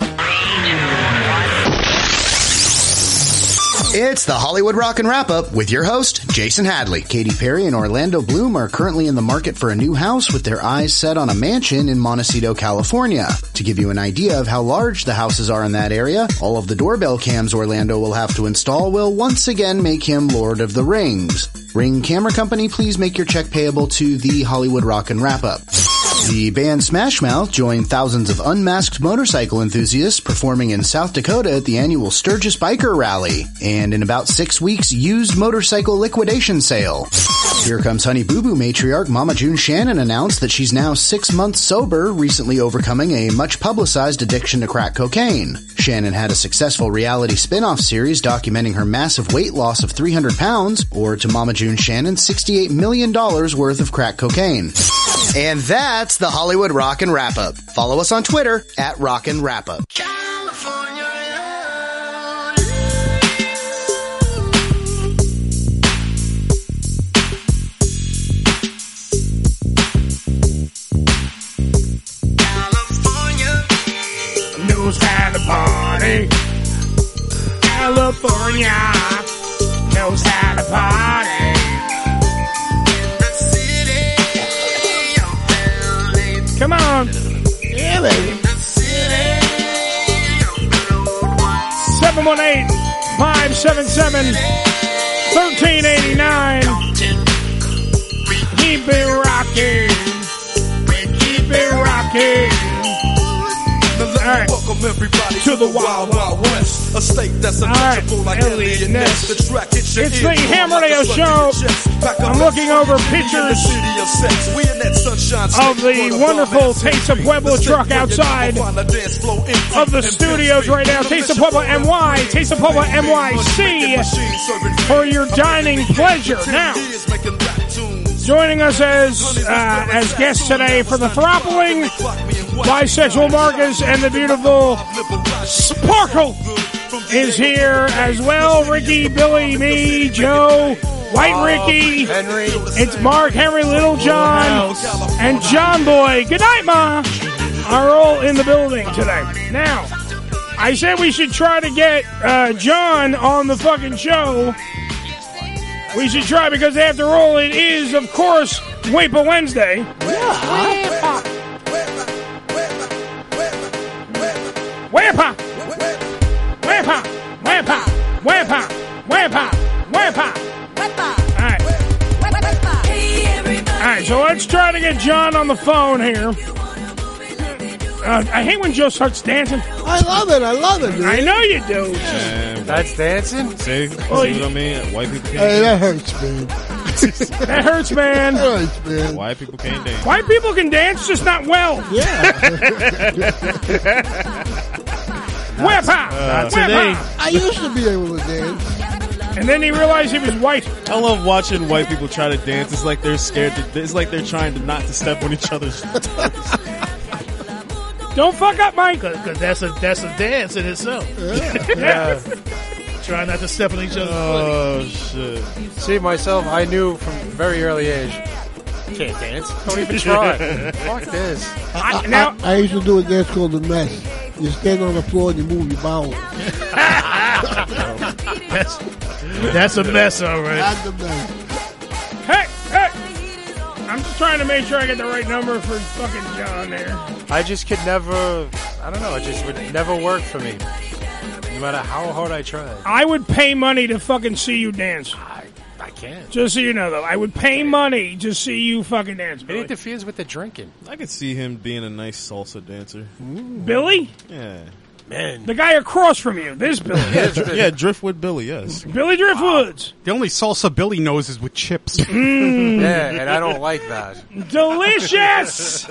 S19: It's the Hollywood Rock and Wrap Up with your host, Jason Hadley. Katy Perry and Orlando Bloom are currently in the market for a new house with their eyes set on a mansion in Montecito, California. To give you an idea of how large the houses are in that area, all of the doorbell cams Orlando will have to install will once again make him Lord of the Rings. Ring Camera Company, please make your check payable to the Hollywood Rock and Wrap Up. The band Smash Mouth joined thousands of unmasked motorcycle enthusiasts performing in South Dakota at the annual Sturgis Biker Rally, and in about six weeks, used motorcycle liquidation sale. Here comes Honey Boo Boo matriarch Mama June Shannon announced that she's now six months sober, recently overcoming a much publicized addiction to crack cocaine. Shannon had a successful reality spin-off series documenting her massive weight loss of 300 pounds, or to Mama June Shannon, $68 million worth of crack cocaine. And that's the Hollywood Rock and Wrap Up. Follow us on Twitter at Rock and Wrap Up.
S9: News at the party. California. News at the party. Come on. Yeah, baby. 718-577-1389. Keep it rocking. Keep it rocking. right.
S23: Welcome everybody to the Wild Wild West, a state that's untouchable like Elliot Ness. The track hits your
S9: It's
S23: ear,
S9: the
S23: warm
S9: Ham
S23: like a
S9: Radio
S23: slug in
S9: Show.
S23: your chest. Back up
S9: I'm looking over
S23: in the
S9: pictures
S23: city of sex. We in that sunshine state,
S9: of the
S23: gonna
S9: wonderful
S23: bomb that
S9: Taste of Pueblo truck outside of the studios right now. Taste of Pueblo NY, Taste of Pueblo NYC for your dining pleasure. Now, joining us as uh, as guests today for the throttling bisexual Marcus and the beautiful Sparkle is here as well. Ricky, Billy, me, Joe. White Ricky, Henry. it's Mark Henry, Little John, and John Boy. Good night, Ma. Are all in the building today. Now, I said we should try to get uh, John on the fucking show. We should try because after all, it is, of course, Weepa Wednesday. Weepa! Weepa! Weepa! Weepa! Weepa! Weepa! All right. All right, so let's try to get John on the phone here. Uh, I hate when Joe starts dancing. I love it. I love it. I know you do.
S6: That's dancing. See, see
S9: Oh,
S6: what
S9: you-
S6: I mean? White people can't.
S12: Hey, that
S6: dance.
S12: hurts, man.
S9: that hurts, man.
S6: White people can't dance.
S9: White people can dance, just not well. Whip out!
S6: Uh,
S9: Whip
S6: today.
S9: out!
S12: I used to be able to dance.
S9: And then he realized he was white.
S6: I love watching white people try to dance. It's like they're scared. To, it's like they're trying to not to step on each other's.
S9: Don't fuck up, Mike.
S10: Because that's a that's a dance in itself.
S11: Yeah.
S10: Try not to step on each other's
S6: Oh shit!
S11: See myself, I knew from a very early age. Can't dance. Don't even try. Fuck this.
S12: I, I, I used to do a dance called the mess. You stand on the floor and you move your bowels.
S10: That's, that's a mess,
S9: uh,
S10: all right.
S9: Hey, hey! I'm just trying to make sure I get the right number for fucking John there.
S11: I just could never. I don't know. It just would never work for me. No matter how hard I tried,
S9: I would pay money to fucking see you dance.
S11: I can't.
S9: Just so you know, though, I would pay money to see you fucking dance.
S11: It
S9: Billy.
S11: interferes with the drinking.
S6: I could see him being a nice salsa dancer.
S9: Billy?
S6: Yeah.
S11: Man.
S9: The guy across from you, this Billy.
S6: yeah, Driftwood Billy, yes.
S9: Billy Driftwoods.
S17: The only salsa Billy knows is with chips.
S9: Mm.
S11: Yeah, and I don't like that.
S9: Delicious!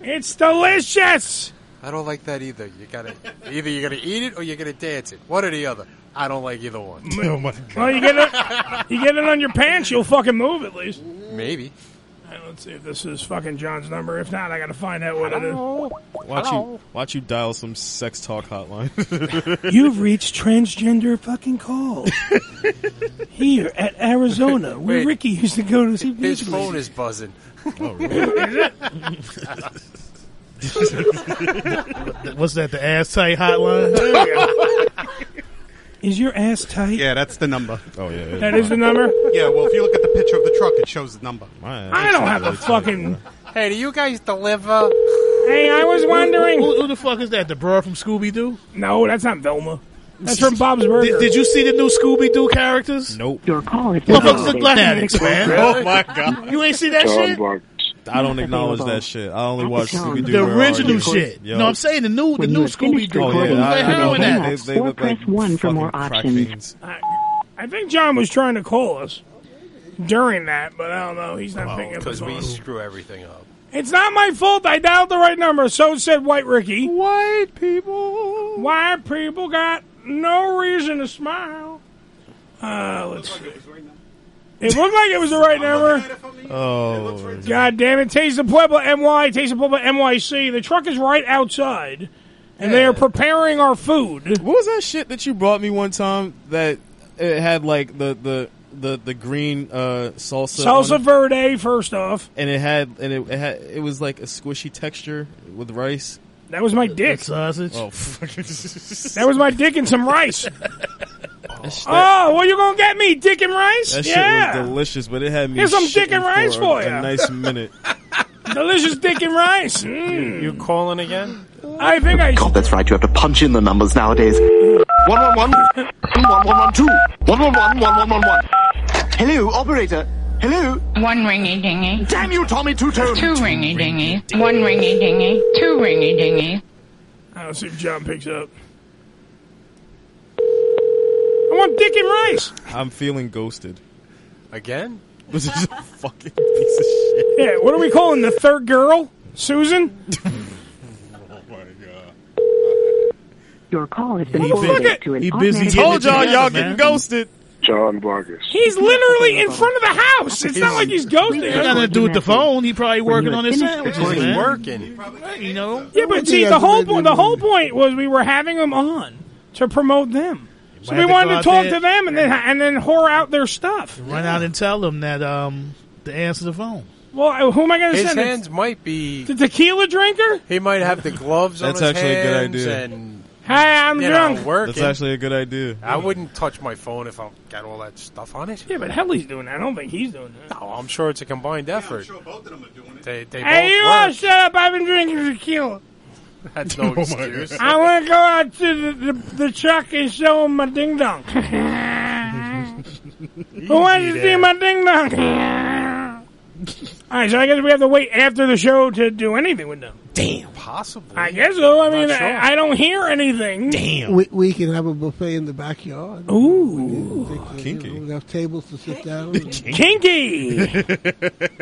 S9: it's delicious!
S11: I don't like that either. You gotta either you're gonna eat it or you're gonna dance it. One or the other. I don't like either one.
S9: Oh my god. Well, you get it, you get it on your pants, you'll fucking move at least.
S11: Maybe.
S9: All right, let's see if this is fucking John's number. If not, I gotta find out what it is.
S6: Watch you, watch you dial some sex talk hotline.
S3: You've reached transgender fucking call. Here at Arizona, where
S11: Wait.
S3: Ricky used to go to see
S11: His
S3: music.
S11: phone is buzzing.
S9: Oh,
S10: What's that? The ass tight hotline.
S3: Is your ass tight?
S17: Yeah, that's the number.
S6: Oh yeah,
S9: That is the number?
S17: Yeah, well, if you look at the picture of the truck, it shows the number.
S9: I don't have the fucking.
S11: Hey, do you guys deliver?
S9: Hey, I was wondering.
S10: Who, who the fuck is that? The broad from Scooby Doo?
S9: No, that's not Velma. That's from Bob's Burgers.
S10: Did, did you see the new Scooby Doo characters?
S6: Nope.
S10: Your call is Motherfuckers look like addicts, man.
S6: Oh my god!
S10: You ain't see that shit?
S6: I don't acknowledge that shit. I only watch Scooby Doo.
S10: The original shit.
S6: Yo.
S10: No, I'm saying the new, the new Scooby Doo.
S6: Oh yeah, I, I know. They, they
S3: Or
S6: look like
S3: press one for
S6: fucking
S3: more
S6: crack
S3: options.
S6: fiends.
S9: I think John was trying to call us during that, but I don't know. He's not picking up his
S11: Because we
S9: phone.
S11: screw everything up.
S9: It's not my fault. I dialed the right number. So said White Ricky. White people. White people got no reason to smile.
S10: Ah,
S9: Uh, let's see. It looked like it was the right number.
S6: Oh,
S9: God damn it. Taste of Pueblo NY, Taste of Pueblo NYC. The truck is right outside, and they are preparing our food.
S6: what was that shit that you brought me one time that it had like the the the the green uh, salsa on
S9: Salsa
S6: it?
S9: Verde, first off.
S6: and it had and it, it had it was like a squishy texture with rice.
S9: That was my dick.
S10: Sausage.
S6: Oh, fuck.
S9: That was my dick and some rice.
S6: That sh- that-
S9: Oh, what you gonna get me? Dick and rice?
S6: That
S9: yeah.
S6: shit was delicious, but it had me.
S9: Here's some
S6: shitting
S9: chicken rice for
S6: for a,
S9: ya.
S6: a nice minute.
S9: Delicious dick and rice. Mm.
S11: You calling again?
S9: I think I.
S20: God, that's right. You have to punch in the numbers nowadays. One one one, two one one one two, one one one one one one one. Hello, operator. Hello.
S24: One ringy dingy.
S20: Damn you, Tommy Two Tone.
S24: Two ringy dingy. One ringy dingy. Two ringy dingy.
S9: I Uh, see if John picks up. I want Dick and Rice.
S6: I'm feeling ghosted.
S11: Again?
S6: This is a fucking piece of shit.
S9: Yeah, what are we calling the third girl? Susan?
S18: Your call has
S20: Oh,
S9: been forwarded Motherfucker! to an He busy automatic- getting
S6: Told y'all,
S9: it
S6: y'all
S9: together,
S6: getting
S9: man.
S6: ghosted.
S13: John Vargas.
S9: He's literally in front of the house. It's not like he's ghosting.
S10: It got nothing to do with the phone. He probably
S9: When
S10: working
S9: you're
S10: on his
S9: finished
S10: sandwiches.
S9: recording.
S10: man.
S11: Working.
S10: You know.
S9: Yeah, but see, the whole point, the whole point was we were having them on to promote them. So
S10: Might
S9: we
S10: have to
S9: wanted
S10: go
S9: to
S10: out
S9: talk
S10: there.
S9: to them and then and then whore out their stuff.
S10: Run out and tell them that um to answer the phone.
S9: Well, who am I going to
S11: His
S9: send?
S11: hands might be.
S9: The tequila drinker?
S11: He might have the gloves
S6: That's
S11: on his
S6: actually a good
S11: hands
S6: idea.
S11: And,
S9: Hey, I'm
S11: you know,
S9: drunk.
S11: working.
S6: That's actually a good idea.
S11: I wouldn't touch my phone if I got all that stuff on it.
S9: Yeah, but Helly's doing that. I don't think he's doing that.
S11: No, I'm sure it's a combined effort. I'm sure both of them are doing it. They, they
S9: hey, you all
S11: both work.
S9: shut up! I've been drinking tequila.
S11: That's no
S9: Oh my
S11: excuse.
S9: I want to go out to the, the, the truck and show him my ding dong. Who wants to see
S3: there.
S9: my ding dong? All right, so I guess we have to wait after the show to do anything with them. Damn.
S11: Possibly.
S9: I guess so. I mean,
S12: Not sure.
S9: I, I don't hear anything. Damn.
S12: We, we can have a buffet in the backyard.
S9: Ooh,
S12: kinky! we have tables to sit down.
S9: Kinky.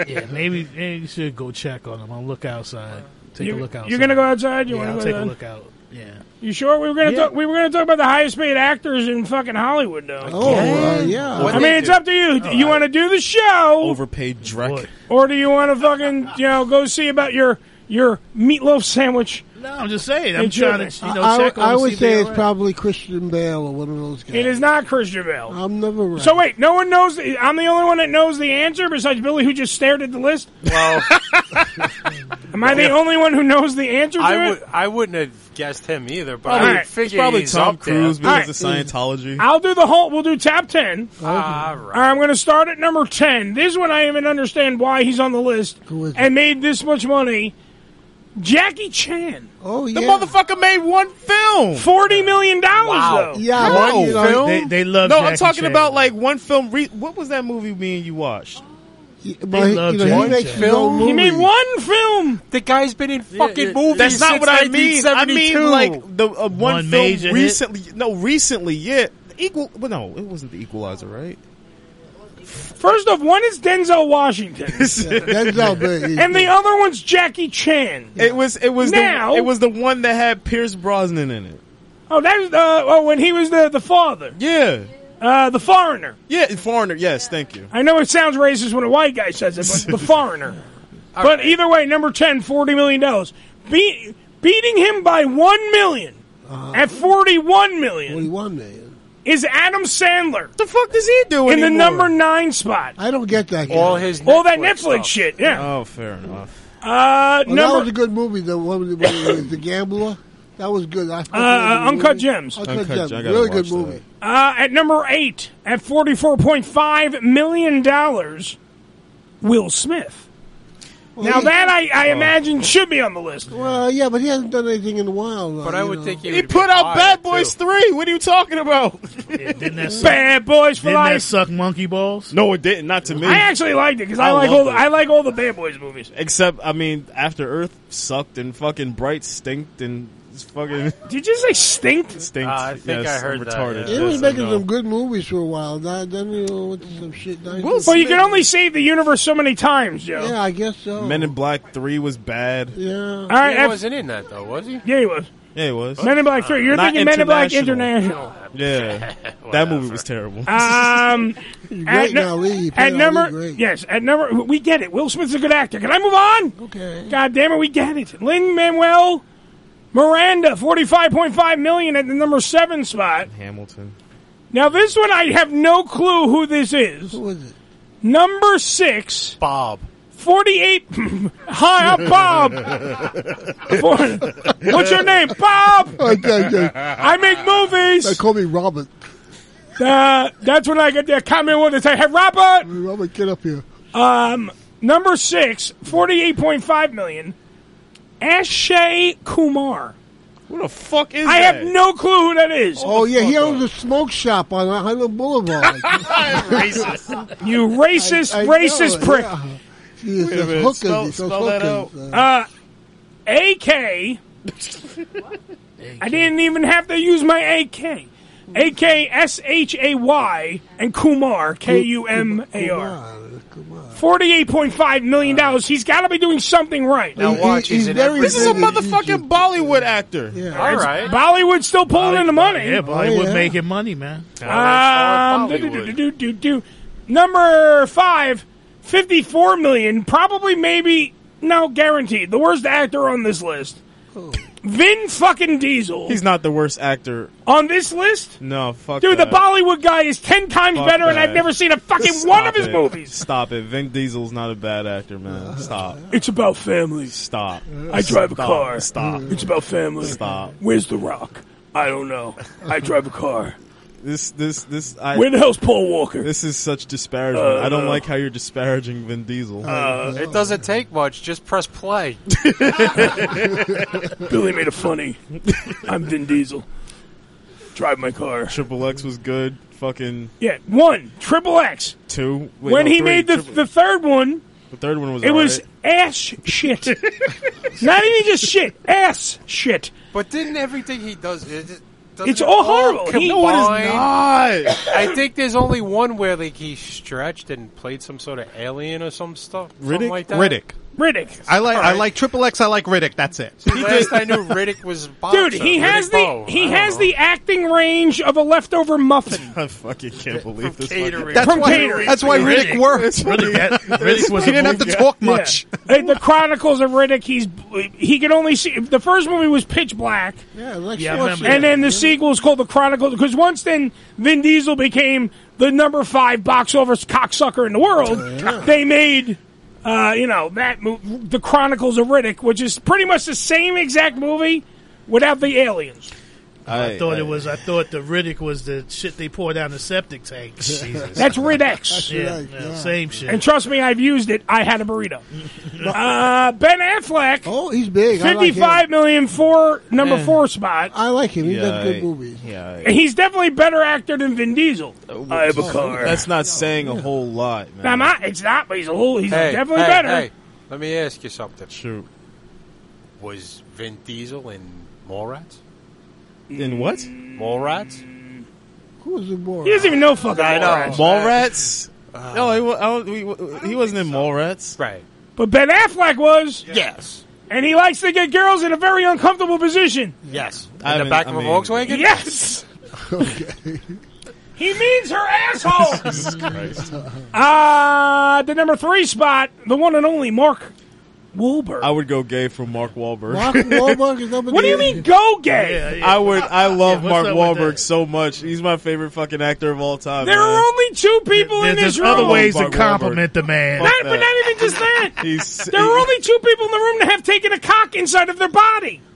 S10: yeah, maybe, maybe you should go check on them. I'll look outside. Take
S9: You-
S10: a look outside.
S9: you're gonna go outside? You
S10: yeah,
S9: wanna
S10: I'll
S9: go
S10: take a
S9: outside?
S10: look out. Yeah.
S9: You sure we were gonna
S10: Yeah.
S9: talk, we were gonna talk about the highest paid actors in fucking Hollywood though?
S12: Oh, uh, yeah.
S9: I mean, it's up to you. you want to do the show,
S6: Overpaid dreck.
S9: or do you want to fucking you know go see about your your meatloaf sandwich?
S10: No, I'm just saying.
S9: I'm trying to, you know,
S12: I,
S9: check on
S12: I
S9: to see
S12: would
S9: if they
S12: say it's
S9: are.
S12: probably Christian Bale or one of those guys.
S9: It is not Christian Bale.
S12: I'm never right.
S9: So wait, no one knows. the- I'm the only one that knows the answer besides Billy, who just stared at the list.
S11: Well,
S9: Am I the only one who knows the answer to
S11: I,
S9: it?
S11: would, I wouldn't have guessed him either, but
S9: Probably-
S11: I
S9: it's
S11: figured
S6: probably
S11: he's
S6: Tom
S11: up there.
S6: Cruise because of
S11: All right.
S6: Scientology.
S9: I'll do the whole. We'll do top ten.
S11: All right.
S9: All right, I'm going to start at number 10. This one I even understand why he's on the list and made this much money. Jackie Chan.
S12: Oh,
S9: The motherfucker made one film. $40 million,
S6: Wow.
S9: though.
S6: Yeah, One I- you know, film? they- they love
S9: No,
S6: No, I'm
S9: I'm
S6: Jackie talking
S9: talking
S6: Chan. about,
S9: about
S6: like one film. Re- what was that movie me and you watched?
S12: but he- love you know, he Jackie makes Chan. his own
S9: He made
S12: movies.
S9: one film.
S11: The guy's been in fucking movies.
S6: That's not
S11: since
S6: what I mean. I mean
S11: 1972.
S6: like the uh, one,
S10: One
S6: film
S10: major hit.
S6: recently. No, recently. Yeah, equal. Well, no, it wasn't the Equalizer, right?
S9: First off, one is Denzel Washington. and the other one's Jackie Chan.
S6: It was. It was.
S9: Now-
S6: the, it was the one that had Pierce Brosnan in it.
S9: Oh, that is, uh, oh, when he was the, the father.
S6: Yeah.
S9: Uh, the foreigner.
S6: Yeah, foreigner. Yes, thank you.
S9: I know it sounds racist when a white guy says it, but the foreigner. but either way, number 10, $40 million. Be- beating him by $1 million
S6: Uh-huh.
S9: at $41 million,
S12: Forty-one million.
S9: is Adam Sandler.
S6: The fuck does he do
S9: In the
S12: anymore?
S9: number nine spot.
S12: I don't get that. Guy.
S9: All his All that Netflix Netflix stuff. shit, yeah.
S6: Oh, fair enough.
S9: Uh,
S12: Well,
S9: number-
S12: that was a good movie. The one with the, with the gambler. That was good. I
S9: Uh, uh, Uncut Gems.
S12: Uncut,
S6: Uncut
S12: Gems.
S6: Gem- I gotta
S12: Really good
S6: watch
S12: movie.
S9: Uh, at number eight, at $44.5 million, Will Smith. now,
S12: he-
S9: that I,
S6: Oh.
S9: I imagine should be on the list.
S12: Well, yeah, but he hasn't done anything in a while. Though,
S11: But I would think he
S6: He
S11: would be
S6: put out
S11: higher,
S6: Bad Boys
S11: too.
S6: Three. What are you talking about?
S10: Didn't that suck?
S9: Bad Boys for
S10: Didn't that
S9: Life.
S10: suck monkey balls?
S6: No, it didn't. Not to me.
S9: I actually liked it because I,
S6: I
S9: like
S6: love
S9: all the,
S6: it.
S9: I like all the Bad Boys movies.
S6: Except, I mean, After Earth sucked and fucking Bright stinked and it's fucking
S9: Did you say stinked?
S6: stinks.
S11: Ah, I think
S6: yes,
S11: I
S6: I'm
S11: heard that,
S6: retarded.
S12: He was making some good movies for a while. Now, then you know, with some shit. Now,
S9: Well, you can only save the universe so many times, Joe.
S12: Yeah, I guess so.
S6: Men in Black Three was bad.
S12: Yeah.
S9: All right,
S11: he
S9: F-
S11: wasn't in that though, was he?
S9: yeah, he was.
S6: Yeah, it was.
S9: Men in Black Three. You're
S6: Not
S9: thinking Men in Black International.
S6: Yeah, that movie was terrible.
S9: Um,
S12: great
S9: at, nu-
S12: now, Lee. You played
S9: at
S12: Ali
S9: number
S12: great.
S9: yes, at number we get it. Will Smith's a good actor. Can I move on?
S12: Okay.
S9: God damn it, we get it. Lin Manuel Miranda, forty-five point five million at the number seven spot.
S6: Hamilton.
S9: Now this one, I have no clue who this is. Who
S12: is it?
S9: Number six,
S11: Bob.
S9: Forty-eight. Hi, I'm Bob. For- What's your name, Bob? I make movies.
S12: Oh, They call me Robert.
S9: Uh, that's when I get the comment one to say, "Hey, Robert."
S12: Robert, get up here.
S9: Um, number six, 48.5 million. Ashay Kumar.
S6: Who the fuck is
S9: I
S6: that?
S9: have no clue who that is.
S12: Oh yeah, he owns a smoke shop on Highland Boulevard.
S9: racist. You racist,
S12: I- I know,
S9: racist prick.
S12: yeah. He is
S6: Wait a
S12: just
S6: minute,
S12: hookers.
S6: spell-
S12: he sells
S6: spell that
S12: hookers.
S9: Uh, AK I didn't even have to use my AK. A K S H A Y and Kumar K U M A R. Forty-eight point five million dollars. He's got to be doing something right.
S11: Now He- watch, he's is it very every-
S6: This is a motherfucking Bollywood actor.
S9: All right. Bollywood's still pulling in the money.
S10: Oh, Yeah, Bollywood making money, man.
S9: Um, do-do-do-do-do-do. Number five, 54 million, probably maybe, no, guaranteed. The worst actor on this list. Vin fucking Diesel.
S6: He's not the worst actor.
S9: On this list?
S6: No, fuck
S9: Dude,
S6: that.
S9: the Bollywood guy is 10 times
S6: Fuck
S9: better, and
S6: that.
S9: I've never seen a fucking
S6: Stop
S9: one of his
S6: it.
S9: movies.
S6: Stop it. Vin Diesel's not a bad actor, man. Stop.
S9: It's about family.
S6: Stop.
S9: I drive a
S6: Stop.
S9: car.
S6: Stop.
S9: It's about family.
S6: Stop.
S9: Where's The Rock? I don't know. I drive a car.
S6: This, this, this. I,
S9: Where the hell's Paul Walker?
S6: This is such disparagement.
S9: Uh,
S6: I don't
S9: no.
S6: like how you're disparaging Vin Diesel.
S11: Uh, it doesn't take much. Just press play.
S9: Billy made a funny. I'm Vin Diesel. Drive my car.
S6: Triple X was good. Fucking
S9: Yeah, one, Triple X.
S6: two. Wait,
S9: when
S6: no,
S9: he
S6: three,
S9: made the,
S6: Triple-
S9: the third one,
S6: the third one was
S9: it was
S6: alright.
S9: ass shit. Not even just shit, ass shit.
S11: But didn't everything he does? It, it- doesn't
S9: It's
S11: it
S9: all horrible. He- No, it is
S11: combine?
S9: not.
S11: I think there's only one where like he stretched and played some sort of alien or some stuff. something
S17: Riddick?
S11: like that.
S17: Riddick.
S9: Riddick.
S17: I like I
S11: Alright.
S17: like Triple X. I like Riddick. That's it.
S11: Last I knew, Riddick was a boxer.
S9: Dude, he
S11: Riddick
S9: has
S11: Bowe.
S9: the he
S11: I don't
S9: has
S11: know.
S9: the acting range of a leftover muffin.
S6: I fucking can't believe this.
S9: catering.
S6: Fucking,
S9: That's From why- catering. that's why Riddick worked.
S6: Riddick,
S9: Riddick was
S6: he
S9: a
S6: didn't have to
S9: movie-
S6: talk
S9: yeah.
S6: much.
S9: Uh, the Chronicles of Riddick. He's he can only see the first movie was pitch black.
S12: Yeah, Lex
S10: Yeah, I
S12: Schwartz.
S10: remember
S9: And then the sequel is called The Chronicles because once then Vin Diesel became the number five box office cocksucker in the world. They made, uh, you know, that mo- The Chronicles of Riddick, which is pretty much the same exact movie without the aliens.
S10: I, thought it was. I thought the Riddick was the shit they pour down the septic tank. Jesus.
S9: That's Riddex.
S10: Yeah, yeah, same shit.
S9: And trust me, I've used it. I had a burrito. uh, ben Affleck.
S12: Oh, he's big. I like him.
S9: Fifty-five million four number
S12: Yeah.
S9: four spot.
S12: I like him. He
S6: Yeah,
S12: does
S6: I-
S12: good movies.
S6: Yeah, I-
S9: He's definitely a better actor than Vin Diesel. I have a car.
S6: That's not saying a whole lot, man.
S9: Now, I'm not, it's not, but he's a little, he's
S11: Hey,
S9: definitely
S11: hey,
S9: better.
S11: Hey, let me ask you something.
S6: Shoot.
S11: Was Vin Diesel in Mallrats?
S6: In what?
S11: Mallrats?
S12: Who's the more?
S9: He doesn't even know fucking
S11: I know.
S9: Mallrats. Uh,
S6: Mallrats? no, he, wa- I don't- we- he wasn't in Mallrats.
S11: Right.
S9: But Ben Affleck was.
S11: Yes.
S9: And he likes to get girls in a very uncomfortable position.
S11: Yes. In
S6: I
S11: the
S6: mean-
S11: back
S6: I
S11: of a
S6: mean-
S11: Volkswagen?
S9: Yes. He means her asshole.
S6: Christ.
S9: uh, the number three spot, the one and only Mark Wahlberg.
S6: I would go gay for Mark Wahlberg.
S12: Mark Wahlberg is number
S9: What do you mean, go gay?
S6: I would. I love
S9: what's
S6: Mark
S9: up with
S6: Wahlberg so much. He's my favorite fucking actor of all time.
S9: There
S6: man.
S9: are only two people
S10: There-
S9: in this
S10: there's
S9: room.
S10: other ways to
S6: Mark Wahlberg.
S10: compliment the man.
S9: Not, but not even just that.
S6: He's-
S9: there are only two people in the room that have taken a cock inside of their body.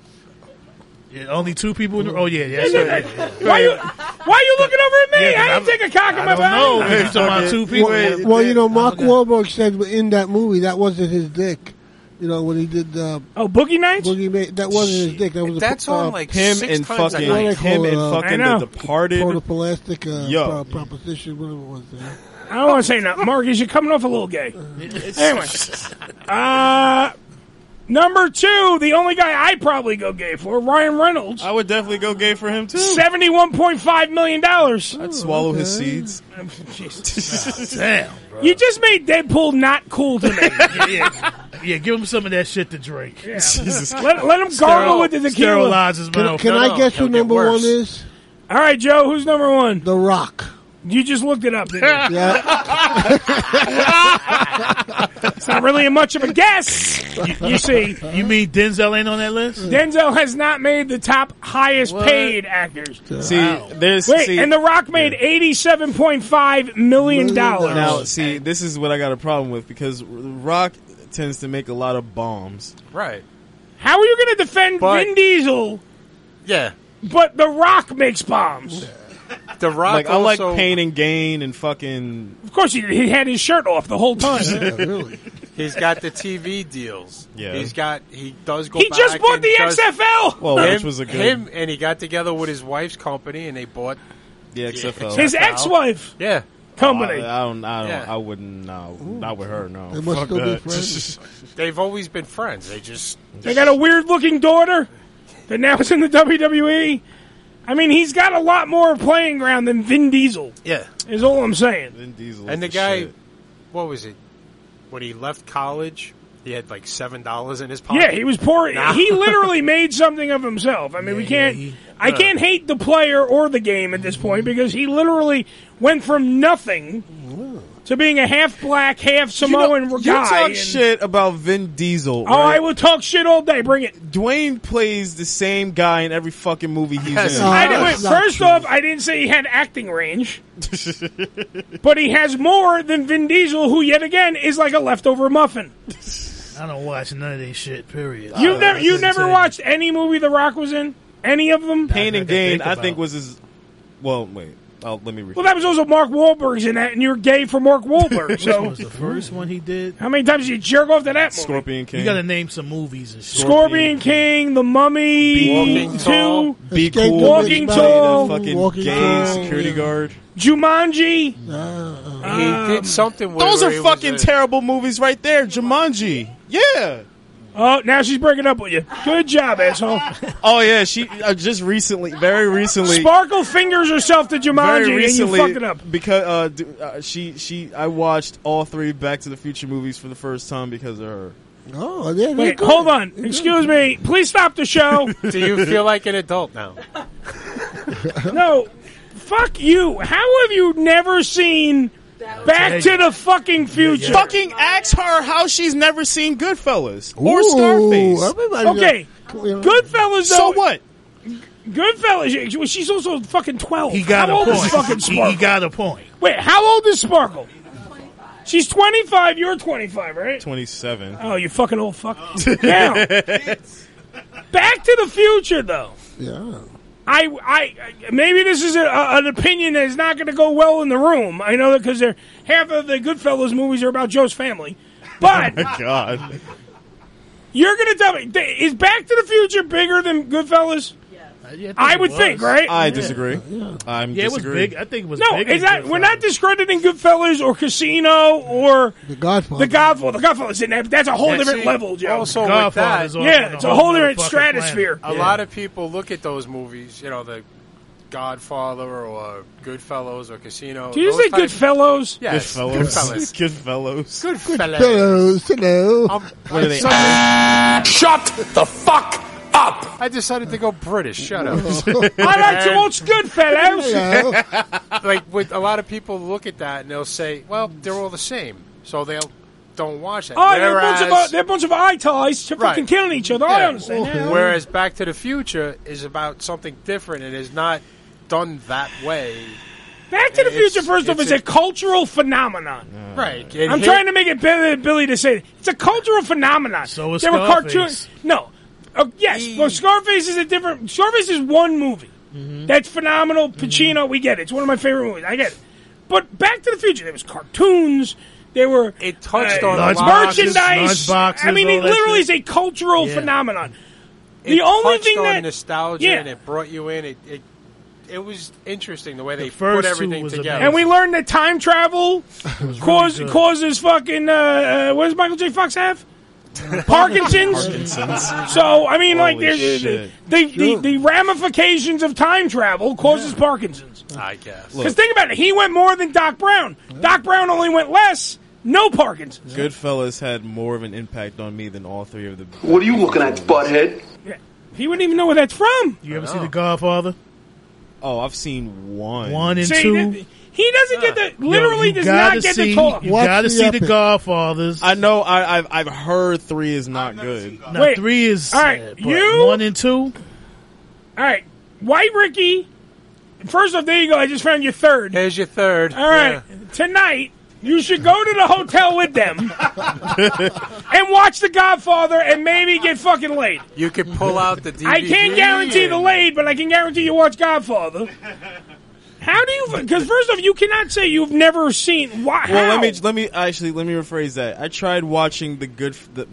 S10: Yeah, only two people. In the, oh yeah, yeah.
S9: Why
S10: yeah, yeah.
S9: you? Why you looking over at me?
S10: Yeah, 'cause
S9: I didn't take a cock in my body.
S10: know. Maybe you're talking about two people.
S12: Well, well, you know, Mark Wahlberg said in that movie that wasn't his dick. You know when he did. Uh,
S9: oh, Boogie Nights.
S12: Boogie Ma- that wasn't his dick. That was
S11: That's
S12: a, uh,
S11: on like
S6: him
S11: six
S6: and
S11: times
S6: fucking
S11: a night.
S6: him and fucking
S9: I know.
S6: the Departed.
S12: Protopolastic uh,
S6: Yo.
S12: pro- proposition, whatever it was. There.
S9: I don't want to say nothing. Marcus, you're coming off a little gay. anyway, uh, number two, the only guy I probably go gay for, Ryan Reynolds,
S6: I would definitely go gay for him too.
S9: seventy-one point five million dollars.
S6: I'd swallow his seeds.
S10: Damn.
S9: You just made Deadpool not cool to me.
S10: Yeah, yeah. Yeah, give him some of that shit to drink.
S6: Jesus.
S9: Let, let him gargle with the tequila.
S10: Sterilize his
S12: Can,
S10: mouth.
S12: can
S10: No,
S12: I
S10: no,
S12: guess
S10: it'll
S12: who
S10: get
S12: number
S10: worse.
S12: one is?
S9: All right, Joe, who's number one?
S12: The Rock.
S9: You just looked it up. Didn't you?
S12: Yeah.
S9: it's not really much of a guess. You, you see,
S10: You mean Denzel ain't on that list?
S9: Denzel has not made the top highest
S10: What?
S9: paid actors.
S6: See, there's
S9: Wait,
S6: see,
S9: and The Rock made eighty-seven point five million dollars.
S6: now see this is what I got a problem with because Rock tends to make a lot of bombs.
S11: Right.
S9: How are you going to defend
S6: But-
S9: Vin Diesel?
S11: Yeah.
S9: But The Rock makes bombs.
S11: The Rock
S6: Like I like
S11: also,
S6: Pain and Gain and fucking
S9: Of course, he, he had his shirt off the whole time.
S11: he's got the TV deals.
S6: Yeah.
S11: He's got, he does go
S9: he
S11: back
S9: just bought
S11: and
S9: the
S11: does-
S9: XFL.
S6: well,
S11: him,
S6: which was a good
S11: him, and he got together with his wife's company, and they bought
S6: the XFL.
S9: his ex-wife
S11: Yeah,
S9: company.
S6: Oh, I, I don't. I don't.
S11: Yeah.
S6: I wouldn't. No, not with her. No.
S12: They must
S6: Oh, Fuck
S12: still be
S6: that.
S12: friends.
S11: they've always been friends. They just
S9: they got a weird-looking daughter. that now is in the WWE. I mean, he's got a lot more playing ground than Vin Diesel.
S11: Yeah.
S9: Is all I'm saying.
S6: Vin Diesel.
S11: And the guy, what was it? When he left college, he had like seven dollars in his pocket.
S9: Yeah, he was poor.
S11: Nah.
S9: He literally made something of himself. I mean, we can't. I
S11: no.
S9: can't hate the player or the game at this point because he literally went from nothing to being a half black, half Samoan
S6: you
S9: guy.
S6: talk
S9: and-
S6: shit about Vin Diesel.
S9: Oh, I will talk shit all day. Bring it.
S6: Dwayne plays the same guy in every fucking movie he's in.
S9: I didn't- wait, first off, I didn't say he had acting range, but he has more than Vin Diesel, who yet again is like a leftover muffin.
S10: I don't watch none of this shit. Period.
S6: Uh,
S9: You never, you never watched any movie The Rock was in, any of them.
S6: Pain and Gain, I think was his. Well, wait. Oh, let me read.
S9: Well, that was also Mark Wahlberg's in that, and you're gay for Mark Wahlberg.
S10: That
S9: So
S10: was the first one he did.
S9: how many times did you jerk off to that movie?
S6: Scorpion King.
S10: You gotta name some movies and shit.
S9: Scorpion King, The Mummy,
S10: Walking
S9: Two,
S10: Tall,
S6: Be
S10: Escape
S6: cool.
S10: the
S9: Walking
S10: Witch
S9: Tall,
S10: Mountain,
S6: Fucking
S10: Walking
S6: gay
S10: Tall.
S6: security guard.
S9: Jumanji.
S12: Uh,
S9: Um,
S11: he did something. Where
S6: Those
S11: where
S6: are
S11: he was
S6: fucking
S11: a-
S6: terrible movies right there. Jumanji. Yeah.
S9: Oh, now she's breaking up with you. Good job, asshole.
S6: Oh yeah, she uh, just recently, very recently,
S9: Sparkle fingers herself to Jumanji,
S6: very
S9: and
S6: recently,
S9: you fucked it up.
S6: because uh, d- uh, she she I watched all three Back to the Future movies for the first time because of her.
S12: Oh, yeah, they're
S9: Wait,
S12: good.
S9: hold on. Excuse me. Please stop the show.
S11: Do you feel like an adult now?
S9: No. Fuck you. How have you never seen Back to the fucking future?
S6: Fucking ask her how she's never seen Goodfellas or
S12: Ooh,
S6: Scarface.
S12: everybody
S9: Okay. Goodfellas, though.
S6: So what?
S9: Goodfellas. she- She's also fucking 12.
S10: He got
S9: How
S10: a
S9: old
S10: point.
S9: is fucking
S10: He-
S9: Sparkle?
S10: he got a point.
S9: Wait, how old is Sparkle? She's 25. You're 25, right?
S6: Twenty seven.
S9: Oh, you fucking old fuck. now, Back to the Future, though.
S12: Yeah.
S9: I, I, maybe this is a, a, an opinion that is not going to go well in the room. I know that because they're half of the Goodfellas movies are about Joe's family,
S10: Oh
S9: but
S6: My God.
S9: you're going to tell me th- is Back to the Future bigger than Goodfellas? I would think, right?
S6: I disagree. I'm
S10: Yeah, it was
S6: disagree.
S10: big. I think it was
S9: No,
S10: big.
S9: is that we're not discrediting Goodfellas or Casino or The Godfather. The Godfather. The Godfather's in that. That's a whole
S11: Yeah,
S9: different
S11: see,
S9: level, Joe.
S11: Also, with that,
S9: yeah, it's a whole different stratosphere.
S11: A lot of people look at those movies, you know, the Godfather or Goodfellas or Casino.
S9: Do you
S11: those
S9: say
S11: type-
S9: Goodfellas?
S11: Yes,
S6: Goodfellas.
S11: Goodfellas.
S6: Goodfellas.
S11: Goodfellas.
S12: Hello, hello.
S6: What are they?
S11: Shut the fuck up! I decided to go British. Shut up.
S9: I like to watch Goodfellas.
S11: like with a lot of people look at that and they'll say, "Well, they're all the same," so they'll don't watch it.
S9: Oh, they're a bunch of uh,
S11: Whereas-
S9: they're a bunch of eye ties to fucking
S11: Right.
S9: killing each other. I
S11: Yeah.
S9: understand. that.
S11: Whereas Back to the Future is about something different and is not done that way.
S9: Back to the
S11: It's-
S9: Future, first off,
S11: it's
S9: is a cultural phenomenon.
S11: Right.
S9: I'm trying to make it better than Billy to say it. It's a cultural phenomenon. So
S10: is
S9: there were
S10: Scarface.
S9: cartoons. No, Uh, yes, well, Scarface is a different. Scarface is one movie.
S11: Mm-hmm.
S9: That's phenomenal. Pacino, we get it. It's one of my favorite movies. I get it. But Back to the Future, there was cartoons. There were
S11: it touched on
S9: uh,
S11: a lot.
S9: merchandise.
S10: lunchboxes,
S9: I mean,
S10: all
S9: it
S10: that
S9: literally is
S10: shit.
S9: a cultural
S10: Yeah.
S9: phenomenon.
S11: It
S9: The only
S11: touched
S9: thing
S11: on
S9: that
S11: nostalgia
S9: Yeah.
S11: and it brought you in. It it, it was interesting the way they
S10: first
S11: put
S10: two
S11: everything
S10: was
S11: together.
S10: amazing.
S9: And we learned that time travel cause,
S10: good.
S9: causes fucking. Uh, uh, what does Michael J. Fox have? Parkinson's.
S6: Parkinson's.
S9: So I mean, like
S6: Holy
S9: there's the,
S6: shit.
S9: the, the, the ramifications of time travel causes Parkinson's.
S11: I guess.
S9: Because think about it, he went more than Doc Brown. Doc Brown only went less. No Parkinson's.
S6: Goodfellas had more of an impact on me than all three of the.
S20: What are you looking at, butthead?
S9: He wouldn't even know where that's from.
S10: You ever see The Godfather?
S6: Oh, I've seen one.
S10: One and
S9: See,
S10: two.
S9: th- he doesn't get the literally
S10: you
S9: does not
S10: gotta
S9: get the
S10: see-
S9: talk.
S10: you What's gotta the see the epic? Godfathers.
S6: I know. I, I've I've heard three is not good.
S10: Now,
S9: Wait.
S10: three is
S9: All right,
S10: sad, but
S9: you-
S10: one and two.
S9: All right, White Ricky. First off, there you go. I just found your third.
S11: There's your third.
S9: All right, tonight you should go to the hotel with them and watch The Godfather and maybe get fucking laid.
S11: You could pull out the DVD.
S9: I can't guarantee the
S11: and-
S9: laid, but I can guarantee you watch Godfather. How do you? Because first off, you cannot say you've never seen. Why?
S6: Well,
S9: how?
S6: let me let me actually let me rephrase that. I tried watching the good the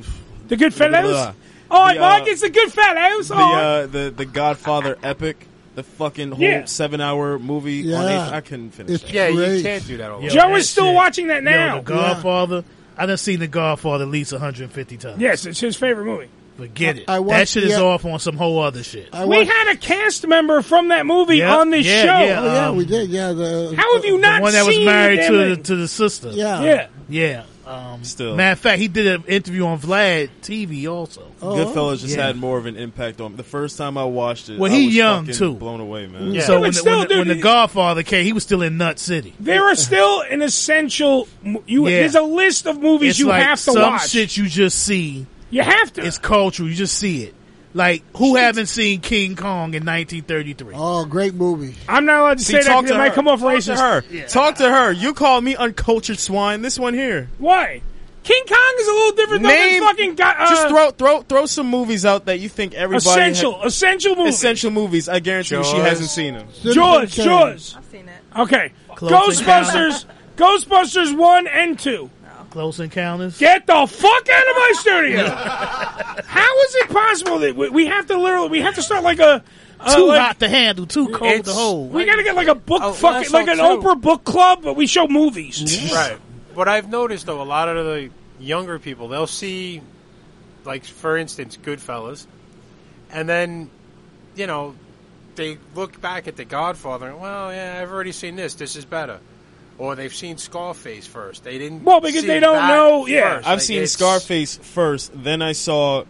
S9: The Goodfellas.
S6: Blah.
S9: Oh,
S6: The, uh,
S9: Mike, it's the Goodfellas.
S6: the
S9: Oh,
S6: uh, the the Godfather epic, the fucking whole
S9: Yeah.
S6: seven hour movie. On H- I couldn't finish. that.
S11: Yeah, you can't do that all the
S10: Yo,
S11: time.
S9: Joe is still watching that
S10: Yo,
S9: now.
S10: the Godfather. I done seen The Godfather at least 150 times.
S9: Yes, it's his favorite movie.
S10: Forget it.
S9: I watched
S10: that shit is
S9: the-
S10: off on some whole other shit.
S9: we had a cast member from that movie
S10: Yeah,
S9: on this
S10: yeah,
S9: show.
S10: yeah, Oh, yeah, um, we
S12: did. Yeah, the
S9: how have you not
S10: the one that was
S9: seen
S10: married
S9: it,
S10: to
S9: damn
S10: the,
S9: it?
S10: to the sister.
S9: Yeah. Yeah.
S10: yeah. Um,
S6: Still.
S10: matter of fact, he did an interview on Vlad TV also.
S9: Oh,
S6: Goodfellas just
S10: Yeah.
S6: had more of an impact on me. The first time I watched it,
S10: Well,
S6: I
S10: he
S6: was
S10: young,
S6: fucking
S10: too.
S6: blown away, man.
S10: So when, the- when, the, when the Godfather came, he was still in Nut City.
S9: There are still an essential. mo- You
S10: Yeah.
S9: there's a list of movies
S10: It's
S9: you
S10: like
S9: have to
S10: some
S9: watch.
S10: shit you just see.
S9: You have to.
S10: It's cultural. You just see it. Like who haven't seen King Kong in 1933?
S12: Oh, great movie.
S9: I'm not allowed
S10: to
S6: See,
S10: say that
S6: talk
S10: 'cause
S6: to
S10: it might
S6: her.
S10: come off
S6: Talk to
S10: racist.
S6: her.
S10: Yeah.
S6: Talk to her. You call me uncultured swine. This one here.
S9: Why? King Kong is a little different though than fucking go- uh,
S6: just throw throw throw some movies out that you think everybody
S9: Essential- essential movies.
S6: essential movies. I guarantee you she
S9: Jaws.
S6: hasn't seen them.
S9: Jaws, Jaws. I've seen it. Okay,
S10: Close
S9: Ghostbusters, Ghostbusters one and two.
S10: Close Encounters.
S9: Get the fuck out of my studio! How is it possible that we, we have to literally we have to start like a uh,
S10: too
S9: like-
S10: hot to handle, too cold
S9: It's-
S10: to hold.
S9: We gotta get like a book
S10: Oh,
S9: fucking
S10: that's
S9: like
S10: all
S9: an
S10: true.
S9: Oprah book club, but we show movies.
S11: Right. What I've noticed though, a lot of the younger people, they'll see, like for instance, Goodfellas, and then, you know, they look back at The Godfather. and, Well, yeah, I've already seen this. This is better. Or they've seen Scarface first. They didn't.
S9: Well, because
S11: see
S9: they don't
S11: that
S9: know- yeah.
S11: first.
S6: I've
S11: Like,
S6: seen
S11: it's-
S6: Scarface first, then I saw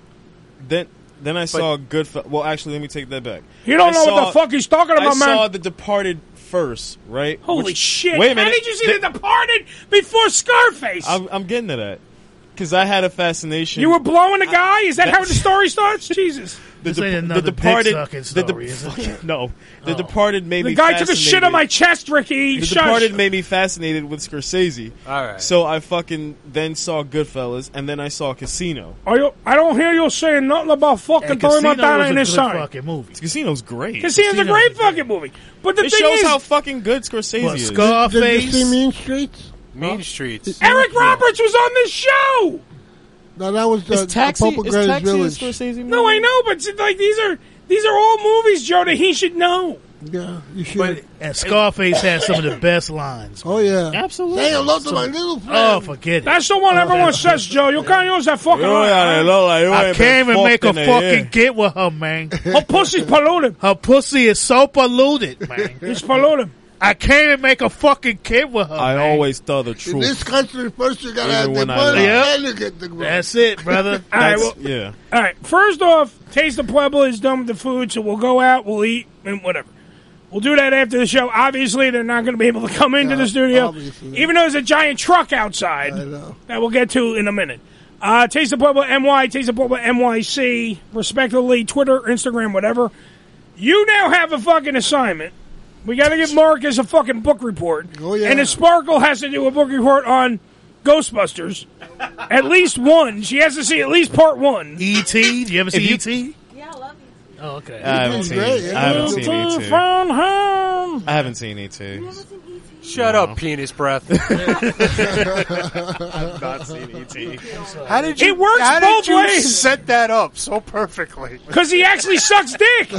S6: then then I saw Goodfellas. Well, actually, let me take that back.
S9: You don't
S6: I
S9: know what
S6: saw-
S9: the fuck he's talking
S6: I
S9: about, man.
S6: saw The Departed first, right?
S9: Holy
S6: Which-
S9: shit!
S6: Wait a minute.
S9: How did you see
S6: Th-
S9: The Departed before Scarface?
S6: I'm, I'm getting to that because I had a fascination.
S9: you were blowing a guy. Is that how the story starts? Jesus.
S6: the,
S10: ain't
S6: Dep-
S10: another
S6: the
S10: dick
S6: Departed.
S10: sucking
S6: the
S10: story, is it? Oh.
S6: fucking- no, the Departed made
S9: The
S6: me.
S9: guy took a shit on
S6: fascinated.
S9: my chest, Ricky.
S6: The
S9: Shush.
S6: Departed made me fascinated with Scorsese.
S11: All right.
S6: So I fucking then saw Goodfellas, and then I saw Casino.
S9: Are you, I don't hear you saying nothing about fucking Tony Montana and his son.
S10: movie.
S6: Casino's great.
S9: Casino's a great fucking movie. But the
S6: it
S9: thing
S6: shows
S9: is,
S6: how fucking good Scorsese
S10: What,
S6: is.
S10: Scarface? Did you see
S12: Mean Streets.
S11: Mean Streets.
S9: Eric Roberts was on this show.
S12: No, that was uh, the,
S6: Is Taxi-
S12: the Purple
S6: is
S12: Great's
S6: Taxi a
S12: Village.
S6: Scorsese movie?
S9: No, I know, but like these are these are all movies, Joe, that he should know.
S12: Yeah, you should.
S10: And Scarface had some of the best lines.
S12: Oh yeah,
S6: absolutely.
S12: Say hello to my little
S10: Oh,
S12: friend.
S10: forget it.
S9: That's the one everyone says, Joe. You can't use that fucking.
S6: You gotta look like you
S10: I
S6: ain't
S10: can't
S6: been
S10: even make a
S6: fucked in year.
S10: fucking get with her, man.
S9: Her pussy's polluted.
S10: Her pussy is so polluted, man.
S9: It's polluted.
S10: I can't even make a fucking kid with her.
S6: I
S10: man.
S6: always tell the
S12: In
S6: truth.
S12: this country, first you gotta have the
S6: Even when I
S12: money,
S6: lie.
S12: then you get the money.
S10: That's it, brother.
S9: All right,
S6: That's-
S9: well,
S6: yeah.
S9: all right. First off, Taste of Pueblo is done with the food, so we'll go out, we'll eat, and whatever. We'll do that after the show. Obviously, they're not going to be able to come into the studio, even though there's a giant truck outside that we'll get to in a minute. Uh, Taste of Pueblo NY, Taste of Pueblo NYC, respectively, Twitter, Instagram, whatever. You now have a fucking assignment. We got to give Marcus a fucking book report. Oh,
S12: yeah.
S9: And the Sparkle has to do a book report on Ghostbusters. at least one. She has to see at least part one.
S10: E.T. E Do you ever see
S6: you-
S10: E.T.? Yeah, I love E.T. Oh, okay.
S6: I haven't seen. E I haven't seen E.T.
S9: From home.
S6: I haven't seen E E.T.
S11: Shut up, penis breath.
S6: I've not seen E.T.
S11: How did you?
S9: It works
S11: E how
S9: both
S11: did you
S9: ways.
S11: Set that up so perfectly.
S9: Because he actually sucks dick.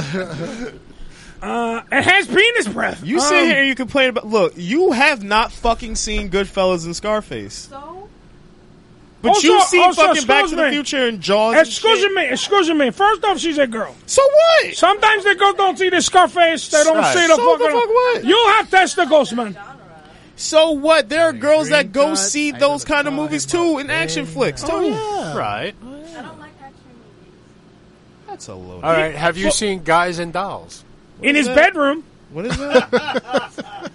S9: Uh, it has penis breath.
S6: You sit
S9: Um,
S6: here and you complain about. Look, you have not fucking seen Goodfellas and Scarface. So. But
S9: Also-
S6: you've seen
S9: also,
S6: fucking Back to
S9: excuse
S6: the
S9: me.
S6: Future and Jaws. and
S9: Excuse
S6: shit.
S9: me, excuse me. First off, she's a girl.
S6: So what?
S9: Sometimes the girls don't see the Scarface. They don't
S6: Right.
S9: see the
S6: So the
S9: fucking.
S6: fuck what?
S9: You'll have testicles, man.
S6: So what? There are girls that go see those kind of movies too in action flicks. Tony.
S11: Right.
S6: That's a load.
S11: All right. Have you seen Guys and Dolls?
S9: In his
S6: that?
S9: bedroom.
S6: What is that?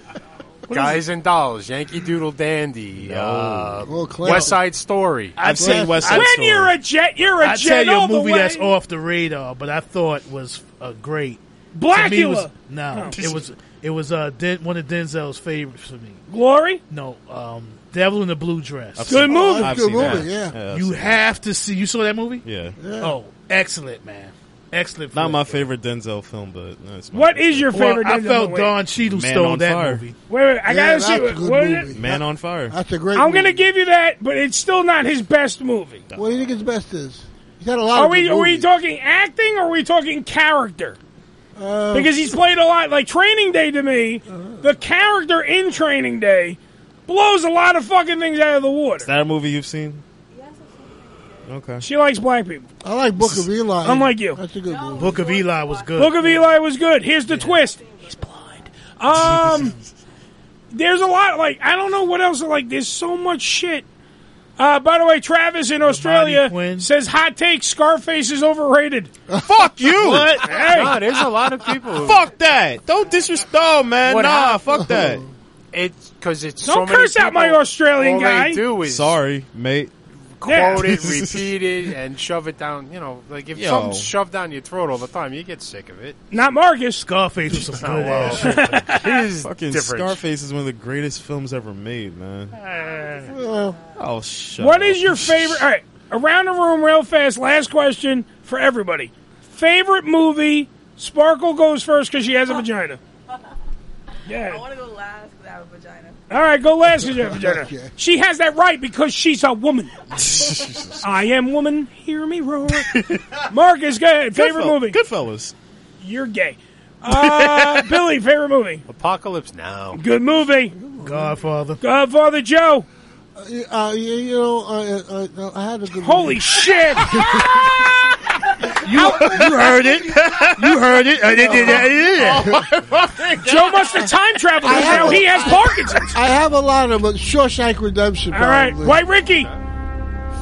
S11: Guys and Dolls, Yankee Doodle Dandy, uh,
S12: Clarence.
S11: West Side Story.
S10: I've seen West Side
S9: When
S10: Story.
S9: you're a jet, you're a
S10: I
S9: jet
S10: tell you
S9: all
S10: a movie
S9: the way.
S10: that's off the radar, but I thought was a great.
S9: Blackula.
S10: To me it was, no,
S9: Oh.
S10: it was it was uh, Den, one of Denzel's favorites for me.
S9: Glory.
S10: No, um, Devil in the Blue Dress.
S6: I've seen-
S9: movie.
S6: I've
S12: Good
S6: seen that.
S12: movie, yeah.
S6: I've
S10: you
S6: seen
S10: have to see. You saw that movie?
S6: Yeah.
S10: Oh, excellent, man! Excellent.
S6: Not
S10: flick.
S6: my favorite Denzel film, but no, it's my
S9: What is your
S10: Well,
S9: favorite?
S10: I
S9: Denzel
S10: felt
S9: movie?
S10: Don Cheadle
S6: Man
S10: stole
S6: on
S10: that
S6: Fire.
S10: movie.
S9: Wait, wait. I
S12: Yeah,
S9: gotta
S12: that's
S9: see.
S12: a
S9: What,
S12: good
S9: what is
S12: movie.
S9: it?
S6: Man on Fire.
S12: That's a great.
S9: I'm gonna
S12: movie.
S9: give you that, but it's still not his best movie.
S12: What do you think his best is? He's had a lot.
S9: Are
S12: of
S9: we
S12: good
S9: are we
S12: movies.
S9: talking acting or are we talking character?
S12: Uh,
S9: Because he's played a lot. Like Training Day to me, the character in Training Day blows a lot of fucking things out of the
S6: Is
S9: water.
S6: that a movie you've seen? Okay.
S9: She likes black people.
S12: I like Book of Eli.
S9: I'm like you.
S12: That's a good movie.
S10: Book of Eli was good.
S9: Book of Eli was good. Here's the twist. He's blind. Um, there's a lot. Like I don't know what else. Like there's so much shit. Uh, by the way, Travis in Australia says hot take: Scarface is overrated.
S6: Fuck you!
S11: What?
S6: Hey.
S11: No, there's a lot of people. who-
S6: Fuck that! Don't disrespect, oh, man.
S11: What
S6: nah,
S11: hap-
S6: fuck that.
S11: It's because it's so
S9: Don't
S11: many
S9: curse out my
S11: people,
S9: Australian
S11: all
S9: guy.
S11: They do is
S6: Sorry, mate.
S11: quote it, repeat it, and shove it down. You know, like if
S6: Yo.
S11: something's shoved down your throat all the time, you get sick of it.
S9: Not Marcus.
S10: Scarface was some good ass shit.
S11: He's
S6: Fucking
S11: different.
S6: Scarface is one of the greatest films ever made, man.
S12: Well,
S6: Oh shut.
S9: What
S6: up.
S9: is your favorite? All right, around the room, real fast. Last question for everybody. Favorite movie? Sparkle goes first because she has a vagina. Yeah. I
S17: want to go last because I have a vagina.
S9: All right, go last because you have a vagina. She has that right because she's a woman. I am woman. Hear me roar. Marcus, go ahead. Favorite
S6: Goodfell-
S9: movie?
S6: Goodfellas.
S9: You're gay. Uh, Billy, favorite movie?
S11: Apocalypse Now.
S9: Good movie.
S10: Godfather.
S9: Godfather Joe.
S12: Uh, you, you know, uh, uh, uh, I had a good.
S9: Holy shit!
S10: You, you heard it. You heard it. I did it. I did it.
S9: Joe must have time traveled because now he has Parkinson's.
S12: I have a lot of them, but Shawshank Redemption.
S9: All right,
S12: probably.
S9: White Ricky.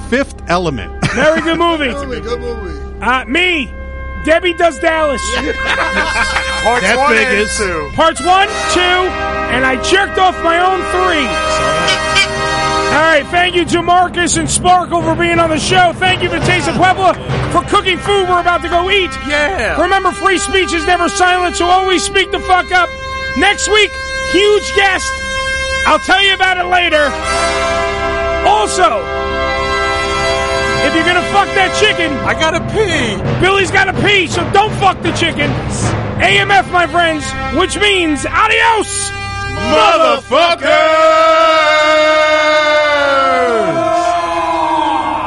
S25: Fifth Element.
S9: Very good movie.
S12: Movie, good movie.
S9: Uh, me, Debbie Does Dallas.
S11: Parts
S10: That
S11: one
S10: figures.
S11: and two.
S9: Parts one, two, and I jerked off my own three. All right, thank you to Marcus and Sparkle for being on the show. Thank you to Taste of Puebla for cooking food we're about to go eat.
S11: Yeah.
S9: Remember, free speech is never silent, so always speak the fuck up. Next week, huge guest. I'll tell you about it later. Also, if you're gonna fuck that chicken,
S11: I gotta pee.
S9: Billy's gotta pee, so don't fuck the chicken. AMF, my friends, which means adios,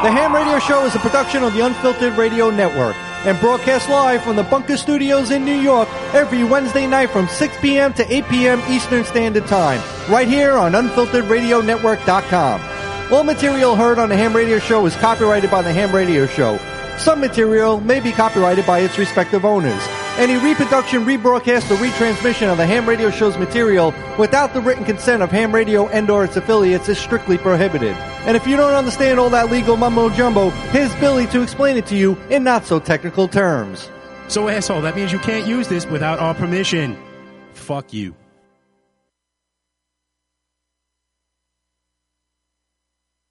S26: The Ham Radio Show is a production of the Unfiltered Radio Network and broadcast live from the Bunker Studios in New York every Wednesday night from 6 p.m. to 8 p.m. Eastern Standard Time, right here on unfilteredradionetwork.com. All material heard on the Ham Radio Show is copyrighted by the Ham Radio Show. Some material may be copyrighted by its respective owners. Any reproduction, rebroadcast, or retransmission of the Ham Radio Show's material without the written consent of Ham Radio and or its affiliates is strictly prohibited. And if you don't understand all that legal mumbo-jumbo, here's Billy to explain it to you in not-so-technical terms.
S27: So, asshole, that means you can't use this without our permission. Fuck you.